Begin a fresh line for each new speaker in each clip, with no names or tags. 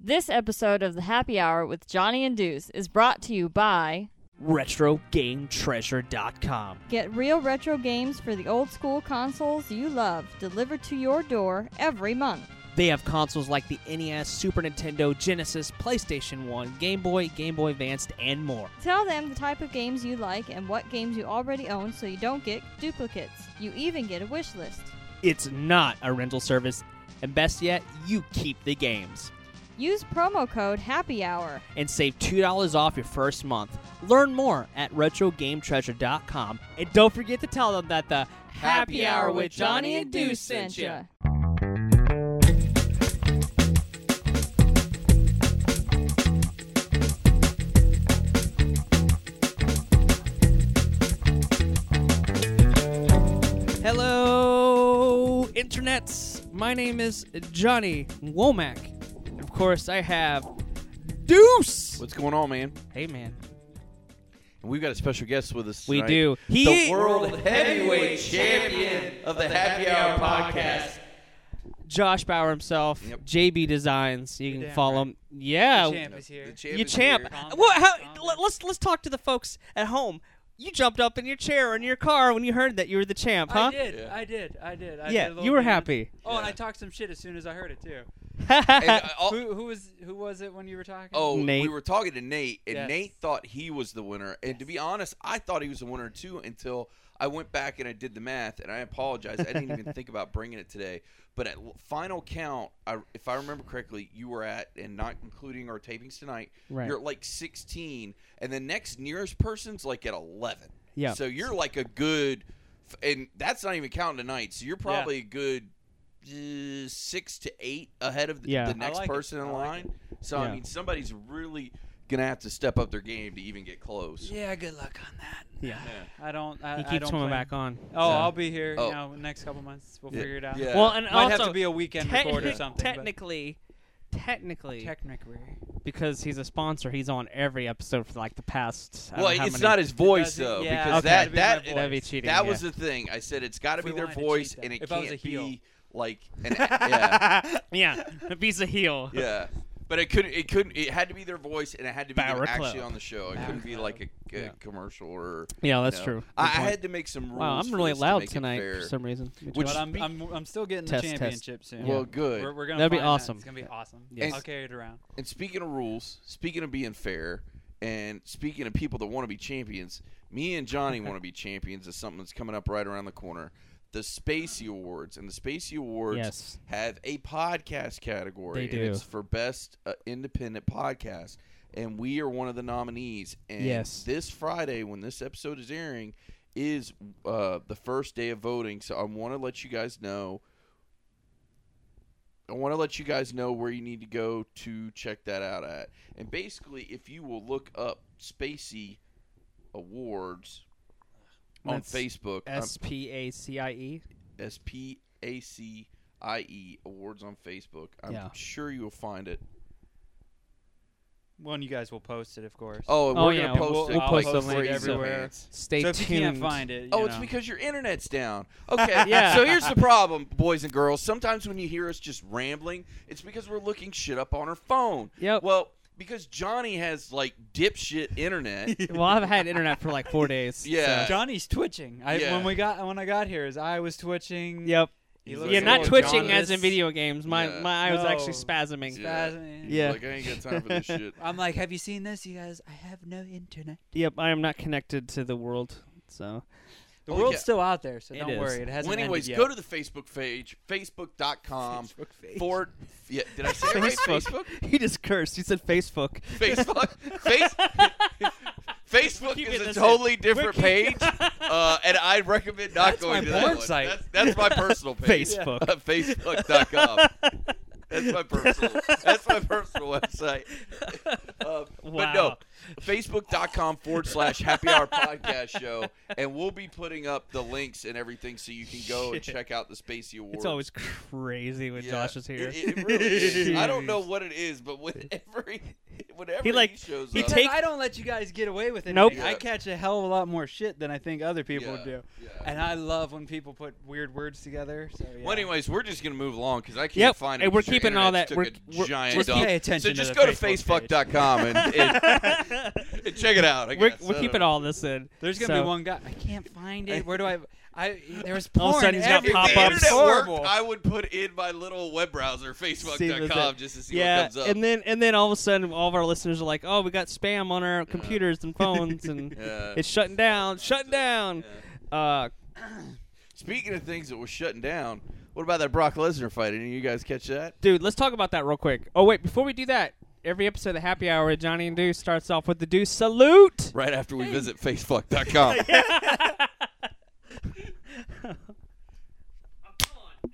This episode of the Happy Hour with Johnny and Deuce is brought to you by
RetroGameTreasure.com.
Get real retro games for the old school consoles you love delivered to your door every month.
They have consoles like the NES, Super Nintendo, Genesis, PlayStation 1, Game Boy, Game Boy Advanced, and more.
Tell them the type of games you like and what games you already own so you don't get duplicates. You even get a wish list.
It's not a rental service, and best yet, you keep the games
Use promo code Happy Hour.
and save $2 off your first month. Learn more at RetroGameTreasure.com, and don't forget to tell them that the Happy Hour with Johnny and Deuce sent you. Hello, internets. My name is Johnny Womack. And Of course, I have Deuce.
What's going on, man?
Hey, man.
And we've got a special guest with us.
We
tonight.
do.
The world heavyweight champion of the Happy Hour podcast.
Josh Bauer himself,
Yep.
JB Designs. You can
damn
follow
right.
him. Yeah,
The champ is here.
The
you
is
champ.
here.
Calm
Well,
down,
how,
calm
let- let's let's talk to the folks at home. You jumped up in your chair or in your car when you heard that you were the champ, huh?
I did,
Yeah.
I did, I did. I did a
Yeah,
little
you were
bit.
happy.
Oh, and
Yeah.
I talked some shit as soon as I heard it too.
And, uh, all-
who, who was who was it when you were talking?
oh,
Nate.
we were talking to Nate, and
Yes.
Nate thought he was the winner. And to be honest, I thought he was the winner too until I went back and I did the math. And I apologize, I didn't even think about bringing it today. But at l- final count, I, if I remember correctly, you were at, and not including our tapings tonight,
Right.
you're at like 16, and the next nearest person's like at 11.
Yeah.
So you're like a good, f- and that's not even counting tonight. So you're probably a good uh, six to eight ahead of the,
Yeah.
the
I
next
like it.
person in
I like
line. so
Yeah.
I mean, somebody's really gonna have to step up their game to even get close.
yeah. Good luck on that.
Yeah.
I don't. I,
He
I
keeps
don't
coming
play.
back on.
Oh,
Yeah.
I'll be here.
Oh.
You know, next couple months we'll
Yeah.
figure it out.
Yeah.
Well, and
Might
also
have to be a weekend
techni-
record or something. but
Technically, technically,
technically,
because he's a sponsor, he's on every episode for like the past. I
Well,
don't know how
it's
many-
not his voice
doesn't-
though,
yeah,
because
okay.
that that
That'd be my
That'd be
voice.
cheating.
that
yeah.
was the thing. I said it's got to
If
be
we
their
wanted to cheat
voice,
them.
and it
If I was a
can't
heel.
be like an yeah,
yeah. The piece of heel.
yeah. But it could not it couldn't it had to be their voice, and it had to be them
Barra
actually
Club.
on the show. It
Barra
couldn't be
Club.
like a, a
Yeah.
commercial or
Yeah, that's
No.
true.
I, I
Good point.
had to make some rules.
Wow, I'm
for
really
this to
loud
make it
tonight
fair.
for some reason.
Which-
but I'm,
speak-
I'm I'm still getting
Test,
the
test.
championship soon.
Well, good.
We're, we're gonna
That'd be
find out.
awesome.
It's gonna be awesome.
Yes.
I'll carry it around.
and speaking of rules, speaking of being fair, and speaking of people that want to be champions, me and Johnny want to be champions of something that's coming up right around the corner. The Spacey Awards and the Spacey Awards
Yes.
have a podcast category.
They
And
do.
it's for best uh, independent podcast, and we are one of the nominees. And
Yes.
this Friday, when this episode is airing, is uh, the first day of voting. So I want to let you guys know. I want to let you guys know where you need to go to check that out at. And basically, if you will look up Spacey Awards on
That's
Facebook, I'm-
S P A C I E.
S P A C I E awards on Facebook. I'm
Yeah.
sure you'll find it.
Well, and you guys will post it, of course.
Oh, and
Oh,
we're
yeah,
gonna
we'll-
post it.
we'll
like
post the link
crazy
everywhere.
fans.
Stay
so if
tuned.
you can't find it, you
Oh, it's
know.
because your internet's down. Okay,
Yeah.
So here's the problem, boys and girls. Sometimes when you hear us just rambling, it's because we're looking shit up on our phone.
Yep.
Well, because Johnny has like dipshit internet.
Well, I've had internet for like four days.
Yeah.
so-
Johnny's twitching. I,
Yeah.
When we got when I got here, his eye was twitching.
Yep.
He
Yeah,
looks
Yeah,
a
not
little
twitching as
jaundiced.
in video games. My
Yeah.
my eye was actually
No.
spasming.
Yeah.
Spasming.
Yeah.
Like I ain't got time for this shit.
I'm like, have you seen this? You guys, I have no internet.
Yep, I am not connected to the world. So
The
Well,
world's
Oh, yeah.
still out there, so
It
don't
is.
worry. It hasn't
Well, anyways,
ended
go to the Facebook page, facebook.com. Forward, yeah, did I say it right? Facebook?
He just cursed. He said Facebook.
Facebook. Face, Facebook
keeping
is a
this
totally different
We're
page, uh, and I recommend not
That's my
going to
porn
that one.
site.
That's, that's my personal page.
Facebook.
Uh, Facebook.com. That's my personal. that's my personal website. Uh, But
Wow.
no, Facebook.com forward slash happy hour podcast show. And we'll be putting up the links and everything so you can go and
Shit.
check out the Spacey Awards.
It's always crazy when
Yeah,
Josh is here.
It, it really is. I don't
Jeez.
know what it is, but whenever he, whenever
He, like,
shows
he
up,
Because
take-
I don't let you guys get away with it.
Nope.
I
Yeah.
catch a hell of a lot more shit than I think other people
Yeah,
do.
yeah.
And I love when people put weird words together. So yeah.
Well, anyways, we're just gonna move along because I can't
Yep,
find it.
and we're
'cause your
keeping all
internet's
that-
took
we're-
a
we're-
giant
we're
dump.
pay attention
So
to
just
the
go to
Facebook page.
Facebook.com and, and, and check it out. I
we're
guess. I
we're
don't
keeping
know.
all this in.
There's gonna
So-
be one guy. I can't find it. Where do I? I there was porn.
All of a sudden he's got
If
everywhere.
pop-ups.
the
It's
internet
horrible.
worked, I would put in my little web browser
See if
Facebook.com
it's-
just to see
Yeah,
what comes up.
and then and then all of a sudden, all of our listeners are like, "Oh, we got spam on our computers and phones, and
Yeah.
it's shutting down, shutting down." Uh,
Speaking of things that were shutting down, what about that Brock Lesnar fight? Any of you guys catch that?
dude, let's talk about that real quick. Oh wait, before we do that, every episode of Happy Hour with Johnny and Deuce starts off with the Deuce salute.
Right after we visit Facebook.com.
What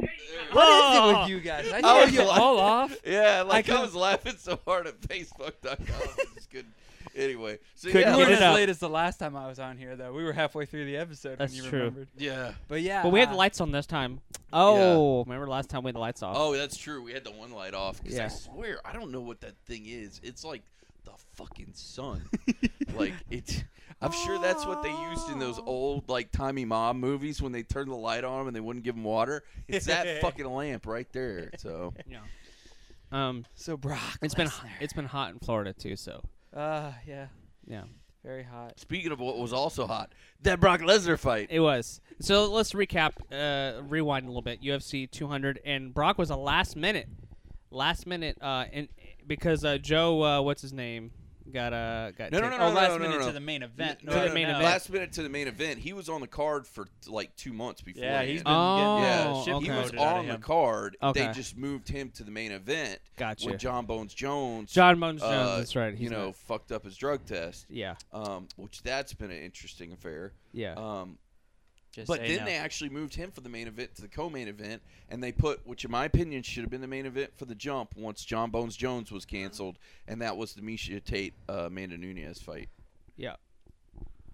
is it
Oh.
with you guys? I
I
know
was
you
like-
all off.
Yeah, like I,
couldn't-
was laughing so hard at Facebook.com. I just couldn't. Anyway, so
Couldn't
yeah,
You
get
were
it
as
up.
late as the last time I was on here, though. We were halfway through the episode
That's
when you
true.
remembered.
yeah.
But yeah.
But we had the
uh,
lights on this time. Oh, remember last time we had the lights off?
Oh, that's true. We had the one light off. 'cause I
Yeah.
swear, I don't know what that thing is. It's like the fucking sun. like it. I'm sure that's what they used in those old like Tommy Mom movies when they turned the light on 'em and they wouldn't give them water. It's that fucking lamp right there. So
Yeah.
Oh,
Um,
So Brock.
it's been
Lesnar.
it's been hot in Florida too, so
Uh, yeah.
yeah,
Very hot.
speaking of what was also hot, that Brock Lesnar fight.
it was. So let's recap, uh, rewind a little bit. UFC 200 and Brock was a last minute, last minute, uh, and because uh, Joe, uh, what's his name, got uh, got
No, no,
taken.
no,
oh,
no,
last
no, no,
minute
no.
to the main event.
No, to the main event.
Last minute to the main event. He was on the card for like two months before.
Yeah, he's been
Oh,
getting the
Yeah,
shit
okay.
He was
promoted out of
on the
him.
card. They
Okay.
just moved him to the main event.
Gotcha.
When John Bones Jones,
John Bones Jones.
uh,
that's right.
you
he's
know,
not-
fucked up his drug test.
yeah,
Um, which that's been an interesting affair.
yeah.
Um,
Just
but
say
then
no.
they actually moved him from the main event to the co-main event, and they put, which in my opinion should have been the main event for the jump once John Bones Jones was canceled, and that was the Misha Tate uh, Amanda Nunez fight.
Yeah.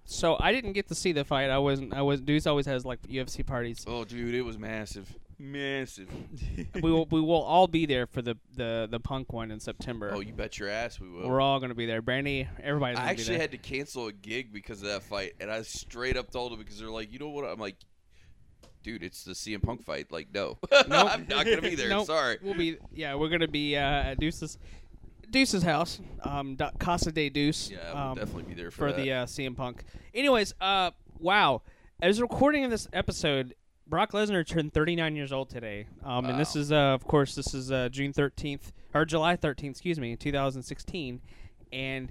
So I didn't get to see the fight. I wasn't. I was. Deuce always has like UFC parties.
Oh, dude, it was massive, massive.
we will. We will all be there for the the the punk one in September.
Oh, you bet your ass we will.
We're all gonna be there. Brandy, everybody's gonna
I actually
be there.
had to cancel a gig because of that fight, and I straight up told them because they're like, you know what? I'm like, dude, it's the CM Punk fight. Like, no, I'm not gonna be there.
Nope.
Sorry.
We'll be. Yeah, we're gonna be uh, at Deuce's Deuce's house. Um, Da- Casa de Deuce.
Yeah, we'll
um,
definitely be there for,
for
that.
the uh, CM Punk. Anyways, uh, wow. As recording of this episode, Brock Lesnar turned 39 years old today. Um, and this
Wow.
is, uh, of course, this is uh, June 13th or July 13th, excuse me, 2016, and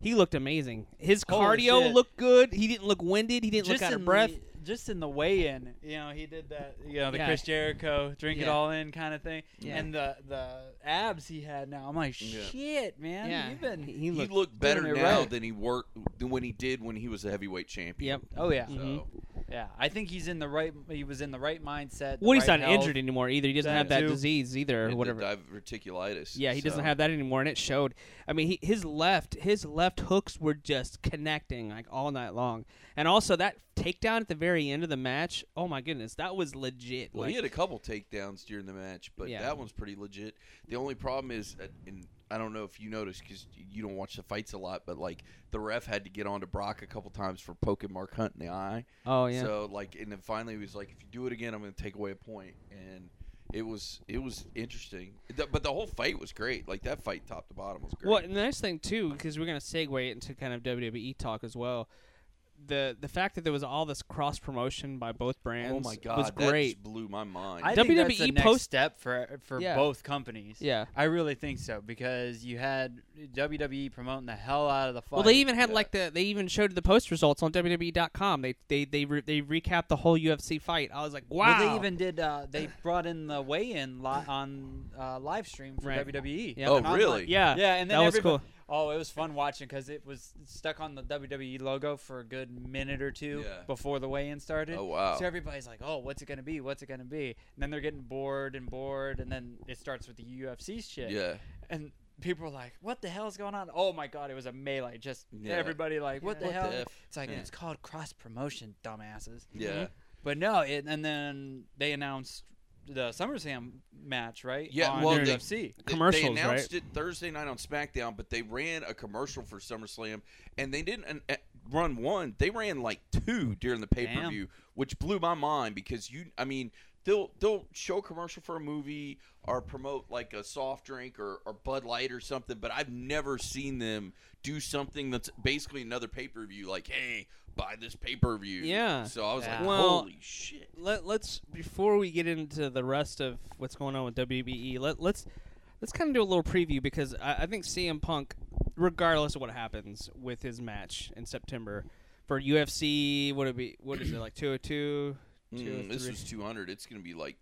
he looked amazing. His
Holy
cardio
shit.
looked good. He didn't look winded. He didn't
just
look out
in
of breath.
The, just in the weigh-in, you know, he did that, you know, the
Yeah.
Chris Jericho drink it
Yeah.
all in kind of thing,
Yeah.
and the the abs he had now. I'm like,
Yeah.
shit, man,
Yeah.
you've been.
He
He
looked.
looked better
doing it
now
right.
than he worked than when he did when he was a heavyweight champion.
Yep.
Oh yeah,
So,
Mhm.
yeah. I think he's in the right. He was in the right mindset. the
Well, he's
right
not
health.
injured anymore either. He doesn't
That
have that
too.
disease either,
and
or
the
whatever.
diverticulitis.
Yeah, he doesn't
so-
have that anymore, and it showed. I mean, he, his left his left hooks were just connecting like all night long, and also that takedown at the very end of the match. Oh my goodness, that was legit.
Well,
like,
he had a couple takedowns during the match, but
Yeah.
that one's pretty legit. The only problem is, uh, and I don't know if you noticed because you don't watch the fights a lot, but like the ref had to get on to Brock a couple times for poking Mark Hunt in the eye.
oh yeah,
So like, and then finally he was like, "If you do it again, I'm going to take away a point." And it was it was interesting, Th- but the whole fight was great. Like that fight, top to bottom, was great.
Well, and the next thing too, because we're gonna segue into kind of WWE talk as well. The the fact that there was all this cross promotion by both brands
Oh my god,
was
that
great.
just blew my mind.
I think that's the
WWE
next
E post-
step for for
Yeah.
both companies.
Yeah.
I really think so because you had WWE promoting the hell out of the fight.
Well, they even had
Yeah.
like the they even showed the post results on WWE.com. They they they re- they recapped the whole UFC fight. I was like, wow.
Well, they even did. Uh, they brought in the weigh-in li- on uh, live stream for
Right.
WWE.
Yeah.
oh
And I'm like,
really?
yeah
Yeah, and then
that was
everybo-
cool.
Oh, it was fun watching because it was stuck on the WWE logo for a good minute or two
Yeah.
before the weigh-in started.
Oh, wow.
So everybody's like, "Oh, what's it gonna be? What's it gonna be?" And then they're getting bored and bored, and then it starts with the UFC shit.
Yeah.
And people were like, "What the hell is going on?" Oh my god, it was a melee. Just
Yeah.
everybody like, "What the
What the
hell?"
F?
It's like
Yeah.
it's called cross promotion, dumbasses.
Mm-hmm.
Mm-hmm.
Yeah.
But no, it, and then they announced the SummerSlam match, right?
Yeah,
on
well, they-
UFC.
They-
Commercials,
They announced
right?
it Thursday night on SmackDown, but they ran a commercial for SummerSlam, and they didn't an- uh, run one. They ran like two during the pay per view, which blew my mind because you, I mean, they'll they'll show a commercial for a movie or promote like a soft drink or, or Bud Light or something, but I've never seen them do something that's basically another pay per view. Like, hey, buy this pay per view.
Yeah.
So I was
Yeah.
like,
Well,
holy shit.
Let, let's before we get into the rest of what's going on with WBE, let, let's let's kind of do a little preview because I, I think CM Punk, regardless of what happens with his match in September for UFC, would it be what is it like 202,
Mm, this
203?
was 200. It's gonna be like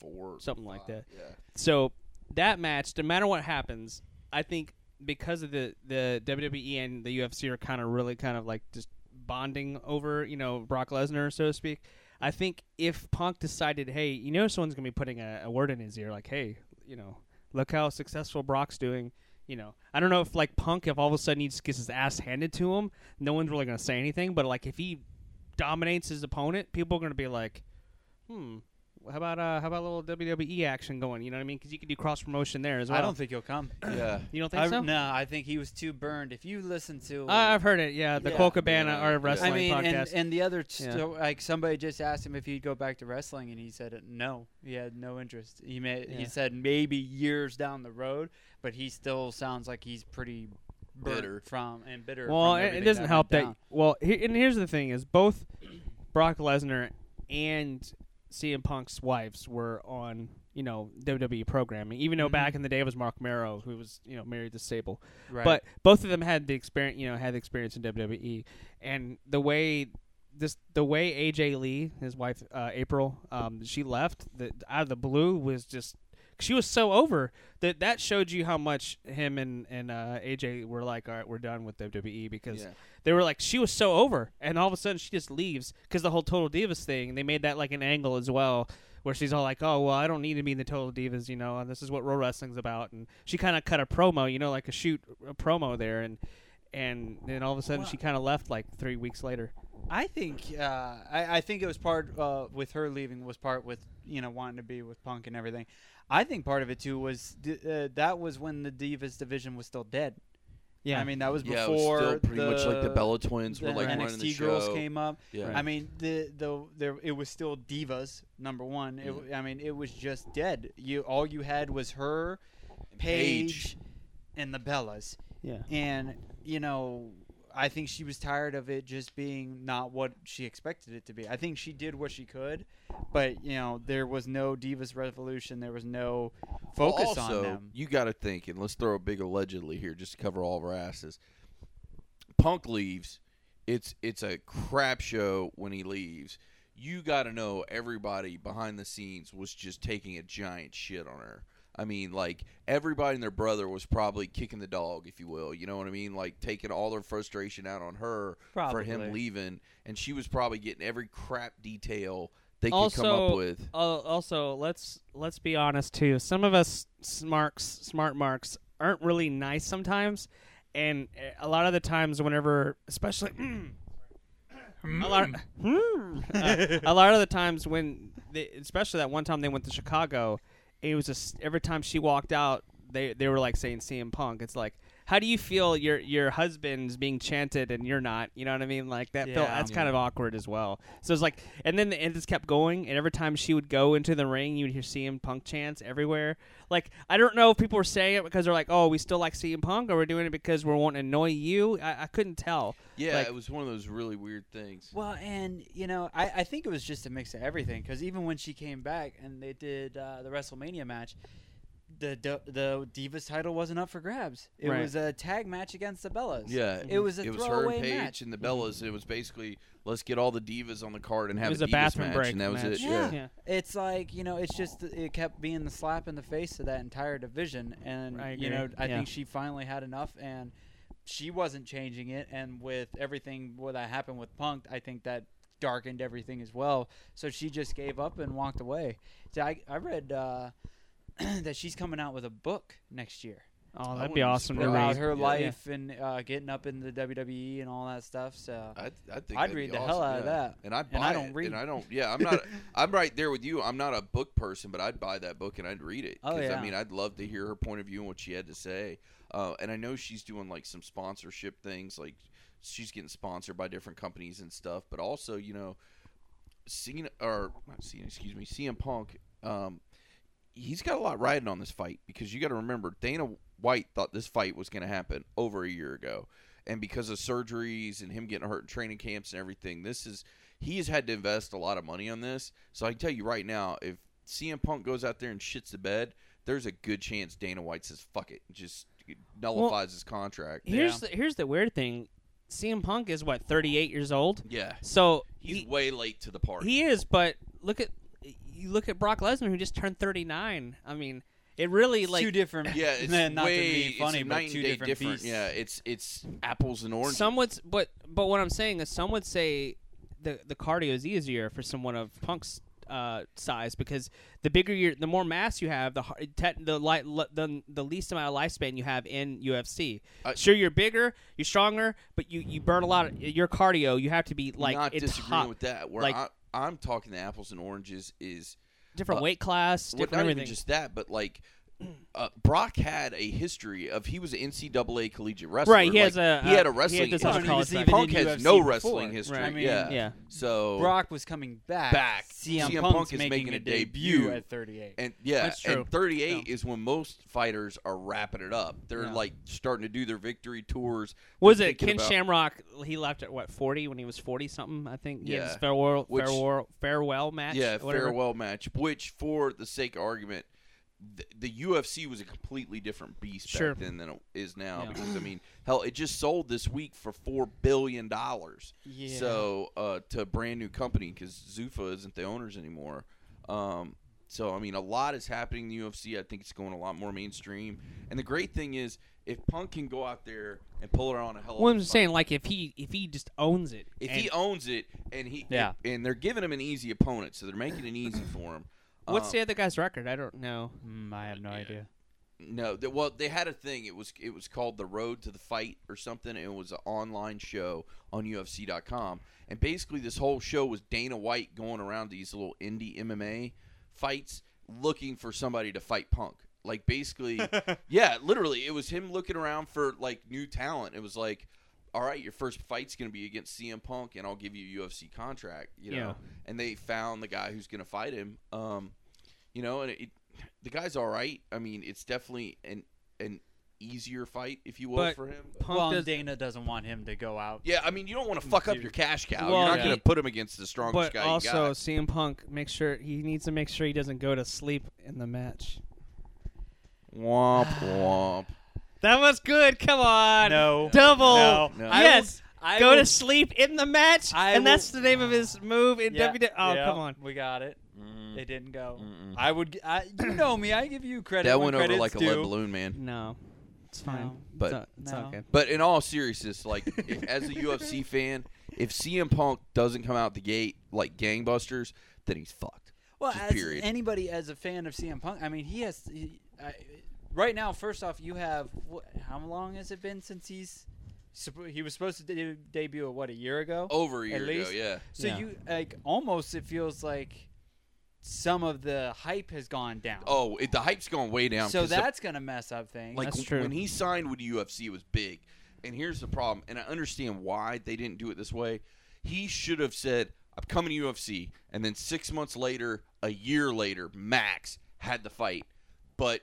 204,
Something like that.
Yeah.
So that match, no matter what happens, I think because of the the WWE and the UFC are kind of really kind of like just bonding over, you know, Brock Lesnar, so to speak. I think if Punk decided, hey, you know, someone's gonna be putting a, a word in his ear, like, hey, you know, look how successful Brock's doing. You know, I don't know if like Punk, if all of a sudden he just gets his ass handed to him, no one's really gonna say anything. But like if he dominates his opponent, people are gonna be like, hmm. How about uh, how about a little WWE action going? You know what I mean? Because you could do cross promotion there as well.
I don't think he'll come.
Yeah.
you don't think
I-
so.
No, I think he was too burned. If you listen to,
I- I've heard it. Yeah, the
Yeah.
Cole Cabana
Yeah.
or wrestling
I mean, and,
podcast.
and the other, t-
Yeah.
so, like somebody just asked him if he'd go back to wrestling, and he said uh, no. He had no interest. He may, he
Yeah.
said maybe years down the road, but he still sounds like he's pretty burnt
Bitter.
from and bitter.
well,
from
it, it
everything
doesn't
went
help that.
down.
Well, he, and here's the thing: is both Brock Lesnar and CM Punk's wives were on you know WWE programming, even though
Mhm.
back in the day it was Mark Merrow who was you know married to Sable.
Right.
But both of them had the experience, you know, had the experience in WWE, and the way this, the way AJ Lee, his wife uh, April, um, she left the, out of the blue was just she was so over that that showed you how much him and and uh, AJ were like, all right, we're done with WWE because
Yeah.
they were like she was so over, and all of a sudden she just leaves because the whole Total Divas thing they made that like an angle as well. Where she's all like, "Oh well, I don't need to be in the Total Divas, you know, and this is what real wrestling's about." And she kind of cut a promo, you know, like a shoot a promo there, and and then all of a sudden she kind of left like three weeks later.
I think uh, I, I think it was part uh, with her leaving was part with you know wanting to be with Punk and everything. I think part of it too was d- uh, that was when the Divas division was still dead.
Yeah,
I mean that was
yeah, it
before
was still pretty
the,
much like the Bella Twins
the
were like running
NXT
the show.
girls came up.
Yeah.
I mean the the there it was still divas number one.
Mm.
It, I mean it was just dead. You all you had was her, Paige,
Paige.
and the Bellas,
yeah,
and you know. I think she was tired of it just being not what she expected it to be. I think she did what she could, but you know there was no divas revolution. There was no focus
also,
on them.
you got to think, and let's throw a big allegedly here just to cover all of our asses. Punk leaves. It's it's a crap show when he leaves. You got to know everybody behind the scenes was just taking a giant shit on her. I mean, like everybody and their brother was probably kicking the dog, if you will. You know what I mean? Like taking all their frustration out on her for
Probably.
him leaving, and she was probably getting every crap detail they could come
Also,
up with.
Al- also let's let's be honest too. Some of us smarks, smart marks, aren't really nice sometimes, and eh, a lot of the times, whenever, especially. a lot, of, Uh, a lot of the times when, they, especially that one time they went to Chicago, it was just every time she walked out, they they were like saying CM Punk. It's like, how do you feel your your husband's being chanted and you're not? You know what I mean? Like that. Felt,
Yeah.
that's kind of awkward as well. So it's like, and then it just kept going. And every time she would go into the ring, you'd hear CM Punk chants everywhere. Like I don't know if people were saying it because they're like, oh, we still like CM Punk, or we're doing it because we want to annoy you. I, I couldn't tell.
Yeah,
like-
it was one of those really weird things.
Well, and you know, I, I think it was just a mix of everything because even when she came back and they did uh, the WrestleMania match, the D- the Divas title wasn't up for grabs. It
Right.
was a tag match against the Bellas.
Yeah,
it was a
it was her
throwaway
and Paige
match.
and the Bellas. It was basically let's get all the divas on the card and have
it was
a
a,
divas
bathroom
match,
break,
and that was
match.
it.
Yeah.
yeah.
It's like you know, it's just it kept being the slap in the face of that entire division, and
I
you know,
agree.
I
Yeah.
think she finally had enough, and she wasn't changing it. And with everything what that happened with Punk, I think that darkened everything as well. So she just gave up and walked away. So I I read uh, that she's coming out with a book next year
Oh, that'd
wouldn't
be
be
awesome to
about
surprised.
read.
her
Yeah.
life and uh, getting up in the WWE and all that stuff. So
I, I think
I'd
that'd
read
be
the
awesome,
hell out of
yeah.
that.
And I buy
I don't
it,
read.
And I don't. Yeah, I'm not. I'm right there with you. I'm not a book person, but I'd buy that book and I'd read it.
Oh,
'Cause,
yeah.
I mean, I'd love to hear her point of view and what she had to say. Uh, and I know she's doing like some sponsorship things, like she's getting sponsored by different companies and stuff. But also, you know, Cena or not Cena, excuse me, CM Punk. Um, he's got a lot riding on this fight because you got to remember Dana White thought this fight was going to happen over a year ago, and because of surgeries and him getting hurt in training camps and everything, this is he has had to invest a lot of money on this. So I can tell you right now, if CM Punk goes out there and shits the bed, there's a good chance Dana White says fuck it, and just nullifies his contract.
Here's the, here's the weird thing. CM Punk is what 38 years old.
Yeah,
So
he's
he,
way late to the party.
he is, but look at you look at Brock Lesnar who just turned 39. I mean, it really
it's
like
two different.
yeah, it's
not to
way
be funny,
it's a
but
nine
two
day
different
different.
beasts.
Yeah, it's it's apples and oranges.
some would, s- but but what I'm saying is some would say the the cardio is easier for someone of Punk's uh, size because the bigger your the more mass you have, the har- te- the light le- the, the least amount of lifespan you have in UFC.
I-
sure, you're bigger, you're stronger, but you you burn a lot of your cardio. You have to be like
not
in
disagreeing
top-
with that. Where
like-
I, I'm talking the apples and oranges is
different
uh,
weight class,
well,
different
not
everything.
even just that, but like uh, Brock had a history of he was an NCAA collegiate wrestler.
Right, he has
Like,
a-
he had a
uh, he had
wrestling
this
Well,
other
history.
and he was
college
even
Punk
in
has
UFC
no
before.
wrestling history.
I mean,
yeah.
yeah.
so
Brock was coming back.
Back.
CM,
CM
Punk's
Punk is
making, a debut, at 38.
And yeah,
That's true.
and 38 is when most fighters are wrapping it up. They're
Yeah.
like starting to do their victory tours.
Was
They're
it Ken
thinking about-
Shamrock? He left at what forty when he was forty something, I think. He had his
Yeah.
farewell
Which-
farewell farewell match.
Yeah,
or whatever.
farewell match. Which, for the sake of argument, the, the UFC was a completely different beast
Sure.
back then than it is now.
Yeah.
Because I mean, hell, it just sold this week for four billion dollars.
Yeah.
So uh, to a brand new company because Zuffa isn't the owners anymore. Um, so I mean, a lot is happening in the UFC. I think it's going a lot more mainstream. And the great thing is, if Punk can go out there and pull her on a hell. of
Well,
a
I'm
fight,
just saying, like if he if he just owns it,
if
and
he owns it and he
Yeah.
and they're giving him an easy opponent, so they're making it easy for him.
what's
Um,
the other guy's record? I don't know.
Mm, I have no idea.
No, th well, they had a thing. It was it was called the Road to the Fight or something. It was an online show on UFC.com, and basically this whole show was Dana White going around these little indie MMA fights, looking for somebody to fight Punk. Like basically, yeah, literally, it was him looking around for like new talent. It was like, all right, your first fight's gonna be against CM Punk, and I'll give you a UFC contract. You know,
Yeah.
and they found the guy who's gonna fight him. Um, you know, and it, the guy's all right. I mean, it's definitely an an easier fight, if you will,
But
for him.
Punk
well, and
does,
Dana doesn't want him to go out.
Yeah, I mean, you don't want to fuck up your cash cow.
Well,
You're not
yeah.
going to put him against the strongest
but
guy. you
also
got.
CM Punk makes sure he needs to make sure he doesn't go to sleep in the match.
womp womp.
That was good. Come on,
No.
double
No. No. I
yes.
I
go
will-
to sleep in the match,
I
and
will-
that's the name of his move in
Yeah,
WWE. Oh,
yeah,
come on.
We got it.
Mm.
It didn't go.
Mm-mm.
I would. g- I, you know me. I give you credit.
That
when
went over
credit's
like a lead
due.
balloon, man.
No, it's fine.
No.
But-
it's, all- it's
No.
all good.
But in all seriousness, like if, as a UFC fan, if CM Punk doesn't come out the gate like gangbusters, then he's fucked.
Well,
Just
as
period.
anybody as a fan of CM Punk, I mean, he has. He, I, right now, first off, you have what, how long has it been since he's suppo- he was supposed to de- debut what a year ago?
Over a
At
year ago,
least-
yeah.
so
Yeah.
you like almost it feels like some of the hype has gone down.
Oh, it, the hype's going way down.
so
'cause the
that's gonna mess up things.
Like
That's
w-
true.
when he signed with UFC, it was big. And here's the problem, and I understand why they didn't do it this way. He should have said, "I'm coming to UFC," and then six months later, a year later, max had the fight. But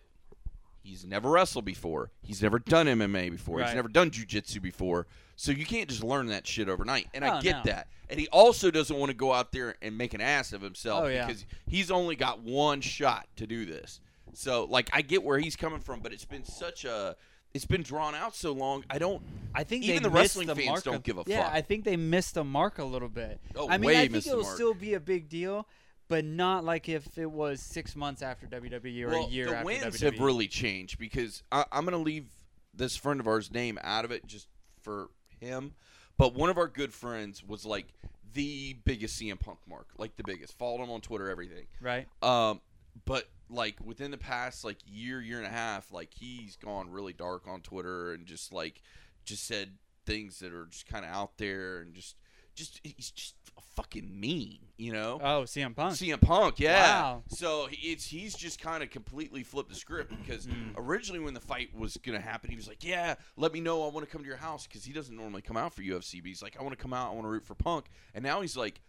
he's never wrestled before. He's never done MMA before.
Right.
He's never done jujitsu before. So you can't just learn that shit overnight. And I
Oh,
get
no.
that. And he also doesn't want to go out there and make an ass of himself
Oh, yeah.
because he's only got one shot to do this. So like I get where he's coming from, but it's been such a it's been drawn out so long. I don't
I think
even
they
the wrestling
missed the
fans
mark
don't
of-
give a
yeah,
fuck.
I think they missed the mark a little bit.
Oh,
I mean,
way
I think
missed the
it'll
mark.
still be a big deal, but not like if it was six months after WWE or
well,
a year
the
after E.
wins
WWE.
have really changed because I, I'm going to leave this friend of ours name out of it just for him. But one of our good friends was like the biggest CM Punk mark, like the biggest. Followed him on Twitter, everything.
right.
Um, but like within the past like year year and a half like he's gone really dark on twitter and just like just said things that are just kind of out there and just just he's just fucking mean you know
Oh, CM Punk.
CM Punk, yeah.
Wow.
So he- it's he's just kind of completely flipped the script because
Hmm.
originally when the fight was gonna happen, he was like, "Yeah, let me know. I want to come to your house because he doesn't normally come out for UFC. But he's like, I want to come out. I want to root for Punk." And now he's like,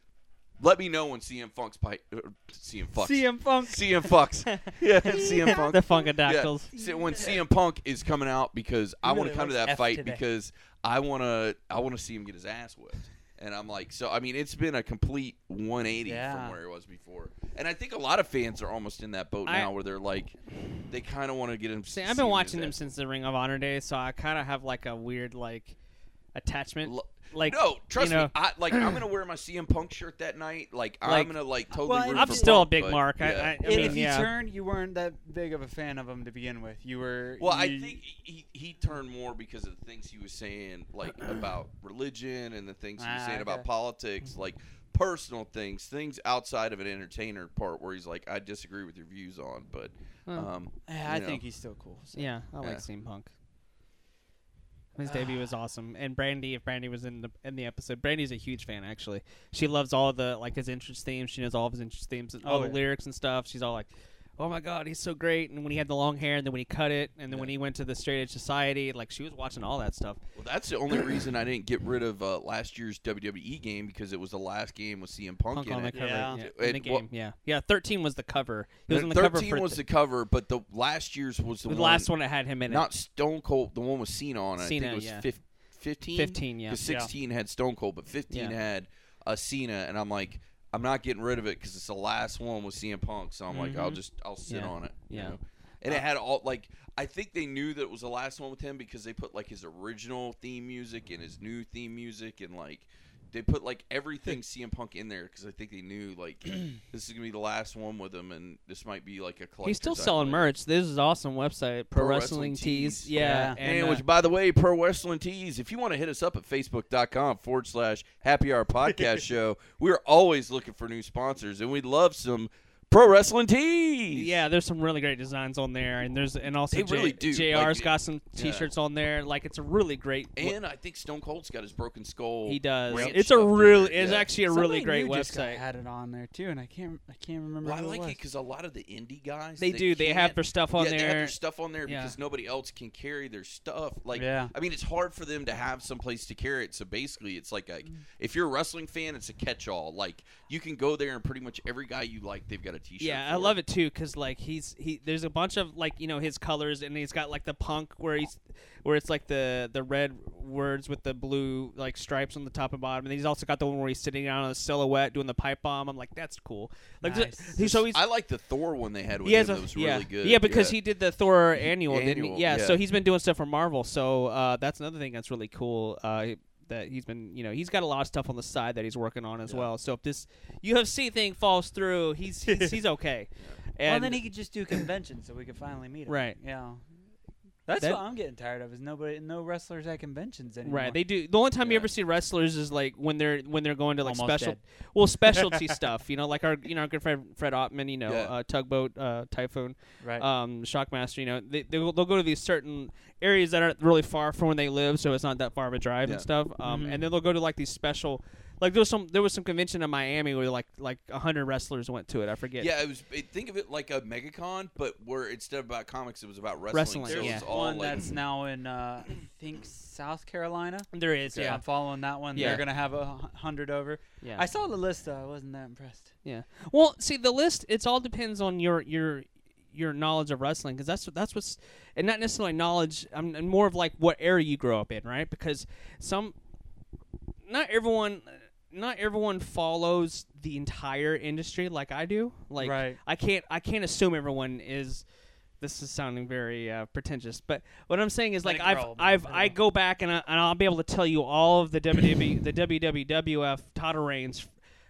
"Let me know when CM Funk's pipe, uh, CM Funk's,
CM Punk.
CM Funk's, yeah, CM Funk,
the Funkadactyls.
yeah. When CM Punk is coming out because I want
really
to come to
likes
that
F
fight
today.
because I want to I want to see him get his ass whipped. And I'm like, so I mean, it's been a complete 180
Yeah.
from where it was before. And I think a lot of fans are almost in that boat
I-
now where they're like, they kind of want to get him.
See, I've been watching him since the Ring of Honor days, so I kind of have like a weird like attachment.
L-
Like
no, trust
you know,
me. I like I'm gonna wear my CM Punk shirt that night. Like, I'm
Like-
gonna like totally.
Well,
root
I'm
for
still a
Punk,
big
but,
mark. I-
yeah.
I- I
And
mean,
if he
yeah.
turned, you weren't that big of a fan of him to begin with. You were.
Well, I
you-
think he, he turned more because of the things he was saying, like about religion and the things he was
Ah,
saying about
okay.
politics,
Mm-hmm.
like personal things, things outside of an entertainer part where he's like, I disagree with your views on, but
Well,
um,
Eh, I
you know.
think he's still cool. so.
yeah, I
Yeah.
like CM Punk. His debut was awesome, and Brandy. If Brandy was in the in the episode, Brandy's a huge fan. Actually, she loves all the like his interest themes. She knows all of his interest themes, and all
Oh,
the
yeah.
lyrics and stuff. She's all like, "Oh my god, he's so great!" And when he had the long hair, and then when he cut it, and then when he went to the Straight Edge Society, like she was watching all that stuff.
well, that's the only reason I didn't get rid of uh, last year's WWE game because it was the last game with CM Punk,
Punk
in
on the
it.
cover,
Yeah.
yeah. in the
And what-
game, yeah, yeah. Thirteen was the cover. He was on the cover
Thirteen
for
was
th-
the cover, but the last year's was the,
the
one,
last one that had him in it.
not Stone Cold, the one with Cena on it. I
Cena,
think it was
yeah.
fif- 15?
15, yeah.
Because 16 had Stone Cold, but
Yeah.
15 had uh, Cena, and I'm like, I'm not getting rid of it because it's the last one with CM Punk, so I'm like, I'll
Mhm.
just I'll sit
Yeah.
on it. you
Yeah. Uh,
know? And it had all like I think they knew that it was the last one with him because they put like his original theme music and his new theme music and like they put like everything CM Punk in there because I think they knew like this is gonna be the last one with him and this might be like a collector's
He's still
item.
selling merch. This is awesome website, Pro,
Pro
Wrestling,
Wrestling
Tees.
Tees.
Yeah,
Yeah.
And,
uh,
which, by the way, Pro Wrestling Tees, if you want to hit us up at facebook.com forward slash happy hour podcast show, we're always looking for new sponsors and we'd love some Pro Wrestling Tees.
yeah, there's some really great designs on there, and there's and also
They
J-
really do,
JR's
like,
got some
yeah.
T-shirts on there. Like it's a really great.
And I think Stone Cold's got his broken skull.
he does.
ranch
It's a
stuff in
really.
there,
It's
yeah.
actually a
Somebody
really great
new just got-
website.
had it on there too, and I can't. I can't remember.
Well, I
who
like
it
it
was.
because a lot of the indie guys
They do. They have
can't-
their stuff
yeah,
on
they have
there.
their stuff on there
Yeah.
because nobody else can carry their stuff. Like,
Yeah.
I mean, it's hard for them to have someplace to carry it. So basically, it's like a, if you're a wrestling fan, it's a catch-all. Like, you can go there and pretty much every guy you like, they've got a T-shirt.
Yeah, I
for.
love it too because like he's he there's a bunch of like you know his colors and he's got like the punk where he's where it's like the the red words with the blue like stripes on the top and bottom and then he's also got the one where he's sitting down on a silhouette doing the pipe bomb. I'm like that's cool. Like th-
Nice.
he's always
I like the Thor one they had with
he has
him.
a
that was
yeah
really good.
yeah because he did the Thor annual, didn't
Annual,
he? Yeah,
yeah.
so he's been doing stuff for Marvel. So uh, that's another thing that's really cool. Uh, that he's been, you know, he's got a lot of stuff on the side that he's working on as well. So if this UFC thing falls through, he's he's, he's okay.
Well,
And
then he could just do conventions, so we could finally meet him.
Right.
Yeah. That's
That-
what I'm getting tired of. Is nobody, no wrestlers at conventions anymore.
Right, they do. The only time
Yeah.
you ever see wrestlers is like when they're when they're going to like
Almost
special,
dead.
well, specialty stuff. You know, like our you know our good friend Fred Ottman. You know,
Yeah.
uh, tugboat, uh, typhoon,
right.
um, shockmaster. You know, they they will, they'll go to these certain areas that aren't really far from where they live, so it's not that far of a drive
Yeah.
and stuff. Um,
Mhm.
and then they'll go to like these special. Like there was some there was some convention in Miami where like like hundred wrestlers went to it. I forget.
Yeah, it was. It, think of it like a MegaCon, but where instead of about comics, it was about wrestling.
Wrestling,
so
There's
it
yeah.
was all
one
like,
that's now in, uh, I think, South Carolina.
there is.
Okay.
Yeah,
I'm following that one.
Yeah.
They're gonna have a hu- hundred over.
yeah.
I saw the list though. I wasn't that impressed.
Yeah. Well, see, the list it's all depends on your your your knowledge of wrestling because that's what that's what's and not necessarily knowledge. I'm and more of like what era you grow up in, right? Because some not everyone not everyone follows the entire industry like I do. Like
Right.
I can't I can't assume everyone is. This is sounding very uh, pretentious, but what I'm saying is
Let
like
it
I've
grow,
I've
let it
I
grow.
go E, back and, I, and I'll be able to tell you all of the WWE the WWF title reigns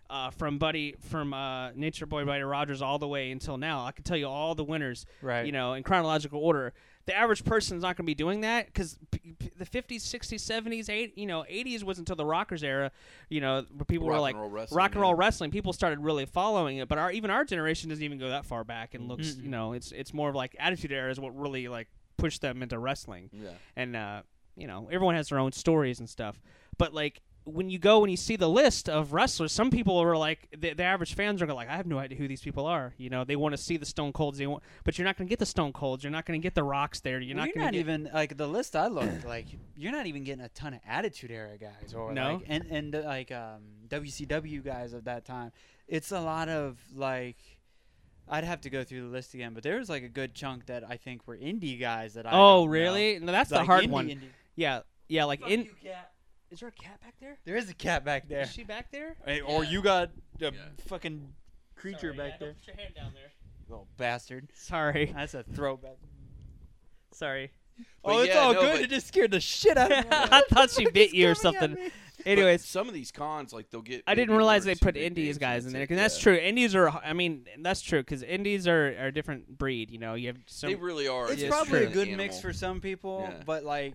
uh, from Buddy from uh, Nature Boy Buddy Rogers all the way until now. I could tell you all the winners,
Right.
You know, in chronological order. The average person's not going to be doing that because p- p- the 50s, 60s, 70s, 80s, you know, 80s was until the Rockers era. You know, where people
Rock
were like
and roll wrestling,
rock and
yeah.
roll wrestling. People started really following it, but our even our generation doesn't even go that far back and looks.
Mm-mm.
You know, it's it's more of like Attitude Era is what really like pushed them into wrestling
Yeah.
and uh, you know everyone has their own stories and stuff. But like when you go and you see the list of wrestlers, some people are like the, the average fans are gonna like, I have no idea who these people are. You know, they want to see the Stone Colds, they want, but you're not gonna get the Stone Colds, you're not gonna get the Rocks there, you're
Well,
not gonna get,
even like the list I looked like you're not even getting a ton of attitude era guys or
No.
like and and uh, like um, WCW guys of that time. It's a lot of like I'd have to go through the list again, but there was like a good chunk that I think were indie guys that I
Oh
don't know.
really? No, that's the
Like,
hard
indie-
one.
indie.
Yeah, yeah. Like in
Is there a cat back there? There is a cat back there.
is she back there?
Hey, Or you got a
Yeah.
fucking creature back there,
put your hand down there.
little bastard.
Sorry,
That's a throwback.
sorry.
But
oh, it's
yeah,
all
no,
good.
but-
It just scared the shit out of me.
I thought she
It's
bit you or
coming at
something.
me.
But
Anyways,
some of these cons like they'll get.
I
maybe
didn't realize
one or
they
two
put
big names
indies guys in
and
there,
that's
and
it.
that's
Yeah.
true. Indies are, I mean, that's true because indies are, are a different breed. You know, you have some.
They really are.
it's
Yeah, it's
probably
true.
a good mix for some people,
Yeah.
but like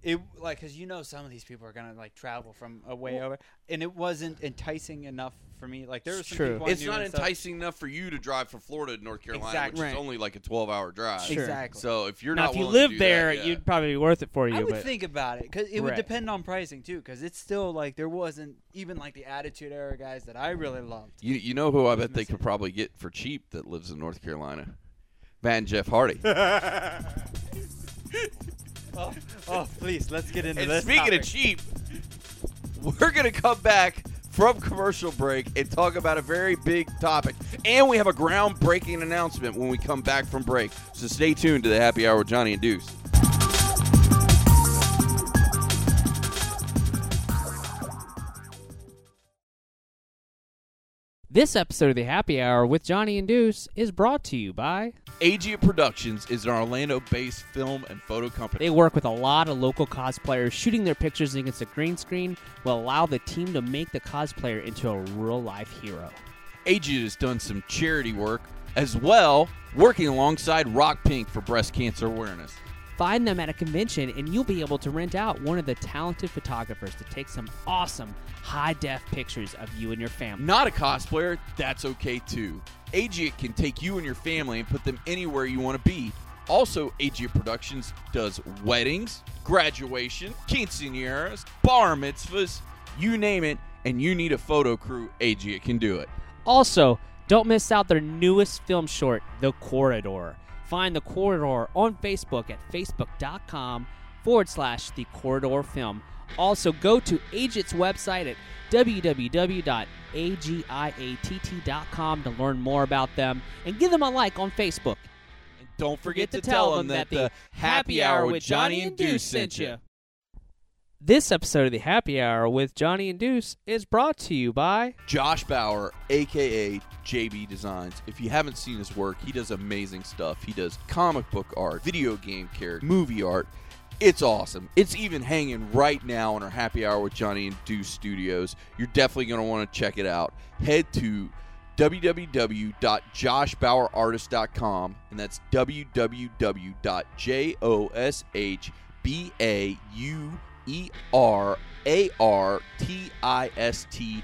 it like cuz you know some of these people are going to like travel from a way over and it wasn't enticing enough for me. Like there were
It's
some
true.
people I
It's
knew
not
and stuff-
enticing enough for you to drive from Florida to North Carolina,
Exactly.
which
Right.
is only like a 12-hour drive.
Sure.
Exactly.
So if you're
now,
not
if you
willing to
live
do that,
there,
yeah.
you'd probably be worth it for you.
I would
but
think about it cuz it would
Right.
depend on pricing too cuz it's still like there wasn't even like the attitude era guys that I really loved.
You, you know who I bet they could probably get for cheap that lives in North Carolina? Van Jeff Hardy. and
Oh, oh please, let's get into this.
speaking
topic.
of cheap, we're going to come back from commercial break and talk about a very big topic. And we have a groundbreaking announcement when we come back from break. So stay tuned to the happy hour with Johnny and Deuce.
this episode of the Happy Hour with Johnny and Deuce is brought to you by.
Agia Productions is an Orlando based film and photo company.
They work with a lot of local cosplayers, shooting their pictures against a green screen will allow the team to make the cosplayer into a real life hero.
Agent has done some charity work as well, working alongside Rock Pink for breast cancer awareness.
Find them at a convention, and you'll be able to rent out one of the talented photographers to take some awesome high def pictures of you and your family.
Not a cosplayer, that's okay too. Agent can take you and your family and put them anywhere you want to be. Also, Agent Productions does weddings, graduation, quinceañeras, bar mitzvahs, you name it, and you need a photo crew, Agent can do it.
Also, don't miss out their newest film short, The Corridor. Find The Corridor on Facebook at facebook.com forward slash The Corridor Film. Also, go to Agit's website at www.agiatt.com to learn more about them and give them a like on Facebook.
And don't forget, to, tell them that, the happy hour with Johnny and Deuce sent you.
This episode of the Happy Hour with Johnny and Deuce is brought to you by
Josh Bauer, aka JB Designs. If you haven't seen his work, he does amazing stuff. He does comic book art, video game character, movie art. It's awesome. It's even hanging right now in our happy hour with Johnny and Deuce Studios. You're definitely going to want to check it out. Head to www.joshbauerartist.com and that's E www.joshbauerartist.com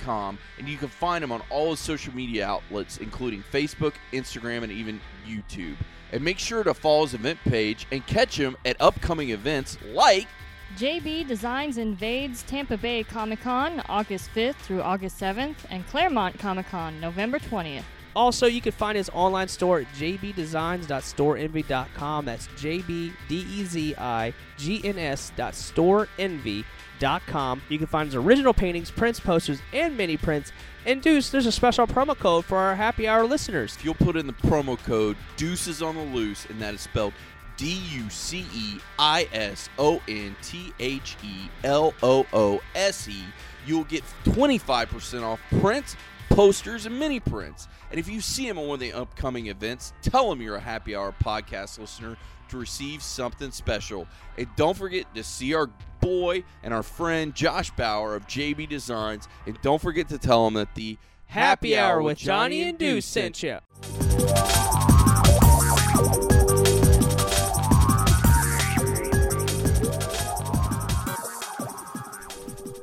com, and you can find him on all his social media outlets, including Facebook, Instagram, and even YouTube. And make sure to follow his event page and catch him at upcoming events like
JB Designs invades Tampa Bay Comic Con August 5th through August 7th and Claremont Comic Con November 20th.
Also, you can find his online store at jbdesigns.storeenvy.com. That's E J-B-D-E-Z-I-G-N-S dot storeenvy.com. You can find his original paintings, prints, posters, and mini prints. And Deuce, there's a special promo code for our happy hour listeners.
if you'll put in the promo code Deuces on the Loose, and that is spelled D U C E I S O N T H E L O O S E, you'll get 25% off prints, posters, and mini prints. And if you see him on one of the upcoming events, tell him you're a happy hour podcast listener. to receive something special. And don't forget to see our boy and our friend Josh Bauer of JB Designs. And don't forget to tell him that the
Happy Hour with Johnny and Deuce sent you.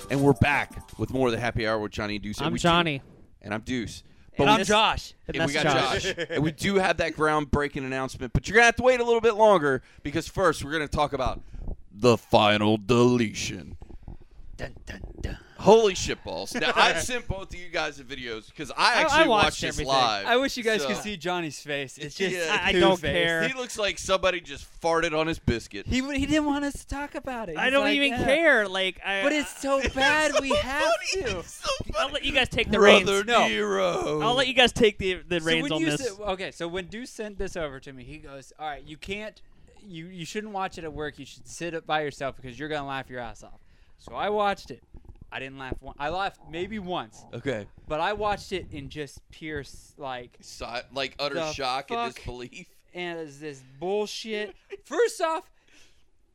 And we're back with more of the Happy Hour with Johnny and Deuce. And
I'm
we do-
Johnny.
and I'm Deuce.
And
we
I'm
just-
Josh.
and we got Josh. and we do have that groundbreaking announcement, but you're gonna have to wait a little bit longer because first we're gonna talk about the final deletion.
Dun, dun, dun.
Holy shit balls! Now I sent both of you guys the videos because I
I
actually
watched
watched, this
everything.
live.
I wish you guys
So-
could see Johnny's face. It's just
Yeah. I-
I don't
poo-faced.
care.
He looks like somebody just farted on his biscuit.
He w- he didn't want us to talk about it.
I
He's
don't
like,
even
"Yeah."
care. Like, I,
But it's so
It's
bad
so
we have
funny.
to.
It's so
I'll
funny.
let you guys take the
Brother
reins.
Nero.
I'll let you guys take the the
So
reins
when
on
you
this.
said- okay, so when Deuce sent this over to me, he goes, "All right, you can't, you you shouldn't watch it at work. You should sit up by yourself because you're gonna laugh your ass off." So I watched it. I didn't laugh. One, I laughed maybe once,
Okay.
but I watched it in just pure s- like,
So, like utter
The
shock and
fuck?
disbelief.
and is this bullshit? First off,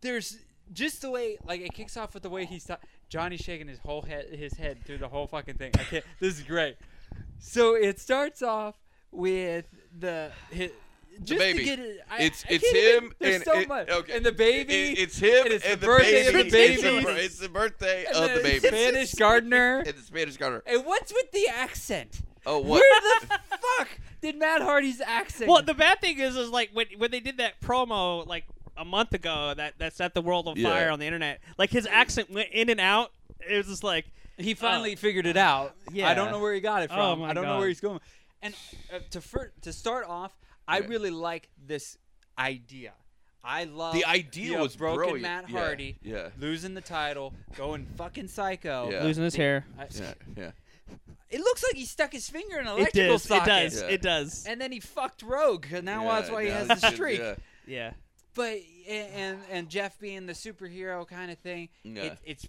there's just the way like it kicks off with the way he sta- Johnny's shaking his whole head his head through the whole fucking thing. I can't, this is great. So it starts off with the hi just
baby.
To get it, I,
It's
I
it's
can't even-
him
there's
and
so
it-
much.
okay.
and the baby.
It- it's him
and it's
and
the
the
birthday
baby.
of the
It's
baby.
bir- It's the birthday
and
of the baby.
Spanish gardener.
And the Spanish gardener.
And what's with the accent?
Oh what?
Where the fuck did Matt Hardy's accent?
Well, the bad thing is, is like when when they did that promo like a month ago that that set the world on
Yeah.
fire on the internet. Like his accent went in and out. It was just like
Oh.
He finally figured it out.
Yeah.
I don't know where he got it
Oh
from.
my
I don't know
God.
where he's going. And uh, to fir- to start off, I
Yeah.
really like this idea. I love
The idea
you know,
was
broken
brilliant.
Matt
Yeah,
Hardy
yeah.
losing the title, going fucking psycho.
Yeah. Losing
his
hair. I-
Yeah, yeah.
It looks like he stuck his finger in an
It
electrical
does. It
socket.
does.
Yeah.
It does.
And then he fucked Rogue, and now
Yeah,
that's why he
now
has
it's
the
just-
streak.
yeah.
yeah.
But and and Jeff being the superhero kind of thing,
Yeah.
it, it's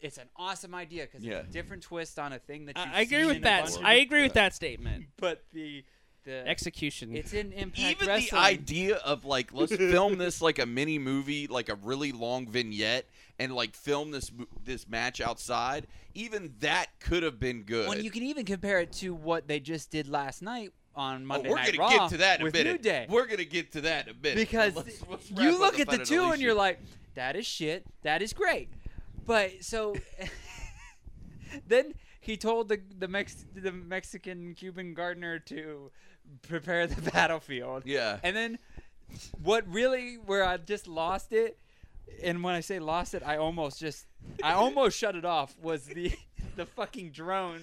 it's an awesome idea because
Yeah.
it's a different twist on a thing that you
I, I agree with that.
bunch of-
I agree with that statement.
but the the
Execution.
it's in Impact
Even
Wrestling.
the idea of like let's film this like a mini movie, like a really long vignette, and like film this mo- this match outside. Even that could have been good.
Well, you can even compare it to what they just did last night on
Oh,
Monday
we're
Night
gonna
Raw
get to that in a
with
minute.
New Day.
We're gonna get to that in a minute
because
Let's- let's wrap
you
up
look at the
Final
two and
Deletion.
you're like, that is shit. That is great. But so then he told the the, Mex- the Mexican Cuban gardener to prepare the battlefield.
Yeah.
And then what really where I just lost it and when I say lost it, I almost just I almost shut it off was the the fucking drone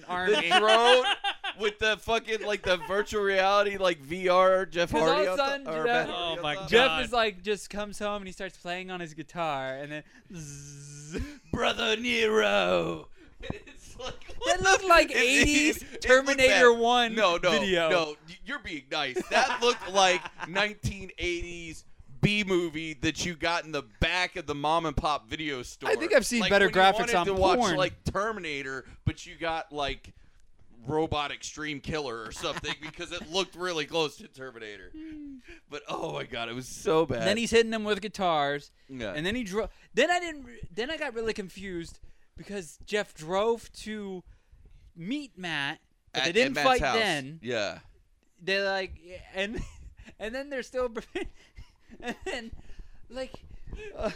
the
army.
drone Oh with the fucking like the virtual reality like VR Jeff
'Cause all
Hardy.
of a
on top-
sudden,
or
Jeff-
Matt
Oh
Hardy on
my
top.
God.
Jeff is like just comes home and he starts playing on his guitar and then zzz.
brother Nero. It's like, what
That
the-
looked like
it- it-
80s
it looked
Terminator
bad.
1
no, no,
video.
No, y- you're being nice. That looked like 1980s B movie that you got in the back of the mom and pop video store.
think I've seen
Like,
better
when you
graphics
wanted
on
to watch,
porn.
like Terminator, but you got like Robot Extreme Killer or something because it looked really close to Terminator.
Hmm.
But oh my god, it was so bad.
And then he's hitting them with guitars,
Yeah.
and then he drove. Then I didn't. Then I got really confused because Jeff drove to meet Matt, but
At-
they
at
didn't
Matt's
fight
house.
then.
Yeah.
They're like, and and then they're still, and then like. uh,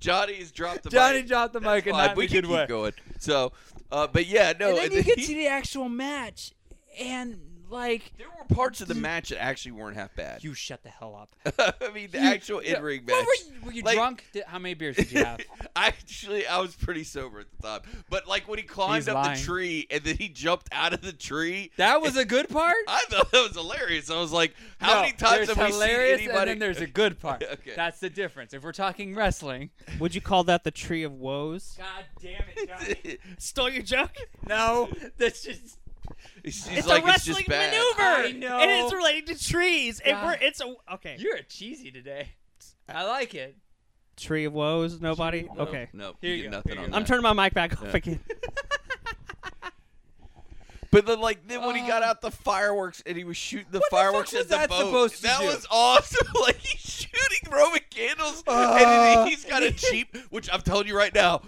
Johnny's dropped the
Johnny
mic.
dropped the mic and
Fine,
not in
we
a
can
good
keep
way.
going. So, uh, but yeah, no.
and then
and
you
then
get
he-
to the actual match, and like
there were parts of the match that actually weren't half bad.
you shut the hell up.
I mean, the
You-
actual in ring match.
What were you, were you
Like-
drunk? Did- How many beers did you have?
Actually, I was pretty sober at the time. But like when he climbed
He's
up
lying.
the tree and then he jumped out of the tree,
that was a good part.
I thought that was hilarious. I was like, how
No,
many times
there's
have we seen
hilarious
anybody?
And then there's a good part.
Okay.
That's the difference. If we're talking wrestling,
Would you call that the tree of woes?
god damn it,
Stole your joke.
no, that's just
She's
it's
like,
a wrestling
it's just bad.
maneuver.
I know.
And it's related to trees. And
God.
we're it's a okay.
you're a cheesy today. I like it.
Tree of woes. Nobody.
No,
okay.
No,
Here
you
you
get
go,
nothing
here you
on
go.
I'm
that.
turning my mic back off
Yeah.
again.
But then, like, then when he got
Oh.
out the fireworks and he was shooting the
What the fuck
fireworks
was
at the
that
boat,
supposed to
that
do?
was awesome. like he's shooting Roman candles,
Uh.
and he- he's got a cheap, which I'm telling you right now,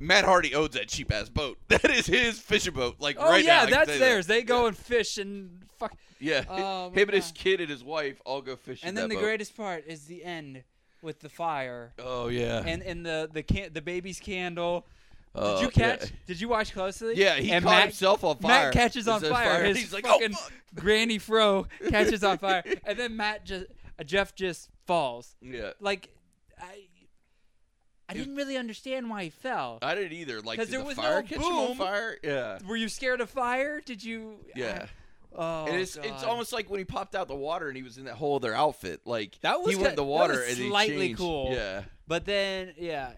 Matt Hardy owns that cheap ass boat. That is his fishing boat. Like
Oh
right now,
yeah,
I can tell
that's
you that.
theirs. They go and fish and fuck.
Yeah,
Oh,
him
my
and his
God.
kid and his wife all go fishing.
And then
that
the
boat.
greatest part is the end with the fire
Oh yeah.
and and the the can- the baby's candle.
Oh,
Did you
yeah.
catch? Did you watch closely?
Yeah, he
and
caught
Matt,
himself on fire.
Matt catches on
It says
fire. His
He's like,
fucking
oh, fuck.
granny fro catches on fire, and then Matt just uh, Jeff just falls.
yeah.
Like I, I didn't really understand why he fell.
I didn't either. Like,
'Cause
did
there
the
was
fire
no
catch him on
boom.
fire? Yeah.
Were you scared of fire? Did you?
Yeah.
I- oh,
and it's it's
God.
almost like when he popped out the water and he was in that whole other outfit. Like
That
he
was
went
ki-
in the
that
water
was
and he
slightly
changed.
cool.
Yeah.
But then, yeah.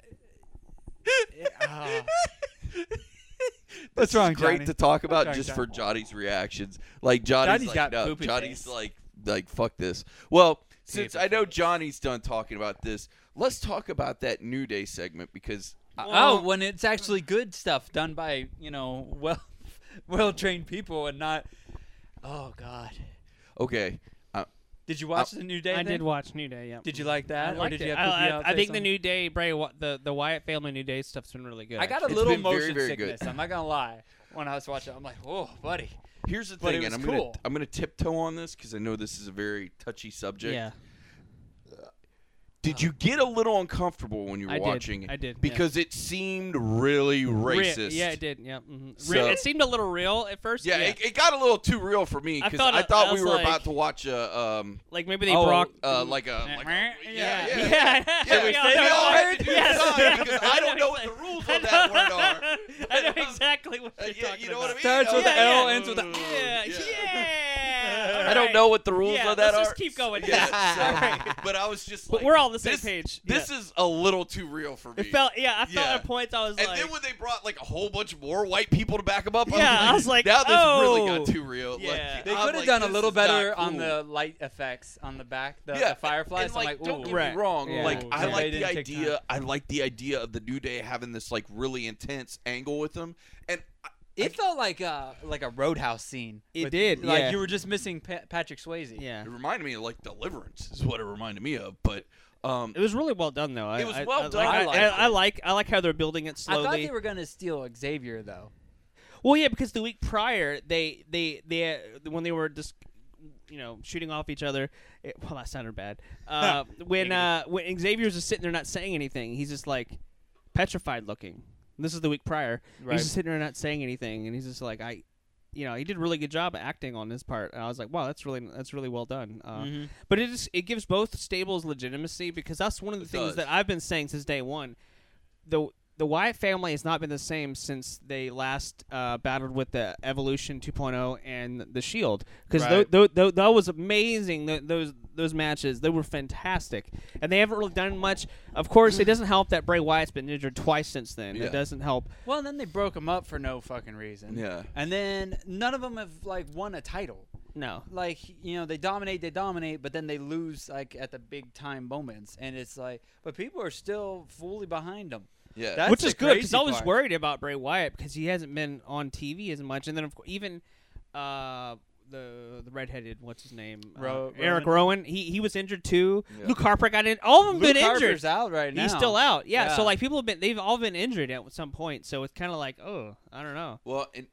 Ah.
What's
This is
wrong,
Great
Johnny?
to talk about
wrong,
just
Johnny?
for Johnny's reactions. Like Johnny's
Johnny's
like,
got
no,
poopy
Johnny's
face.
like like fuck this. Well, since
Poopy
I know Johnny's done talking about this, let's talk about that New Day segment because uh, I-
oh, when it's actually good stuff done by you know well, well trained people and not. Oh God!
okay,
Did you watch the new day?
Uh, I
thing?
did watch New Day. Yeah.
Did you like that,
I liked
or did
it.
you have
I,
poopy
I-
out
I think
face
the
on-
New Day Bray Wa- the the Wyatt family New Day stuff's been really good.
I got a
actually.
It's
little
been very,
motion
very good.
sickness. I'm not gonna lie. When I was watching, I'm like, oh, buddy.
here's the
But it
thing, and
was
I'm
cool.
gonna I'm gonna tiptoe on this because I know this is a very touchy subject.
Yeah.
Did you get a little uncomfortable when you were
I did.
watching?
I did, yeah.
because it seemed really
Re-
racist.
yeah, it did. Yeah. mhm.
So-
Re- it seemed a little real at first.
Yeah, It, it got a little too real for me
I
because
felt
I,
it-
thought
I
we
was
were
like-
about to watch a um,
like maybe they
Oh,
brought.
uh, like a like a yeah yeah.
yeah.
yeah.
yeah.
Yeah,
We all
we
know
all
that.
had to do the
Yes.
sign because I don't know what
exactly.
the rules
I
on that
know-
word are.
I know exactly what
Uh,
you're
yeah,
talking
you know
about.
what I mean?
Starts with
Yeah,
the L,
yeah.
ends with the.
Yeah,
Yeah.
yeah.
I don't know what the rules
Yeah,
of that
let's
are.
just keep going.
Yeah,
Yeah.
so- but I was just
But
like,
we're all on the same
this-
page.
This is a little too real for me.
It felt yeah. I felt
Yeah.
at points I was
and
like,
then when they brought like a whole bunch more white people to back them up,
Yeah, I
I
was
was
like,
like, now this really
oh.
got too real. Like,
Yeah.
They
I'm
could have
like,
done a
this
little
is not
better on
cool.
the light effects on the back, the,
Yeah,
the fireflies.
And,
I'm
like,
like,
don't
ooh.
get
Right.
me wrong.
Yeah.
Like, I
Yeah. They
like the
didn't take time.
idea. I like the idea of the New Day having this like really intense angle with them, and I,
It felt like a like a roadhouse scene.
It did,
Like
yeah.
you were just missing pa- Patrick Swayze.
yeah.
it reminded me of like Deliverance is what it reminded me of. But um,
It was really well done though. I,
It was
I-
well
I,
done.
Like, I,
I liked
I,
it.
I like I like how they're building it
I thought
slowly.
they were gonna steal Xavier though.
Well, yeah, because the week prior, they they they uh, when they were just you know shooting off each other. It, well, that sounded bad. Uh, when uh, when Xavier's just sitting there not saying anything, he's just like petrified looking. This is the week prior.
Right.
He's just sitting there not saying anything, and he's just like I. You know, he did a really good job acting on his part, and I was like, "Wow, that's really that's really well done." Uh,
Mm-hmm.
But it just it gives both stables legitimacy because that's one of the
It
things
does.
that I've been saying since day one the the Wyatt family has not been the same since they last uh, battled with the Evolution 2.0 and the Shield because
Right.
that was amazing. Th- those those matches they were fantastic, and they haven't really done much. Of course, it doesn't help that Bray Wyatt's been injured twice since then.
Yeah.
It doesn't help.
Well, and then they broke them up for no fucking reason.
Yeah.
And then none of them have like won a title.
No,
Like you know, they dominate, they dominate, but then they lose like at the big time moments, and it's like, but people are still fully behind them.
yeah,
That's
which
the
is good because
crazy
I was
part.
worried about Bray Wyatt because he hasn't been on TV as much, and then of course even uh, the the redheaded what's his name Uh,
Ro-
Eric Rowan he he was injured too.
Yeah.
Luke Harper got in. All of them
Luke
been
Harper's
injured.
out right now.
He's still out. Yeah, So
Yeah.
like people have been they've all been injured at some point. So it's kind of like oh I don't know.
Well, and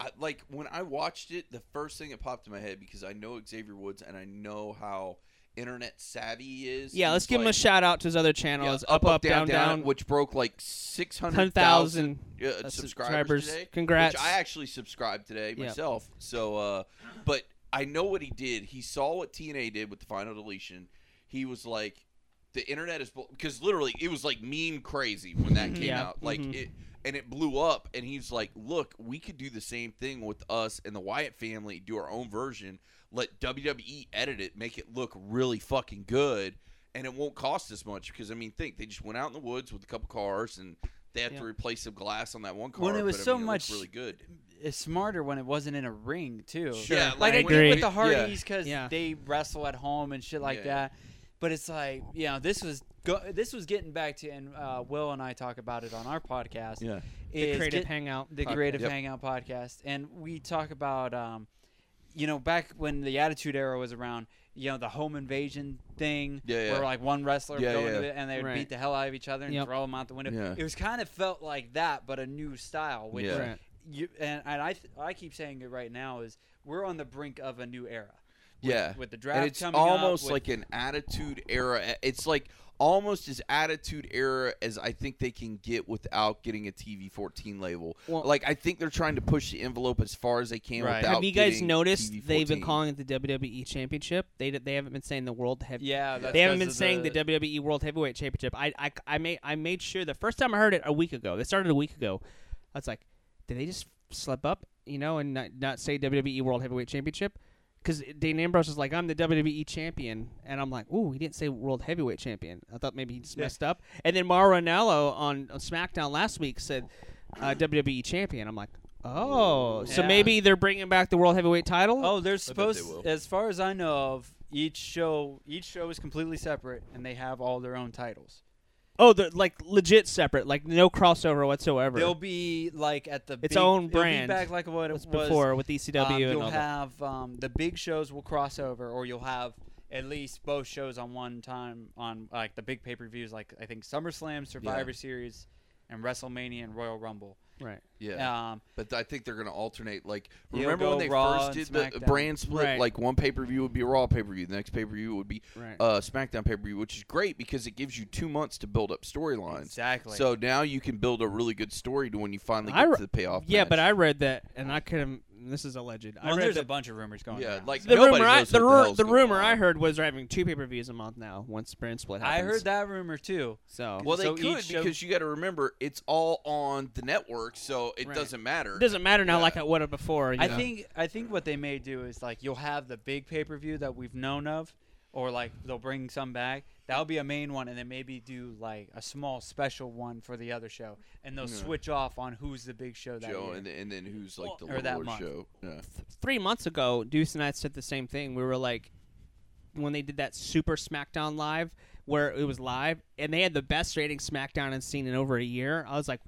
I, like when I watched it, the first thing that popped in my head because I know Xavier Woods and I know how internet savvy he is.
Yeah, let's
he's
give him a
like-
shout out to his other
yeah,
channels. up, up, down, down.
which broke like six hundred
10,000
thousand uh,
uh,
subscribers.
subscribers.
Today,
Congrats.
Which I actually subscribed today
Yeah.
myself. So, uh, but I know what he did. He saw what TNA did with the final deletion. He was like, the internet is because literally it was like meme crazy when that came
Yeah.
out. Like
Mhm.
it. And it blew up, and he's like, "Look, we could do the same thing with us and the Wyatt family. Do our own version. Let WWE edit it, make it look really fucking good, and it won't cost as much because I mean, think they just went out in the woods with a couple cars and they had
Yeah.
to replace some glass on that one car.
When it was
but, I
so
mean, it looked
much-
really good.
It's smarter when it wasn't in a ring too.
Sure. Yeah,
like
I
I,
agree.
did with the Hardys because
Yeah.
they wrestle at home and shit like
Yeah.
that. But it's like, you know, this was go, this was getting back to, and uh, Will and I talk about it on our podcast.
Yeah.
the
is
creative
get-
hangout.
the
podcast.
Creative
Yep.
Hangout podcast, and we talk about, um, you know, back when the Attitude Era was around, you know, the home invasion thing,
Yeah, yeah.
where like one wrestler
Yeah,
would go
yeah.
into it and they would
Right.
beat the hell out of each other and
Yep.
throw them out the window.
Yeah.
It was kind of felt like that, but a new style, which
Yeah.
Right.
you and, and I th- I keep saying it right now is we're on the brink of a new era. With,
Yeah.
with the draft
and it's
coming up,
almost
with-
like an attitude era. It's like almost as attitude era as I think they can get without getting a TV fourteen label.
Well-
like I think they're trying to push the envelope as far as they can
Right.
without.
Have you guys
getting
noticed
TV
they've been
14.
calling it the WWE Championship? They d- they haven't been saying the World Heavy.
yeah, that's
They haven't
'cause
been
of
saying the, WWE World Heavyweight Championship. I, I, I made I made sure the first time I heard it a week ago. They started a week ago. I was like, did they just slip up, you know, and not, not say WWE World Heavyweight Championship? Because Dean Ambrose is like, I'm the WWE champion, and I'm like, ooh, he didn't say World Heavyweight Champion. I thought maybe he just messed up. And then Mauro Ranallo on, on SmackDown last week said uh, WWE champion. I'm like, oh, so
Yeah.
maybe they're bringing back the World Heavyweight title.
Oh, they're
bet they
supposed.
will.
as far as I know of, each show each show is completely separate, and they have all their own titles.
Oh, they're like legit separate, like no crossover whatsoever.
They'll be like at the
Its
big-
own
it'll be
brand.
back like what it
That's
was
before with ECW
Um,
and
you'll
all that.
have um, the big shows will cross over, or you'll have at least both shows on one time on like the big pay per views, like I think SummerSlam, Survivor Series, and WrestleMania and Royal Rumble.
Right.
Yeah.
Um,
But I think they're going to alternate. Like,
You'll
remember when
go
they
Raw
first did
and
the
SmackDown.
brand split?
Right.
Like, one pay per view would be a Raw pay per view, the next pay per view would be
Right.
uh, SmackDown pay per view, which is great because it gives you two months to build up storylines.
Exactly.
So now you can build a really good story to when you finally
I
get
re-
to the payoff.
yeah,
match.
but I read that and I couldn't. This is alleged. I
well,
read
there's
that-
a bunch of rumors going.
Yeah,
around.
like
the
nobody
rumor. I,
knows
the,
what
ru-
hell's
the
going
rumor I
on.
heard was they're having two pay per views a month now. Once brand split happens.
I heard that rumor too.
So
Well, they
So
could
each show-
because you got to remember it's all on the network, so it
Right.
doesn't matter.
it doesn't matter now
Yeah.
like it would have before. you
I
know.
think I think what they may do is like you'll have the big pay per view that we've known of, or like they'll bring some back. That'll be a main one, and then maybe do like a small special one for the other show, and they'll
Yeah.
switch off on who's the big show that
Joe,
year.
and, and then who's like the
Or that
lower
month.
show? Yeah.
Th- three months ago, Deuce and I said the same thing. We were like, when they did that Super SmackDown Live, where it was live, and they had the best rating SmackDown I've seen in over a year. I was like,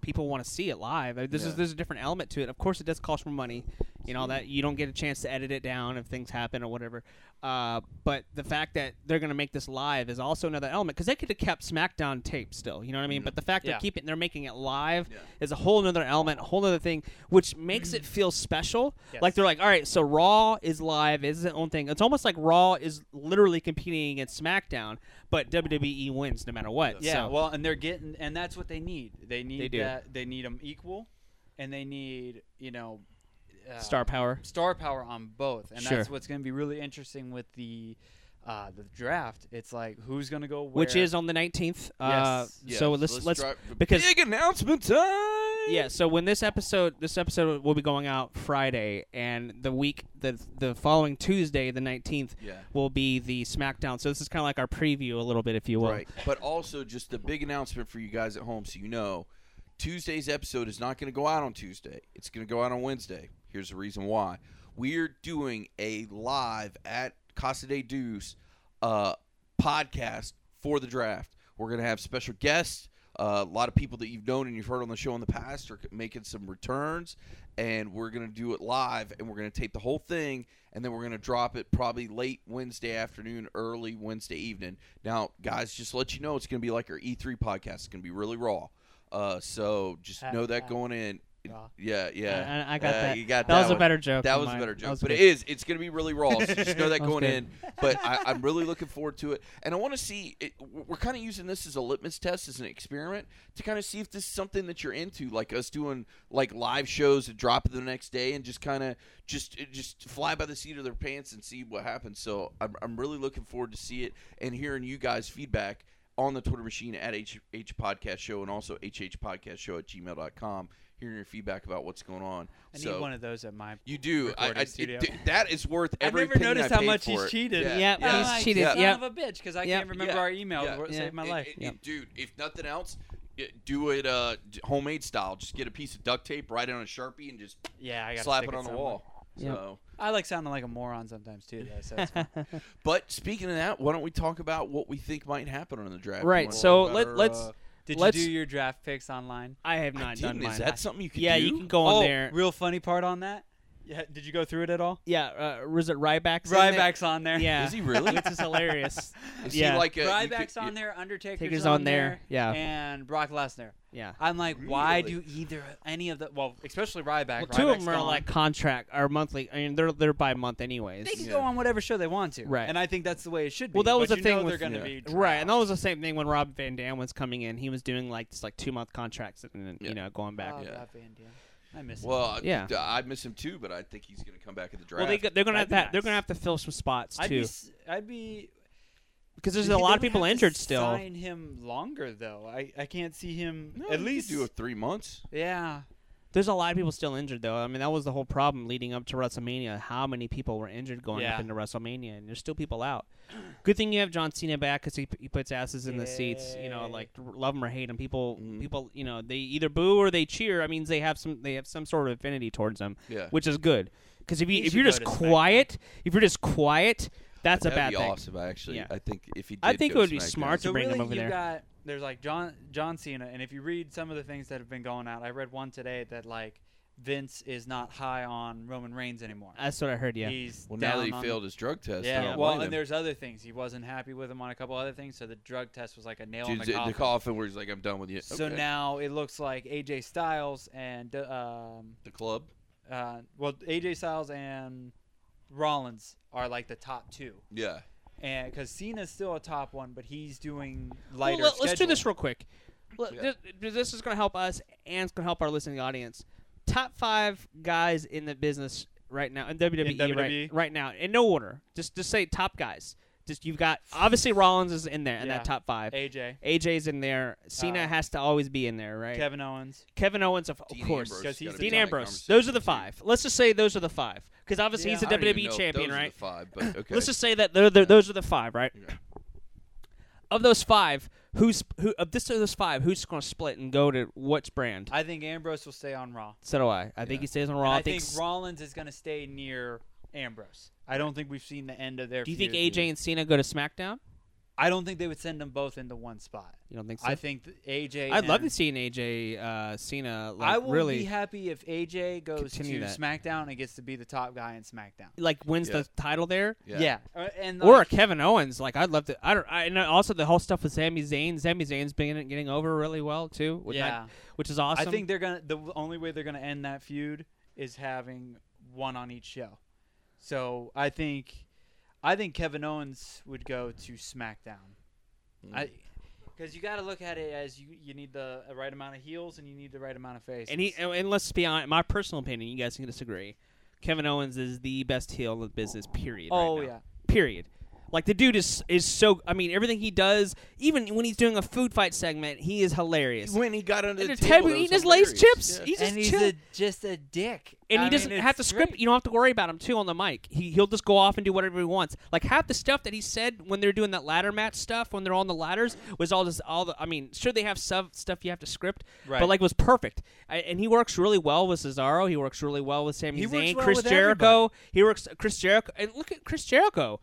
people want to see it live. I- This
Yeah.
is there's a different element to it. Of course, it does cost more money, you know all that. You don't get a chance to edit it down if things happen or whatever. Uh, but the fact that they're gonna make this live is also another element because they could have kept SmackDown tape still. You know what I mean? But the fact
Yeah.
they're keeping they're making it live
Yeah.
is a whole another element, a whole other thing, which makes it feel special.
Yes.
Like they're like, all right, so Raw is live, is its own thing. It's almost like Raw is literally competing against SmackDown, but WWE wins no matter what.
yeah,
so,
well, and they're getting, and that's what they need. They need
do.
that. They need them equal, and they need you know, uh,
star power.
star power on both, and
Sure.
that's what's going to be really interesting with the. Uh, the draft. It's like who's gonna go where.
Which is on the nineteenth. Uh,
Yeah,
so let's let's,
drive-
because-
big announcement time.
yeah. So when this episode this episode will be going out Friday, and the week the the following Tuesday the nineteenth
Yeah.
will be the SmackDown. So this is kind of like our preview a little bit, if you will.
Right. But also, just a big announcement for you guys at home so you know Tuesday's episode is not going to go out on Tuesday. It's going to go out on Wednesday. Here's the reason why. We're doing a live at Casa de Deuce uh, podcast for the draft. We're going to have special guests. Uh, a lot of people that you've known and you've heard on the show in the past are making some returns, and we're going to do it live, and we're going to tape the whole thing, and then we're going to drop it probably late Wednesday afternoon, early Wednesday evening. Now, guys, just to let you know, it's going to be like our E3 podcast. It's going to be really raw. Uh, so just
Ha-
know that
ha-
going in.
raw.
Yeah, yeah.
I, I got
Uh,
that.
You got
that,
that
was
one.
a better joke.
That
than
was
mine.
a better
That
joke,
was
but
good.
it is. It's going to be really raw. So just know
That
that
was
going
good.
in. But I, I'm really looking forward to it, and I want to see. It, we're kind of using this as a litmus test, as an experiment, to kind of see if this is something that you're into, like us doing like live shows and drop it the next day, and just kind of just it- just fly by the seat of their pants and see what happens. So I'm, I'm really looking forward to see it and hearing you guys' feedback on the Twitter machine at HH Podcast Show and also HH Podcast Show at gmail.com. Hearing your feedback about what's going on.
I need
so
one of those at my.
you do. I,
recording
I,
studio.
dude, that is worth
I've
every
never
penny
noticed
I
how
paid
much he's
for it.
cheated.
Yeah,
Yep,
yeah.
I'm
he's
like,
cheated,
Son
yep.
of a bitch, because I
Yep.
can't remember
Yeah.
our email.
Yeah.
It
Yeah.
saved my
It-
life.
it-
Yeah.
dude, if nothing else, it- do it uh, d- homemade style. Just get a piece of duct tape, write it on a sharpie, and just
yeah, I got
slap it on the wall.
Yep.
So,
I like sounding like a moron sometimes too. Though, so it's fine.
but speaking of that, why don't we talk about what we think might happen on the draft? You
Right,
wanna
so
talk about
let-
our,
let's-
uh,
Did
Let's-
you do your draft picks online?
I have
I
not
didn't.
done mine.
Is that something you can
yeah,
do?
you can go on
oh,
there.
real funny part on that. Yeah, did you go through it at all?
Yeah, uh, was it Ryback's? in there?
Ryback's on there.
Yeah,
Is he really?
Which is hilarious.
Is
yeah.
he like a, you
Ryback's
could-
on there. Undertaker's
Taker's
on,
on there, yeah.
and Brock Lesnar.
yeah.
I'm like, why
Really?
do either any of the well, especially Ryback.
Well, two of
Ryback's
them are
gone.
like contract or monthly. I mean, they're they're by month anyways.
they can
Yeah.
go on whatever show they want to,
Right.
And I think that's the way it should be.
Well, that was
but
the
you
thing
know
with-
they're going to
Yeah.
be
Right, and that was the same thing when Rob Van Dam was coming in. He was doing like this, like two month contracts, and then,
Yeah.
you know, going back.
Oh,
Yeah.
Rob Van Dam. I miss. him.
Well, I-
Yeah.
I miss him too, but I think he's going to come back at the draft.
well, they, go- they're gonna have to,
That'd be
they're
nice.
gonna have to fill some spots
I'd be,
too,
s- I'd be.
because there's
they
a lot of
would
people
have to
injured still.
Sign him longer though. I, I can't see him
No, you
at
could
least.
do it three months.
yeah,
There's a lot of people still injured though. I mean, that was the whole problem leading up to WrestleMania. How many people were injured going up
Yeah.
into WrestleMania, and there's still people out. Good thing you have John Cena back because he, p- he puts asses in the seats. You know,
Yay.
like r- love him or hate him, people
Mm-hmm.
Mhm.
people you know they either boo or they cheer. I mean, they have some they have some sort of affinity towards him.
Yeah.
which is good. Because if you
He
if
should
you're
go
just
to SmackDown.
quiet, if you're just quiet, that's a
That'd
bad
be
thing.
awesome, actually.
Yeah.
I think if he did
I think
go
it would be
SmackDown-
smart to
so
bring
really
him over
you
there.
got there's like John John Cena, and if you read some of the things that have been going out, I read one today that like Vince is not high on Roman Reigns anymore.
That's what I heard. Uh, Yeah,
He's
Well, now that he
down on-
failed his drug test, I
Yeah,
don't
well,
blame
and
him.
there's other things. He wasn't happy with him on a couple other things, so the drug test was like a nail in
Dude,
the
the,
coffin.
coffin where he's like, "I'm done with you."
So
Okay.
now it looks like AJ Styles and um,
the club.
uh, well, AJ Styles and Rollins are like the top two,
Yeah,
and because Cena's still a top one, but he's doing
Well,
lighter.
let, us do this
schedule.
real quick. Let-
Yeah.
this, this is going to help us, and it's going to help our listening audience. Top five guys in the business right now in WWE,
WWE?
E?
Right, right now in no order. Just just say top guys. Just you've got obviously Rollins is in there in
Yeah.
that top five.
AJ,
AJ's in there. Cena
Uh,
has to always be in there, right?
Kevin Owens.
Kevin Owens of, of
Dean
course.
Ambrose
'cause
has
he's
gotta be
Dean
on that
Ambrose.
conversation
Those are the
too.
five. Let's just say those are the five because obviously
Yeah.
he's a
I don't even know
WWE
if
champion,
those are
right?
the five, but okay.
Let's just say that they're, they're, those are the five, right?
Yeah.
Of those five, who's who? Of this of those five, who's going to split and go to which brand?
I think Ambrose will stay on Raw.
so do I. I think
Yeah.
he stays on
And
Raw.
I think
s-
Rollins is going to stay near Ambrose. I don't think we've seen the end of their.
do you think
feud.
AJ and Cena go to SmackDown?
I don't think they would send them both into one spot.
You don't think so?
I think th- AJ.
I'd love
and-
to see an AJ uh, Cena. Like,
I will
really
be happy if AJ goes to
continue that.
SmackDown and gets to be the top guy in SmackDown.
like wins
Yeah.
the title there.
Yeah.
Uh, and
Or a
like,
Kevin Owens, like I'd love to. I don't. I, and also the whole stuff with Sami Zayn. Sami Zayn's been getting over really well too, which, I-
yeah,
which is awesome.
I think they're gonna. The w- only way they're gonna end that feud is having one on each show. So I think, I think Kevin Owens would go to SmackDown.
Hmm.
Mm.
I. Because you got to look at it as you you need the uh, right amount of heels and you need the right amount of faces.
And he and, and let's be honest, my personal opinion, you guys can disagree. Kevin Owens is the best heel in the business. Period. right
oh
now.
yeah,
Period. Like the dude is is so. I mean, everything he does, even when he's doing a food fight segment, he is hilarious.
when he got under
And
the
the table
table, that was
eating his Lay's
hilarious.
chips.
Yeah.
He's just
and he's
chill.
a, just a dick,
and he
I mean,
doesn't have to
it's
script.
great.
You don't have to worry about him too on the mic. He he'll just go off and do whatever he wants. Like half the stuff that he said when they're doing that ladder match stuff, when they're on the ladders, was all just all the. I mean, sure they have stuff stuff you have to script,
Right.
but like was perfect. I, and he works really well with Cesaro. He works really well with Sami
He works
Zayn,
well
Chris
with
Jericho.
everybody.
He works Chris Jericho. And look at Chris Jericho.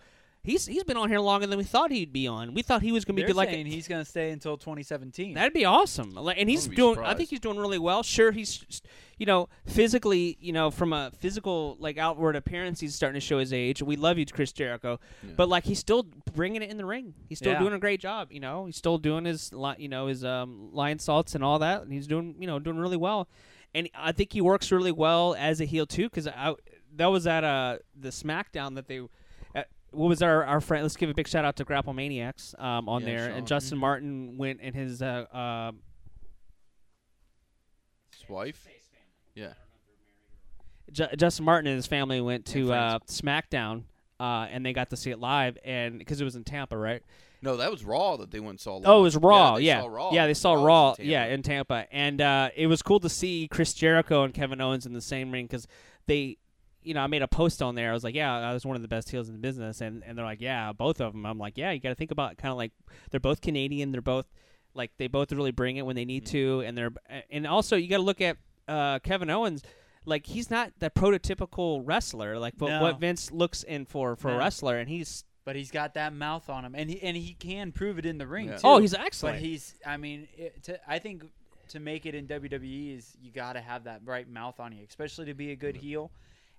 He's he's been on here longer than we thought he'd be on. We thought he was going to be
They're
good, like
saying he's going to stay until 2017.
That'd be awesome. Like, and he's
wouldn't be
doing. I
surprised.
think he's doing really well. Sure, he's, you know, physically, you know, from a physical like outward appearance, he's starting to show his age. We love you, Chris Jericho,
Yeah.
but like he's still bringing it in the ring. He's still
Yeah.
doing a great job. You know, he's still doing his, li- you know, his um, lion salts and all that. And he's doing, you know, doing really well. And I think he works really well as a heel too, because I that was at uh the SmackDown that they. at- What was our, our friend? Let's give a big shout out to Grapple Maniacs um, on
Yeah, Mm-hmm.
there,
Sean.
and Justin Martin went in his uh, uh,
His wife. Yeah.
Ju- Justin Martin and his family went to uh,
And
SmackDown, uh, and they got to see it live, and because it was in Tampa, right?
No, that was Raw that they went and saw. Live.
Oh, it was Raw.
they
Yeah,
saw Raw. Oh,
they saw
was in
Raw.
Tampa.
yeah, in Tampa, and uh, it was cool to see Chris Jericho and Kevin Owens in the same ring because they, you know, I made a post on there. I was like, yeah, I was one of the best heels in the business, and and they're like, yeah, both of them. I'm like, yeah, you got to think about kind of like they're both Canadian. They're both like they both really bring it when they need to, and they're and also you got to look at uh, Kevin Owens. Like he's not the prototypical wrestler. Like what,
No.
what Vince looks in for for a
No.
wrestler, and he's
but he's got that mouth on him, and he and he can prove it in the ring
Yeah.
too.
oh he's
but
excellent.
he's I mean it, to, I think to make it in WWE is you got to have that right mouth on you, especially to be a
Mm-hmm.
good heel.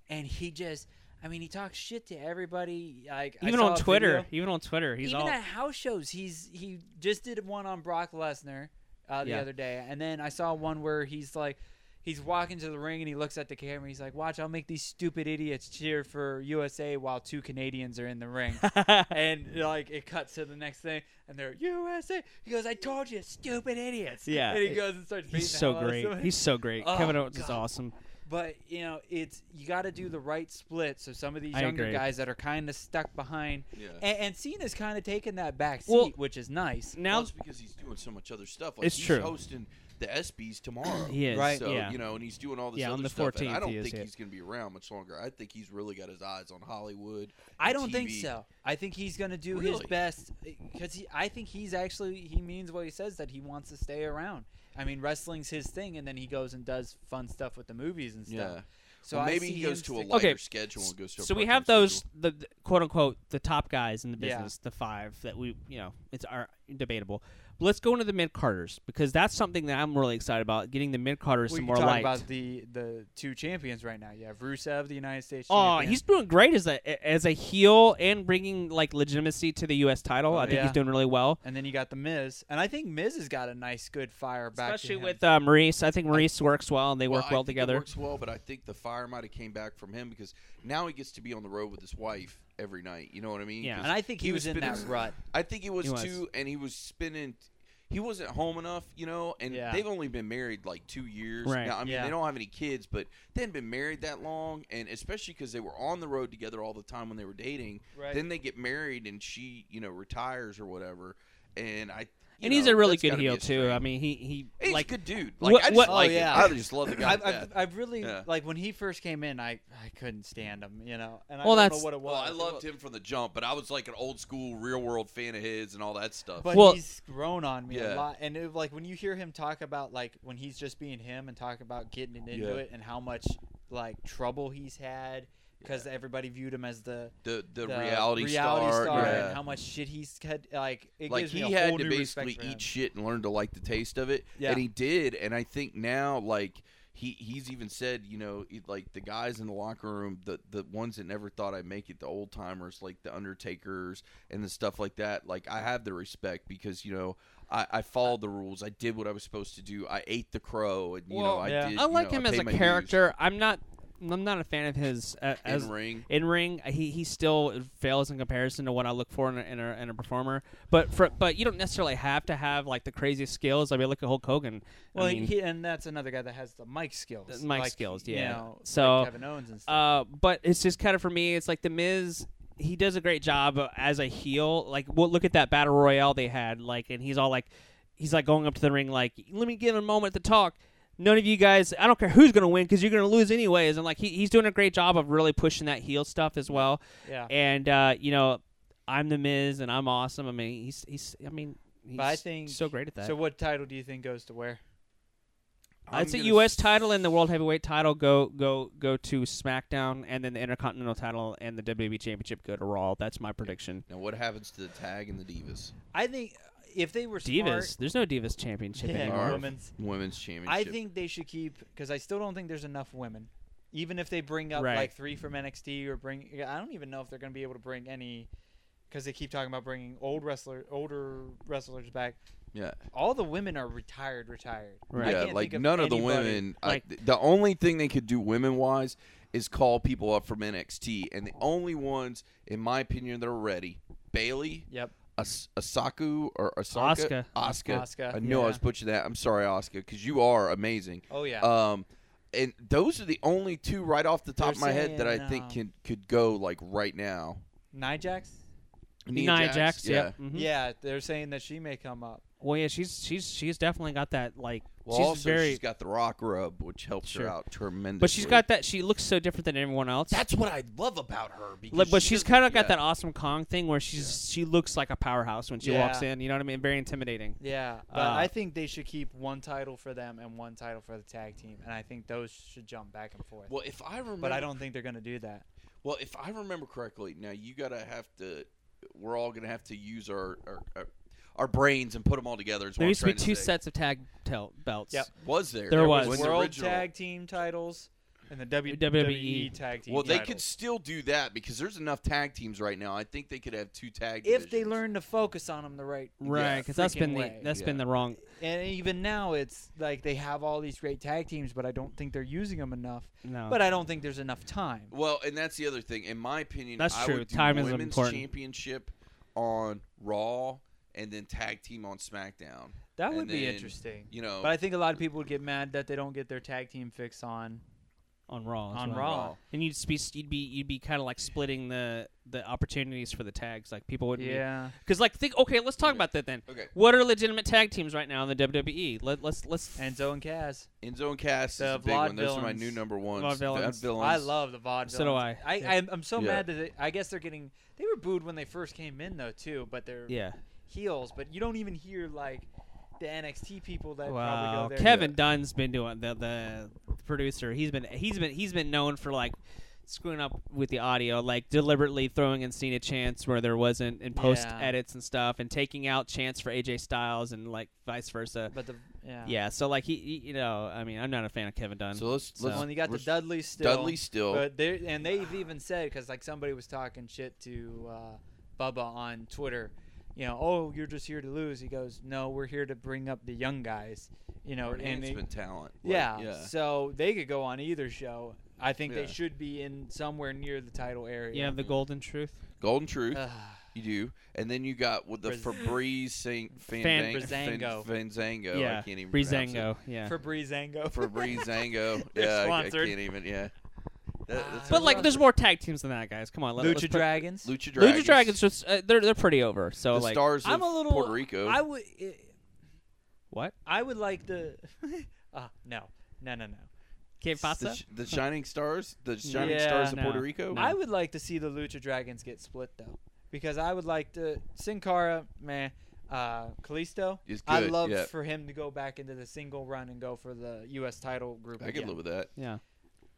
And he just I mean he talks shit to everybody like I
even
saw
on
a
Twitter,
video-
even on Twitter, he's
even
all
at house shows he's he just did one on Brock Lesnar uh, the
Yeah.
other day, and then I saw one where he's like. He's walking to the ring and he looks at the camera. He's like, "Watch, I'll make these stupid idiots cheer for USA while two Canadians are in the ring." and like it cuts to the next thing, and they're USA. He goes, "I told you, stupid idiots."
Yeah,
and he
it-
goes and starts. beating
he's
the
so
hell out of
great.
somebody.
He's so great.
Oh,
Kevin Owens is
God.
awesome.
But you know, it's you got to do the right split. So some of these
I
younger
agree.
guys that are kind of stuck behind,
Yeah.
and, and Cena's kind of taking that back seat,
Well,
which is nice.
Now
Now
it's because he's doing so much other stuff. Like
It's
he's
true.
hosting the ESPYS tomorrow.
He is,
Right.
So
yeah.
you know, and he's doing all this
Yeah,
other
on the
stuff. and I
14th
don't
he is
think
it.
he's going to be around much longer. I think he's really got his eyes on Hollywood.
I
and
don't think
TV.
so. I think he's going to do his
Really?
best because he. I think he's actually he means what he says that he wants to stay around. I mean, wrestling's his thing, and then he goes and does fun stuff with the movies and stuff.
Yeah.
So
Well,
I
maybe
see
he goes
him
to a
stick-
lighter
Okay,
schedule and goes to. A
so we
part-time
have those
schedule.
the, the quote unquote the top guys in the
Yeah.
business, the five that we you know it's our debatable. But let's go into the mid carters because that's something that I'm really excited about getting the mid carters
We
some
can
more
talk
light.
about the the two champions right now. You have Rusev, the United States.
Oh,
champion.
he's doing great as a as a heel and bringing like legitimacy to the U.S. title. I think
yeah.
he's doing really well,
And then you got the Miz, and I think Miz has got a nice, good fire back. to
especially
him.
with uh, Maurice. I think Maurice works well and they
Well,
work
I
well
think it
together.
works well, but I think the fire might have came back from him because now he gets to be on the road with his wife every night. You know what I mean?
Yeah.
'Cause
and I think he,
he
was,
was
in that
spinning-
rut.
I think he was,
He was.
too, and he was spinning. He wasn't home enough, you know, and
Yeah.
they've only been married like two years.
Right.
Now, I mean,
Yeah.
they don't have any kids, but they hadn't been married that long, and especially because they were on the road together all the time when they were dating.
Right.
Then they get married, and she, you know, retires or whatever. And I, you
And he's
know,
a really
that's
good
gotta be
heel
a
too.
strain.
I mean, he he
He's
like
a good dude.
what-
Like I just
what-
like
Oh,
it.
yeah.
I just love the guy.
I've,
to death.
I've, I've really
Yeah.
like when he first came in, I I couldn't stand him. You know, and I
Well,
don't
that's-
know what it was.
Well, I loved him from the jump, but I was like an old school, real world fan of his and all that stuff.
But
Well-
he's grown on me a
Yeah.
lot, and it, like when you hear him talk about like when he's just being him and talk about getting it into
Yeah.
it and how much like trouble he's had because everybody viewed him as the,
the the,
the
reality, star, yeah.
and how much shit he's had. Like it
like
gives me
he
a
had
whole
to
new respect
basically
for him.
eat shit and learn to like the taste of it,
Yeah.
and he did. And I think now, like he he's even said, you know, he- like the guys in the locker room, the the ones that never thought I'd make it, the old timers, like the Undertakers and the stuff like that. Like I have the respect because you know. I, I followed the rules. I did what I was supposed to do. I ate the crow, and you know
Well,
I
yeah.
did.
I
you
like
know,
him
I
as
paid
a
my dues
character. I'm not. I'm not a fan of his uh, as
in ring.
in ring. He he still fails in comparison to what I look for in a, in a, in a performer. But for but you don't necessarily have to have like the craziest skills. I mean, look at Hulk Hogan.
Well,
I mean,
he, and that's another guy that has the mic skills.
The mic
like,
skills,
you
yeah.
know,
So,
like Kevin Owens and stuff.
Uh, but it's just kind of for me. It's like the Miz. He does a great job uh, as a heel. Like, well, look at that battle royale they had. Like, and he's all like, he's like going up to the ring, like, let me give him a moment to talk. None of you guys, I don't care who's gonna win because you're gonna lose anyways. And like, he, he's doing a great job of really pushing that heel stuff as well.
yeah.
And uh, you know, I'm the Miz, and I'm awesome. I mean, he's he's. I mean, he's
But I think
so great at that.
So, what title do you think goes to where?
I'm
it's a
gonna
U.S.
s-
title and the World Heavyweight title go go go to SmackDown, and then the Intercontinental title and the WWE Championship go to Raw. That's my prediction.
Now, what happens to the tag and the Divas
I think if they were
Divas, there's no Divas Championship
smart, yeah,
anymore.
women's.
Women's Championship?
I think they should keep because I still don't think there's enough women. Even if they bring up
Right.
like three from NXT or bring, I don't even know if they're going to be able to bring any because they keep talking about bringing old wrestler, older wrestlers back.
yeah,
All the women are retired, retired.
Right.
I
yeah.
can't
Like
think of
none of the
anybody-
women.
Like-
I, th- the only thing they could do women wise is call people up from NXT, and the only ones, in my opinion, that are ready: Bailey,
Yep.
As- Asaku, or
Asuka.
Asaka, Asuka.
Asuka,
I know I was
yeah.
butchering that. I'm sorry, Asuka, because you are amazing.
Oh yeah.
Um, and those are the only two right off the top
They're uh,
of my head that I
saying,
think
um,
can could go like right now.
Nijax.
Nia
Nia
Jax,
Jax,
yeah.
yep, mhm.
Yeah, they're saying that she may come up.
Well, yeah, she's she's she's definitely got that like
Well,
she's
also
very
she's got the rock rub, which helps
Sure.
her out tremendously.
but she's got that she looks so different than everyone else.
That's what I love about her. Because
Like, but
she
she's
doesn't-
kind of got
yeah.
that awesome Kong thing where she's she looks like a powerhouse when she walks
Yeah.
in. You know what I mean? Very intimidating.
Yeah, but
Uh,
I think they should keep one title for them and one title for the tag team, and I think those should jump back and forth.
Well, if I remember,
but I don't think they're gonna do that.
Well, if I remember correctly, now you gotta have to. We're all gonna have to use our our, our, our brains and put them all together. Is what
There
I'm
used to be
trying to
two
say.
sets of tag tel- belts.
Yep.
Was there?
There was.
When the
World
original-
tag team titles and the WWE,
WWE.
tag team.
Well, they
titles.
could still do that because there's enough tag teams right now. I think they could have two tag.
if they
divisions.
learn to focus on them the right
Right, because that's
freaking
been the
way.
that's been
Yeah.
the wrong.
and even now it's like they have all these great tag teams but i don't think they're using them enough
No,
but i don't think there's enough time
Well, and that's the other thing. In my opinion,
That's
I
true.
Would do
Time is
women's
important.
Championship on Raw, and then tag team on SmackDown.
that
And
would be
then,
interesting
You know,
but i think a lot of people would get mad that they don't get their tag team fix on
on Raw. as
on
well.
Raw.
and you'd be you'd be you'd be kind of like splitting the the opportunities for the tags. Like people would be
yeah
because like think okay, let's talk about that then.
Okay,
What are legitimate tag teams right now in the WWE? Let, let's let's
enzo and kaz
Enzo and Cass is
The
a big one.
Vlad
Those are my
villains.
new number ones.
Vlad villains.
Vlad villains.
i love the vod
So do
villains.
I.
I,
Yeah.
I'm, I'm so
Yeah.
mad that they, i guess they're getting they were booed when they first came in though too but they're
yeah.
heels but you don't even hear like the nxt people that probably
Wow,
go there
Kevin Dunn's been doing the the producer. He's been he's been he's been known for like screwing up with the audio, like deliberately throwing in Cena chants where there wasn't in post
Yeah.
edits and stuff, and taking out chants for AJ Styles and like vice versa.
but the yeah
Yeah, so like he, he- you know, I mean, I'm not a fan of Kevin Dunn.
So let's,
So-
let's
Well, and you got the
let's-
Dudley still.
Dudley still.
But they and they've even said because like somebody was talking shit to uh, Bubba on Twitter, you know, oh you're just here to lose. He goes, no, we're here to bring up the young guys, you know, and they-
enhancement talent. Like,
yeah,
yeah.
So they could go on either show. I think
Yeah.
they should be in somewhere near the title area.
you have the golden truth.
Golden Truth,
Ugh.
you do, and then you got with the
Briz-
Febreze Saint
Fan-
Fan,
Brizango.
Fanzango.
yeah,
I can't even pronounce it.
Breezango. Yeah,
Febreze Zango.
Febreze Zango.
They're
yeah, I- I,
sponsored.
can't even. Yeah, That- that's
but
a-
like, there's more tag teams than that, guys. Come on, let, let's
Lucha
put-
Dragons.
Lucha Dragons.
Lucha Dragons. Just uh, they're they're pretty over. So
the
like,
stars
I'm
of
a little-
Puerto Rico.
I would. eh,
what?
I would like the. uh, no, no, no, no.
Cape
the,
Pasa?
sh- the shining stars, the shining
Yeah,
stars of
no,
Puerto Rico.
I would like to see the Lucha Dragons get split though, because I would like to Sin Cara, man, uh, Kalisto.
Is
I
good,
love
yeah.
for him to go back into the single run and go for the U.S. title group.
I could
again.
live with that.
yeah.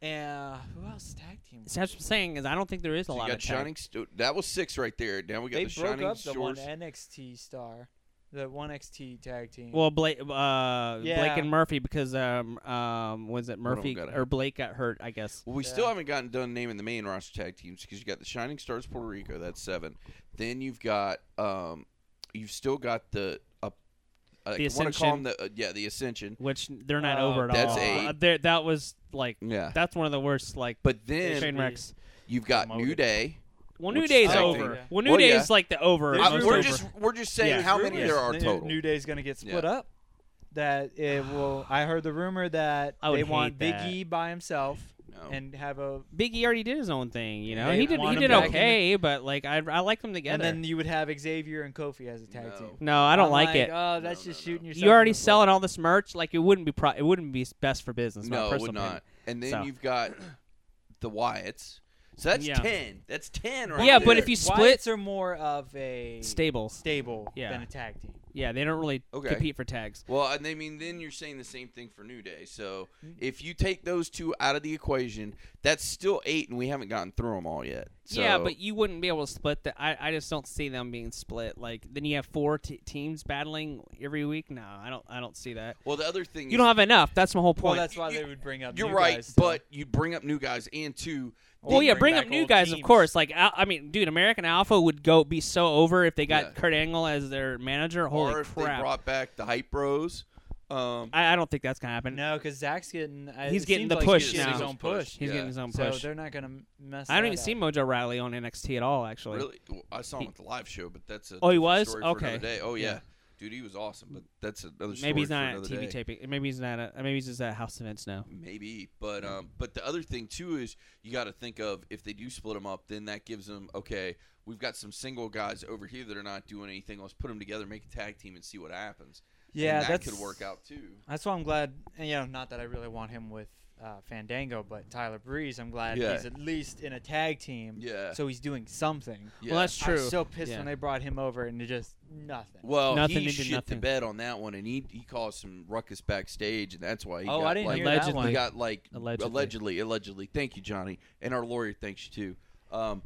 And uh, who else tag team?
So that's what I'm saying is I don't think there is a
So you
lot
got
of tag-
shining. Sto- that was six right there. Now we got
They
the
broke
shining
up the one
stars.
NXT star, the one XT tag team.
Well, Blake, uh, Blake
Yeah.
and Murphy because um, um, was it
One of 'em
Murphy
got
or
hurt.
Blake got hurt? I guess.
Well, we still
Yeah.
haven't gotten done naming the main roster tag teams because you got the Shining Stars Puerto Rico, that's seven. Then you've got, um, you've still got the, uh, I
The
want to call them the, uh, yeah, the Ascension,
Which they're not
Oh,
over at
That's
all.
eight.
Uh, there- that was like
yeah.
that's one of the worst like
But then
train wrecks.
you've got New
promoted.
Day.
Well, New
Which
Day's
tag team?
over.
Yeah.
Well, New
Well,
Day
yeah.
is like the over.
There's
I-
most
rumors-
we're
over.
just we're just saying
Yeah.
how many
Rumors
there are
that
total.
New Day's gonna get split
Yeah.
up. That it will. I heard the rumor that
I would
they want
hate
Big
that.
E by himself
No.
and have a
Biggie already did his own thing. You know,
They
he did
want
he
him
did
back in
okay, but like I I like them together.
And then you would have Xavier and Kofi as a tag
No.
team.
no, I don't
I'm
like, it.
Oh, that's
No,
just
no, no.
shooting yourself.
You already
in the foot.
selling all this merch. Like it wouldn't be pro- it wouldn't be best for business. my
no, it
personal
would
opinion.
not. And then
So.
you've got the Wyatts. So that's
Yeah.
ten. That's ten right
Yeah,
there.
but if you split
Wyatts are more of a
stable,
stable
Yeah.
than a tag team.
yeah, they don't really
Okay.
compete for tags.
Well, and I mean, then you're saying the same thing for New Day. So
Mm-hmm.
if you take those two out of the equation, that's still eight, and we haven't gotten through them all yet. So,
yeah, but you wouldn't be able to split that. I, I just don't see them being split. Like then you have four t- teams battling every week. No, I don't. I don't see that.
well, the other thing
You don't have enough. That's my whole
Well,
point.
that's why
You-
they would bring up.
you're
new
right,
guys, so-
but you bring up new guys and two.
well,
They
Oh, yeah,
bring
bring up
back
new
old
guys, of
teams.
course. Like I, I mean, dude, American Alpha would go be so over if they got
Yeah.
Kurt Angle as their manager. Holy
or if
crap!
they brought back the hype bros. Um,
I, I don't think that's gonna happen.
no, because Zach's getting. uh,
He's
it
getting
seems
the
like
push
he's getting His
now.
own push.
He's
yeah.
getting his own
So
push.
they're not gonna m- mess.
I don't
that
even
up.
see Mojo Riley on NXT at all. Actually,
really, well, I saw him
He-
at the live show, but that's a
Oh, he
different
was?
story for another
Okay.
day. Oh yeah.
Yeah.
dude, he was awesome, but that's another. Story
maybe he's
for
not at
another
TV
day.
taping. Maybe he's not. At, maybe he's just at house events now.
Maybe, but um, but the other thing too is you got to think of if they do split them up, then that gives them okay. We've got some single guys over here that are not doing anything. Let's put them together, make a tag team, and see what happens. And
Yeah,
that
that's,
could work out too.
That's why I'm glad. And, you know, not that I really want him with uh, Fandango, but Tyler Breeze. I'm glad
Yeah.
he's at least in a tag team.
Yeah.
So he's doing something.
Yeah.
Well, that's
I
true.
was so pissed
Yeah.
when they brought him over and it just nothing.
Well,
Nothing
he
to do
shit
nothing.
the bed on that one, and he he caused some ruckus backstage, and that's why he
Oh,
got
I didn't
like,
hear that
he
one.
got like
Allegedly.
allegedly, allegedly. Thank you, Johnny, and our lawyer thanks you too. Um,